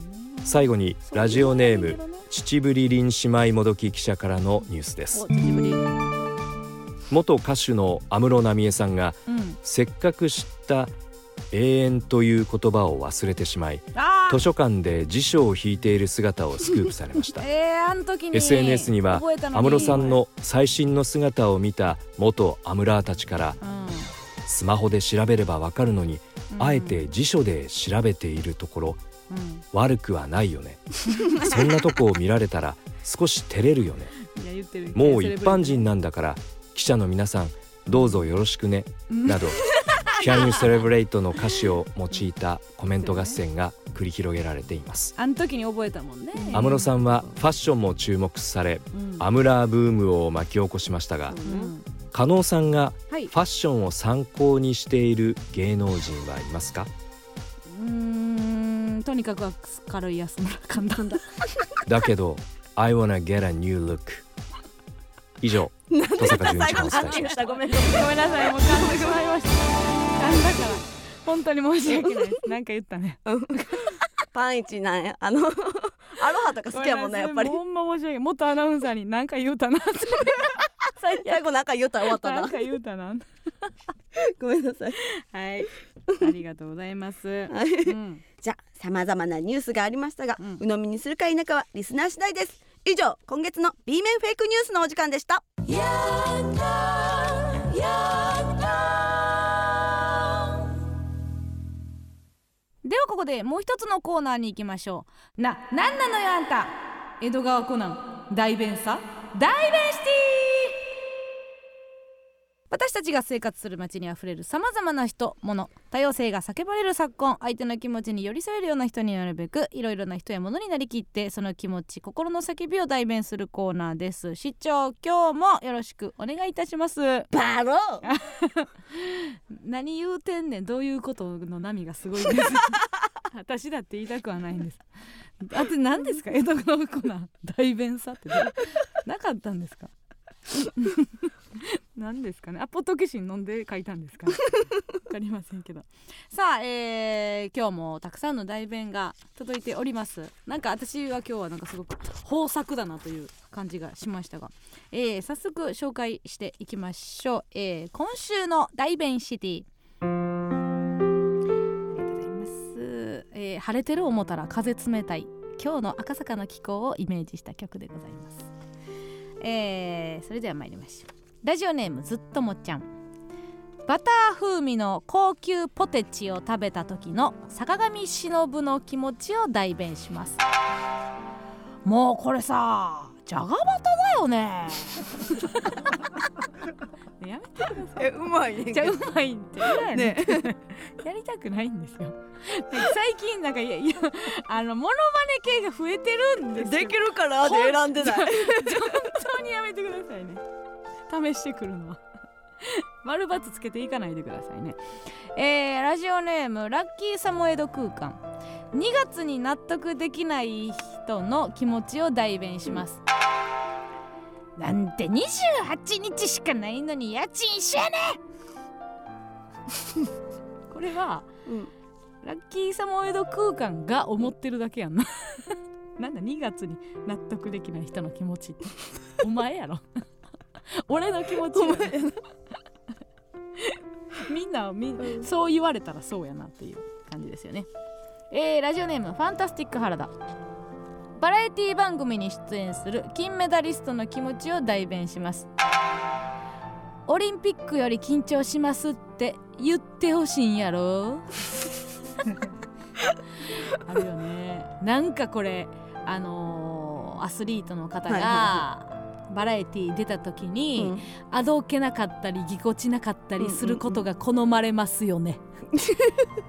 [SPEAKER 9] 最後にラジオネー
[SPEAKER 2] そういう
[SPEAKER 9] ム
[SPEAKER 2] のね
[SPEAKER 9] 秩父りりん姉妹もどき記者からのニュースです
[SPEAKER 2] お久しぶりうん
[SPEAKER 9] 元歌手の安室奈美恵さんがせっかく知った永遠という言葉を忘れてしまい
[SPEAKER 2] あ
[SPEAKER 9] 図書館で辞書を引いている姿をスクープされました
[SPEAKER 2] ー [LAUGHS] えーあの時に
[SPEAKER 9] SNS には
[SPEAKER 2] 覚えたの
[SPEAKER 9] 安
[SPEAKER 2] に
[SPEAKER 9] 室さんの最新の姿を見た元アムラーたちから
[SPEAKER 2] うん
[SPEAKER 9] スマホで調べればわかるのに、
[SPEAKER 2] うん
[SPEAKER 9] あえて辞書で調べているところ
[SPEAKER 2] うん [LAUGHS]
[SPEAKER 9] 悪くはないよねそんなとこを見られたら少し照れるよね
[SPEAKER 10] いや言ってる
[SPEAKER 9] もう一般人
[SPEAKER 10] な
[SPEAKER 9] なんだから記者の皆さんどうぞよろしくねなど「Can You Celebrate」の歌詞を用いたコメント合戦が繰り広げられています
[SPEAKER 2] あの時に覚えたもんね
[SPEAKER 9] 安室さんはファッションも注目され
[SPEAKER 2] うん
[SPEAKER 9] アムラーブームを巻き起こしましたが
[SPEAKER 2] うん
[SPEAKER 9] 加納さんが
[SPEAKER 2] はい
[SPEAKER 9] ファッションを参考にしている芸能人はいますか
[SPEAKER 2] うーんとにかく明るい安村簡単だ
[SPEAKER 9] だけど I wanna get a new look 以上登坂淳一がお伝えしました
[SPEAKER 2] ごめんごめんなさいもう噛んでしまいました噛んだから
[SPEAKER 10] 本当に申し訳ないですなんか言ったね
[SPEAKER 1] パンイチなんやあの [LAUGHS] アロハとか好きやもんなやっぱり
[SPEAKER 10] ごめんなさいもうほんま申し訳ない元アナウンサーに何か言うたなって
[SPEAKER 1] [LAUGHS] 最後なんか言うたら終わった
[SPEAKER 10] 何
[SPEAKER 1] [LAUGHS] な
[SPEAKER 10] か言うたな
[SPEAKER 1] ごめんなさい
[SPEAKER 10] はいありがとうございます
[SPEAKER 1] はい
[SPEAKER 10] うん
[SPEAKER 1] じゃあさまざまなニュースがありましたが、
[SPEAKER 10] うん
[SPEAKER 1] 鵜呑みにするか否かはリスナー次第です以上今月の B 面フェイクニュースのお時間でした
[SPEAKER 2] ではここでもう一つのコーナーに行きましょうな、なんなのよあんた江戸川コナン大弁さ大弁シティ私たちが生活する街にあふれるさまざまな人物多様性が叫ばれる昨今相手の気持ちに寄り添えるような人になるべくいろいろな人や物になりきってその気持ち心の叫びを代弁するコーナーです市長今日もよろしくお願いいたします
[SPEAKER 1] バロー
[SPEAKER 2] [LAUGHS] 何言うてんねんどういうことの波がすごいです [LAUGHS] 私だって言いたくはないんですあと何ですか江戸川コナン大弁さってどうなかったんですか [LAUGHS] 何ですかねアポトキシン飲んで書いたんですかわかりませんけどさあ、えー今日もたくさんの代弁が届いておりますなんか私は今日はなんかすごく豊作だなという感じがしましたが、えー早速紹介していきましょう、えー今週の代弁シティありがとうございます、えー晴れてる思ったら風冷たい今日の赤坂の気候をイメージした曲でございます、えーそれでは参りましょうラジオネームずっともっちゃんバター風味の高級ポテチを食べた時の坂上忍の気持ちを代弁しますもうこれさじゃがバタだよねやめてください
[SPEAKER 1] えうまいね
[SPEAKER 2] めっちゃうまいってや,、
[SPEAKER 1] ね
[SPEAKER 2] [LAUGHS] やりたくないんですよなんか最近なんかいやいやあのモノマネ系が増えてるんですよ
[SPEAKER 1] [LAUGHS] できるからで選んでない
[SPEAKER 2] 本当にやめてくださいね試してくるのは [LAUGHS] 丸バツつけていかないでくださいねえーラジオネームラッキーサモエド空間2月に納得できない人の気持ちを代弁しますなんて28日しかないのに家賃一緒やね [LAUGHS] これは、
[SPEAKER 1] うん
[SPEAKER 2] ラッキーサモエド空間が思ってるだけやんな [LAUGHS] なんだ2月に納得できない人の気持ちってお前
[SPEAKER 1] [LAUGHS]
[SPEAKER 2] やろ俺の気持ちやろみんなみんそう言われたらそうやなっていう感じですよねえーラジオネームファンタスティック原田バラエティ番組に出演する金メダリストの気持ちを代弁しますオリンピックより緊張しますって言ってほしいん
[SPEAKER 1] [LAUGHS]
[SPEAKER 2] やろあるよねなんかこれあのーアスリートの方が、
[SPEAKER 1] はいはい
[SPEAKER 2] バラエティ出た時に、
[SPEAKER 1] うん
[SPEAKER 2] あどけなかったりぎこちなかったりすることが好まれます
[SPEAKER 1] [LAUGHS]
[SPEAKER 2] よね。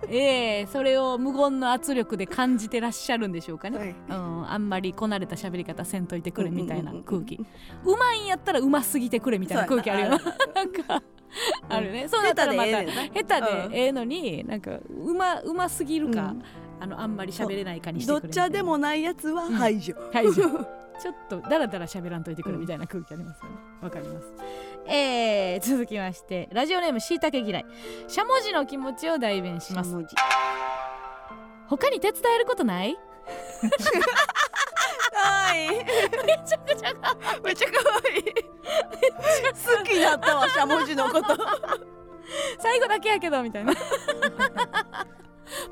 [SPEAKER 2] ええそれを無言の圧力で感じてらっしゃるんでしょうかね。
[SPEAKER 1] はい
[SPEAKER 2] うん、あんまりこなれた喋り方せんといてくれみたいな
[SPEAKER 1] うんうんうんう
[SPEAKER 2] 空
[SPEAKER 1] ん
[SPEAKER 2] 気。うまいんやったらうますぎてくれみたいな空気あるよな。なんかあるね。そうなったらまた
[SPEAKER 1] 下手でええねんな
[SPEAKER 2] 下手
[SPEAKER 1] うん
[SPEAKER 2] でええのになんかうまうますぎるか、
[SPEAKER 1] うん
[SPEAKER 2] あのあんまり喋れないかにして
[SPEAKER 1] ど
[SPEAKER 2] くれ
[SPEAKER 1] っ
[SPEAKER 2] み
[SPEAKER 1] ち
[SPEAKER 2] たいな
[SPEAKER 1] ゃでもないやつは排除、
[SPEAKER 2] はいじゃあ [LAUGHS] ちょっとダラダラ喋らんといてくるみたいな空気ありますよねわかりますえー、続きましてラジオネームしいたけ嫌いしゃもじの気持ちを代弁します
[SPEAKER 1] 文字
[SPEAKER 2] 他に手伝えることない
[SPEAKER 1] はい [LAUGHS] めちゃくちゃ可愛いめちゃ可愛い好きだったわしゃもじのこと
[SPEAKER 2] 最後だけやけどみたいな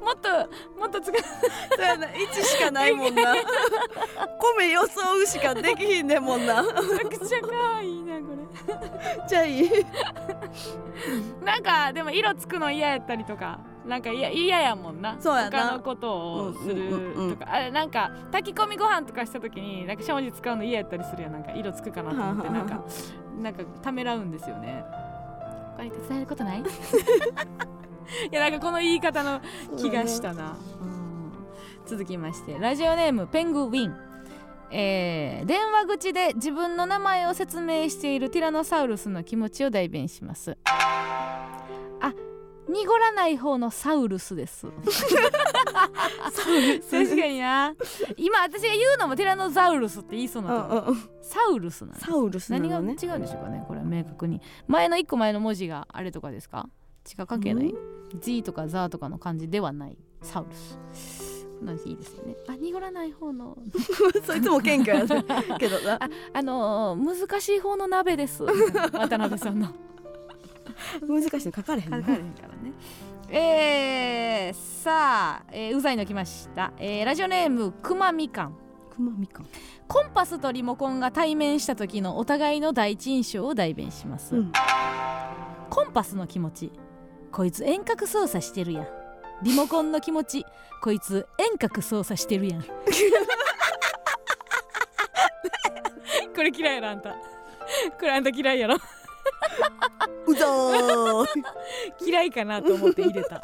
[SPEAKER 2] もっともっと使う
[SPEAKER 1] そうやな1しかないもん [LAUGHS] な米予想しかできひんねんもんな
[SPEAKER 2] めちゃくちゃ可愛いなこれ
[SPEAKER 1] じゃあいい
[SPEAKER 2] なんかでも色つくの嫌やったりとか
[SPEAKER 11] なんかいや嫌やもんな
[SPEAKER 1] そうやな
[SPEAKER 11] 他のことをするとか、
[SPEAKER 1] うんうんうんうん
[SPEAKER 11] あれなんか炊き込みご飯とかした時になんかしゃもじ使うの嫌やったりするやんなんか色つくかなと思って
[SPEAKER 1] はは
[SPEAKER 11] な
[SPEAKER 1] は
[SPEAKER 11] んかなんかためらうんですよね
[SPEAKER 2] 他に手伝えること
[SPEAKER 11] [LAUGHS]
[SPEAKER 2] ない
[SPEAKER 11] いやなんかこの言い方の気がしたな、
[SPEAKER 2] うん続きましてラジオネームペングウィン、えー電話口で自分の名前を説明しているティラノサウルスの気持ちを代弁しますあ濁らない方のサウルスです確かにな今私が言うのもティラノザウルスって言いそうなと思う
[SPEAKER 1] うんうん
[SPEAKER 2] サウルスなんです
[SPEAKER 1] サウルスな
[SPEAKER 2] 何が違
[SPEAKER 1] の
[SPEAKER 2] うん
[SPEAKER 1] ね
[SPEAKER 2] でしょうかねこれは明確に前の一個前の文字があれとかですか地下関係ない G とかザーとかの漢字ではないサウルスこんなんいいですよねあ濁らない方の
[SPEAKER 1] [LAUGHS] そいつも謙虚やねけどな
[SPEAKER 2] あのー難しい方の鍋です [LAUGHS] 渡辺さんの
[SPEAKER 1] 難しいの書かれへんの
[SPEAKER 2] れへんからねえー、さあ、えーうざいの来ました、えーラジオネームくまみかん
[SPEAKER 1] くまみかん
[SPEAKER 2] コンパスとリモコンが対面した時のお互いの第一印象を代弁します、
[SPEAKER 1] うん
[SPEAKER 2] コンパスの気持ちこいつ遠隔操作してるやんリモコンの気持ちこいつ遠隔操作してる
[SPEAKER 1] [LAUGHS]
[SPEAKER 2] やん
[SPEAKER 11] これ嫌いやろあんたこれあんた嫌いやろ
[SPEAKER 1] うざー
[SPEAKER 11] 嫌いかなと思って入れた
[SPEAKER 1] [LAUGHS] い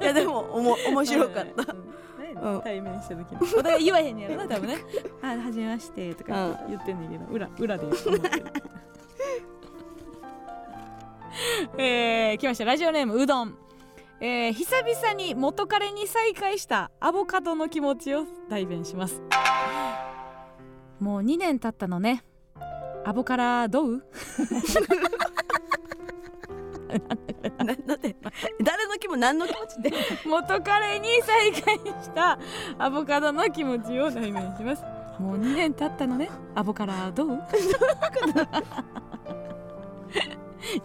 [SPEAKER 1] いやでもおも面白かった
[SPEAKER 11] うん
[SPEAKER 1] うん
[SPEAKER 11] 対面した
[SPEAKER 2] [LAUGHS]
[SPEAKER 11] 時にお互い言わへんねやろな多分ね「 [LAUGHS] あはじめまして」とか言ってんねんけど裏裏で言うと思うけど
[SPEAKER 2] [LAUGHS] えー、来ましたラジオネームうどん、えー、久々に元彼に再会したアボカドの気持ちを代弁
[SPEAKER 11] [LAUGHS]
[SPEAKER 2] しますもう2年経ったのねアボカラどう
[SPEAKER 1] ななんで誰の気も何の気持ちで
[SPEAKER 2] 元彼に再会したアボカドの気持ちを代弁しますもう2年経ったのねアボカドどう [LAUGHS]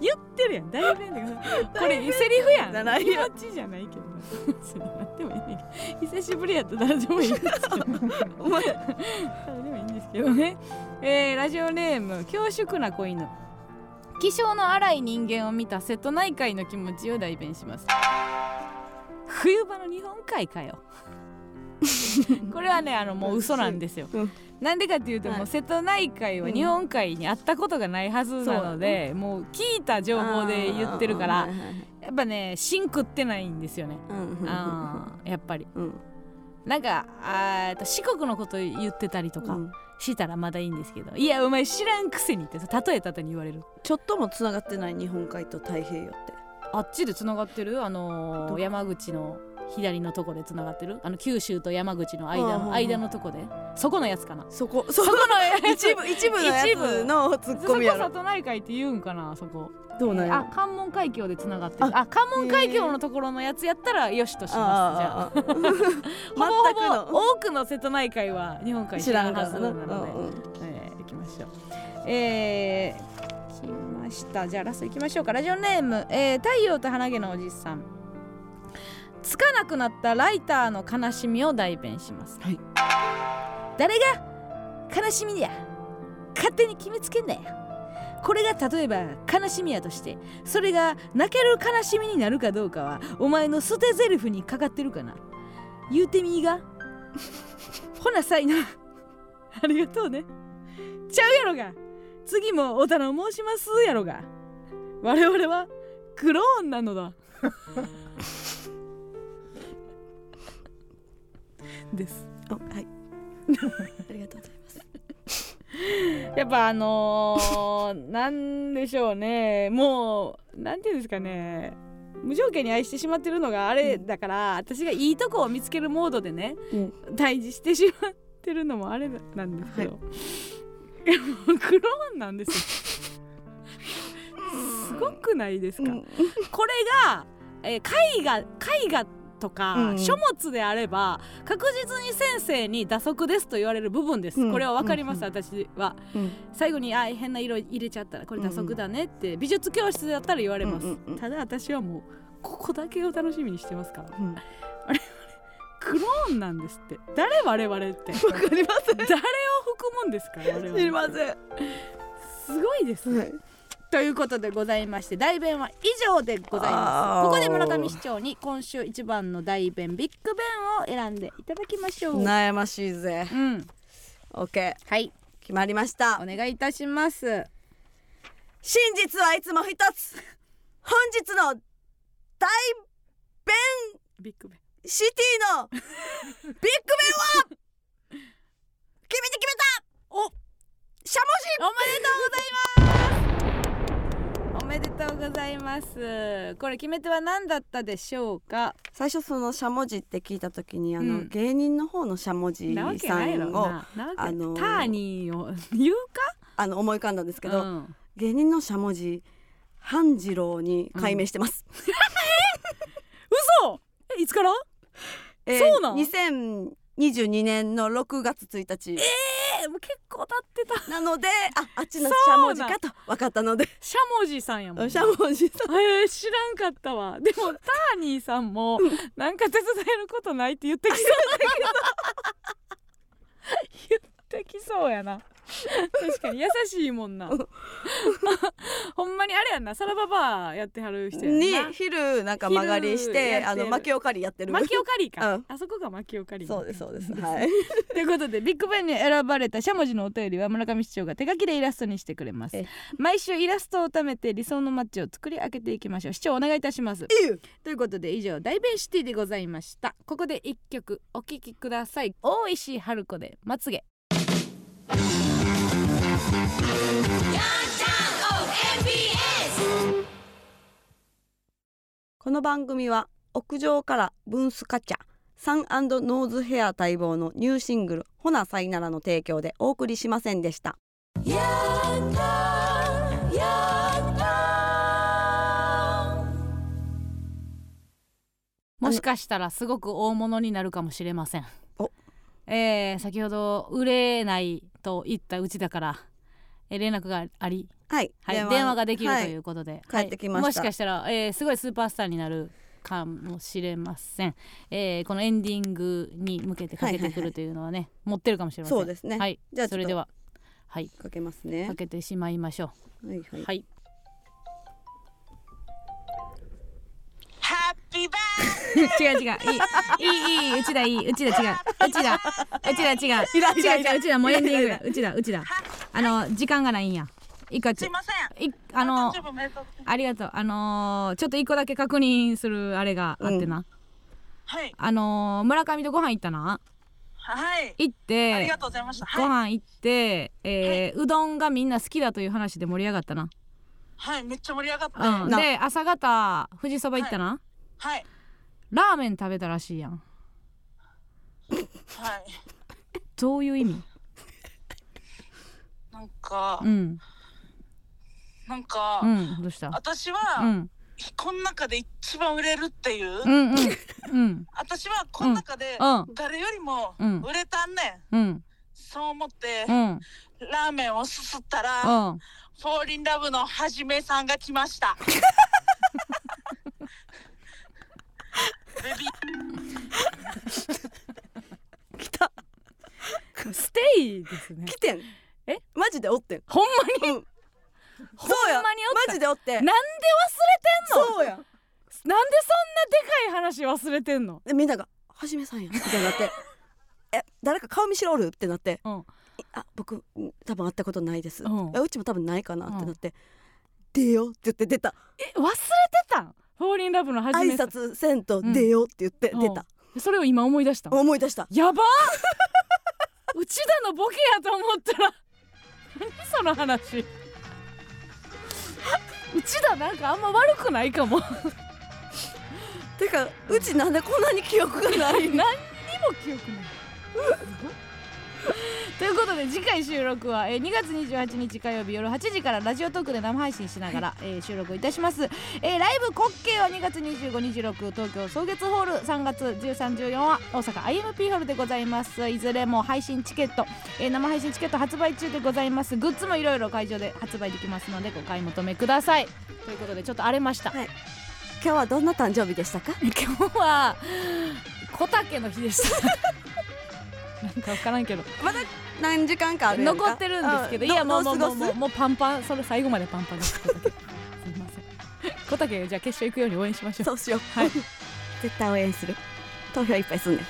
[SPEAKER 2] 言ってるやん代弁でこれセリフやん
[SPEAKER 1] じゃない
[SPEAKER 2] 気持ちじゃないけどそれなんでもいいねんけ [LAUGHS] ど久しぶりやったら誰でもいいんですけど
[SPEAKER 1] お前
[SPEAKER 2] 誰でもいいんですけどね、えーラジオネーム恐縮な子犬気性の荒い人間を見た瀬戸内海の気持ちを代弁します冬場の日本海かよこれはねあのもう嘘なんですよ
[SPEAKER 1] うん
[SPEAKER 2] なんでかっていうと、
[SPEAKER 1] はい
[SPEAKER 2] もう瀬戸内海は日本海にあったことがないはずなので、もう聞いた情報で言ってるからやっぱねシン食ってないんですよね、あーやっぱり
[SPEAKER 1] うん
[SPEAKER 2] なんかあーえっと四国のこと言ってたりと
[SPEAKER 1] う
[SPEAKER 2] か
[SPEAKER 1] ん
[SPEAKER 2] したらまだいいんですけど、いやお前知らんくせにって例えたとに言われる
[SPEAKER 1] ちょっともつながってない日本海と太平洋って
[SPEAKER 2] あっちでつながってるあ
[SPEAKER 1] ど
[SPEAKER 2] のー
[SPEAKER 1] こ
[SPEAKER 2] 山口の左のとこでつながってるあの九州と山口の
[SPEAKER 1] はあ
[SPEAKER 2] 間
[SPEAKER 1] はあ
[SPEAKER 2] の
[SPEAKER 1] はあ
[SPEAKER 2] 間のとこでそこのやつかな
[SPEAKER 1] そこそ
[SPEAKER 2] そこ
[SPEAKER 1] こ
[SPEAKER 2] のやつ
[SPEAKER 1] 一部一部のやつのツッ
[SPEAKER 2] そ
[SPEAKER 1] コ
[SPEAKER 2] こ
[SPEAKER 1] ミやろ
[SPEAKER 2] 里内海って言うんかなそこ
[SPEAKER 1] どうなんやろ
[SPEAKER 2] あ関門海峡でつながってる
[SPEAKER 1] あ
[SPEAKER 2] あ関門海峡のところのやつやったらよしとしますじゃ
[SPEAKER 1] [LAUGHS]
[SPEAKER 2] あ
[SPEAKER 1] あーあーあー
[SPEAKER 2] ほぼほぼ
[SPEAKER 1] 全く
[SPEAKER 2] 多くの瀬戸内海は日本海知
[SPEAKER 1] 知
[SPEAKER 2] ら
[SPEAKER 1] らん
[SPEAKER 2] ん
[SPEAKER 1] か
[SPEAKER 2] は
[SPEAKER 1] ら
[SPEAKER 2] ず
[SPEAKER 1] な
[SPEAKER 2] な
[SPEAKER 1] う
[SPEAKER 2] ので、
[SPEAKER 1] んうん
[SPEAKER 2] えー、行きましょう。えー、来ました。じゃあラスト行きましょうか。ラジオネーム、えー、太陽と花毛のおじさん。つかなくなったライターの悲しみを代弁します。
[SPEAKER 1] はい
[SPEAKER 2] 誰が悲しみや勝手に決めつけんなよ。これが例えば悲しみやとしてそれが泣ける悲しみになるかどうかはお前の捨て台詞にかかってるかな言うてみいが [LAUGHS] ほなさいな [LAUGHS] ありがとうねちゃうやろが次もおたの申しますやろが我々はクローンなのだです
[SPEAKER 1] あはいありがとうございます
[SPEAKER 2] やっぱあのー [LAUGHS] なんでしょうねもうなんていうんですかね無条件に愛してしまってるのがあれだから、私がいいとこを見つけるモードでね、
[SPEAKER 1] うん
[SPEAKER 2] 対峙してしまってるのもあれなんですけど、いやもうクローンなんですよ
[SPEAKER 1] [LAUGHS]
[SPEAKER 2] すごくないですか、これが、えー、絵画絵画とか、
[SPEAKER 1] うん
[SPEAKER 2] 書物であれば確実に先生に打足ですと言われる部分です、
[SPEAKER 1] うん
[SPEAKER 2] これは分かります、
[SPEAKER 1] うん
[SPEAKER 2] 私は
[SPEAKER 1] うん
[SPEAKER 2] 最後に「あ変な色入れちゃったらこれ打足だね」って美術教室だったら言われます、
[SPEAKER 1] うんうんうん
[SPEAKER 2] ただ私はもうここだけを楽しみにしてますから
[SPEAKER 1] うん
[SPEAKER 2] クローンなんですって誰我々って
[SPEAKER 1] わかりま
[SPEAKER 2] 誰を含むんですか我
[SPEAKER 1] せん
[SPEAKER 2] 々
[SPEAKER 1] 知りません
[SPEAKER 2] すごいです
[SPEAKER 1] はい
[SPEAKER 2] ということでございまして代弁は以上でござい
[SPEAKER 1] あ
[SPEAKER 2] ま
[SPEAKER 1] ー
[SPEAKER 2] すここで村上市長に今週一番の代弁ビッグ弁を選んでいただきましょう
[SPEAKER 1] 悩ましいぜ
[SPEAKER 2] うん
[SPEAKER 1] オッケー
[SPEAKER 2] はい
[SPEAKER 1] 決まりました
[SPEAKER 2] お願いいたします
[SPEAKER 1] 真実はいつも一つ本日の大弁
[SPEAKER 2] ビッグ弁
[SPEAKER 1] シティのビッグベンは君に決めたおしゃも
[SPEAKER 2] おめでとうございますこれ決め手は何だったでしょうか
[SPEAKER 1] じ最初そのしゃもじって聞いた時にあの、
[SPEAKER 2] うん
[SPEAKER 1] 芸人の方のしゃもじ
[SPEAKER 2] なわけ
[SPEAKER 1] さ
[SPEAKER 2] ないや
[SPEAKER 1] ん
[SPEAKER 2] ろ
[SPEAKER 1] を
[SPEAKER 2] ななわけ
[SPEAKER 1] あのー
[SPEAKER 2] ターニーを言うか
[SPEAKER 1] あの思い浮かんだんですけど、
[SPEAKER 2] うん
[SPEAKER 1] 芸人のしゃもじ半次郎に改名してます、
[SPEAKER 2] 嘘えいつから
[SPEAKER 1] え
[SPEAKER 2] そうなん
[SPEAKER 1] ー、2022年の6月1日
[SPEAKER 2] えもう結構経ってた
[SPEAKER 1] なのでああっちのしゃもじかと分かったので
[SPEAKER 2] しゃもじさんやもんな
[SPEAKER 1] しゃもじさん
[SPEAKER 2] えー、知らんかったわでもターニーさんもなんか手伝えることないって言ってきそうだけど言ってきそうやな確かに優しいもんな [LAUGHS] ほんまにあれやんなサラババアやってはる人やん
[SPEAKER 1] に
[SPEAKER 2] な
[SPEAKER 1] 昼なんか曲がりし
[SPEAKER 2] 昼やって
[SPEAKER 1] て
[SPEAKER 2] る
[SPEAKER 1] あの薪を借りやってる
[SPEAKER 2] マキオカリーか、
[SPEAKER 1] うん
[SPEAKER 2] あそこがマキオカリー
[SPEAKER 1] そうですそうですはい
[SPEAKER 2] ということでビッグベンに選ばれたしゃもじのお便りは村上市長が手書きでイラストにしてくれます
[SPEAKER 1] え
[SPEAKER 2] 毎週イラストを貯めて理想のマッチを作り上げていきましょう市長お願いいたしますということで以上大弁シティでございましたここで一曲お聴きください大石春子でまつげ
[SPEAKER 1] この番組は屋上からブンスカチャサンノーズヘア待望のニューシングル「ほなさいなら」の提供でお送りしませんでした
[SPEAKER 2] もしかしたらすごく大物になるかもしれません
[SPEAKER 1] お
[SPEAKER 2] えー先ほど売れないと言ったうちだからえー連絡があり
[SPEAKER 1] はい、
[SPEAKER 2] はい、電話ができると
[SPEAKER 1] はい
[SPEAKER 2] いうことで、
[SPEAKER 1] 帰ってきました
[SPEAKER 2] はいもしかしたら、えーすごいスーパースターになるかもしれません、えーこのエンディングに向けてかけてくるというのはね、持ってるかもしれません
[SPEAKER 1] そうですね
[SPEAKER 2] はい、
[SPEAKER 1] じゃあちょっと
[SPEAKER 2] それでははい
[SPEAKER 1] かけますね
[SPEAKER 2] かけてしまいましょ
[SPEAKER 1] はいは
[SPEAKER 2] う
[SPEAKER 1] い
[SPEAKER 2] はい [LAUGHS] 違う違ういいいいいいうちだいいうちだ違ううちだうちだ違う [LAUGHS] 違う違ううちだもうエンディングやうちだうちだあの時間がないんやいいかちすいませんいあのありがとうあのーちょっと一個だけ確認するあれがあってな、
[SPEAKER 8] はい、
[SPEAKER 2] あのー村上とご飯行ったな
[SPEAKER 8] はい、
[SPEAKER 2] 行って
[SPEAKER 8] ありがとうございました。
[SPEAKER 2] ご
[SPEAKER 8] はい、
[SPEAKER 2] 飯行って、えーうどんがみんな好きだという話で盛り上がったな、
[SPEAKER 8] はい、めっちゃ盛り上がった
[SPEAKER 2] う
[SPEAKER 8] ね。
[SPEAKER 2] ん、
[SPEAKER 1] な
[SPEAKER 2] で朝方富士そば行ったな、
[SPEAKER 8] はい、
[SPEAKER 2] ラーメン食べたらしいやん
[SPEAKER 8] はい、
[SPEAKER 2] どういう意味
[SPEAKER 8] なんか
[SPEAKER 2] う、ん
[SPEAKER 8] なんか、
[SPEAKER 2] うんどうした
[SPEAKER 8] 私
[SPEAKER 2] う
[SPEAKER 8] は、
[SPEAKER 2] ん
[SPEAKER 8] この中で一番売れるっていう。
[SPEAKER 2] うんうんうん
[SPEAKER 8] 私はこの中で
[SPEAKER 2] うんうん
[SPEAKER 8] 誰よりも
[SPEAKER 2] うん
[SPEAKER 8] 売れたんねん、
[SPEAKER 2] うん
[SPEAKER 8] そう思って
[SPEAKER 2] う、ん
[SPEAKER 8] ラーメンをすすったら、
[SPEAKER 2] うん
[SPEAKER 8] フォーリンラブのはじめさんが来ましたベビー
[SPEAKER 2] ステイですね
[SPEAKER 1] 来てん
[SPEAKER 2] え
[SPEAKER 1] マジでおってん
[SPEAKER 2] ほん
[SPEAKER 1] まに、うん
[SPEAKER 2] ほん
[SPEAKER 1] そうや
[SPEAKER 2] まにおった
[SPEAKER 1] マジでおって
[SPEAKER 2] なんで忘れてんの
[SPEAKER 1] そうや
[SPEAKER 2] なんでそんなでかい話忘れてんの
[SPEAKER 1] でみんなが「はじめさんや」みたいになって [LAUGHS] 「え誰か顔見知りおる?」ってなって
[SPEAKER 2] うん
[SPEAKER 1] 「あ僕ん多分会ったことないです」
[SPEAKER 2] うん
[SPEAKER 1] あうちも多分ないかな」ってなって「出よ」って言って出た
[SPEAKER 2] え忘れてたんフォーリンラブの初
[SPEAKER 1] 挨
[SPEAKER 2] めて
[SPEAKER 1] 拶せんと出ようって言って出た、
[SPEAKER 2] それを今思い出した
[SPEAKER 1] 思い出した
[SPEAKER 2] やばうちだのボケやと思ったら何その話うちだなんかあんま悪くないかも
[SPEAKER 1] てかうちなんでこんなに記憶がな
[SPEAKER 2] 何
[SPEAKER 1] い
[SPEAKER 2] にも記憶ないということで次回収録は、えー2月28日火曜日夜8時からラジオトークで生配信しながら、えー収録いたします、えーライブ滑稽は2月2526東京草月ホール3月1314は大阪 IMP ホールでございますいずれも配信チケット、えー生配信チケット発売中でございますグッズもいろいろ会場で発売できますのでご買い求めくださいということでちょっと荒れました、
[SPEAKER 1] はい今日はどんな誕生日でしたか
[SPEAKER 2] [LAUGHS] 今日は小竹の日でした [LAUGHS] なんか分からんけど
[SPEAKER 1] まだ何時間かあるやんか
[SPEAKER 2] 残ってるんですけど
[SPEAKER 1] あ
[SPEAKER 2] いやもうもうも
[SPEAKER 1] ど
[SPEAKER 2] う
[SPEAKER 1] う過
[SPEAKER 2] も
[SPEAKER 1] ご
[SPEAKER 2] うもうパンパンそれ最後までパンパンです小竹すいません小竹じゃあ決勝行くように応援しましょう
[SPEAKER 1] そうしよう、
[SPEAKER 2] はい
[SPEAKER 1] す絶対応援する投票いっぱいすんねん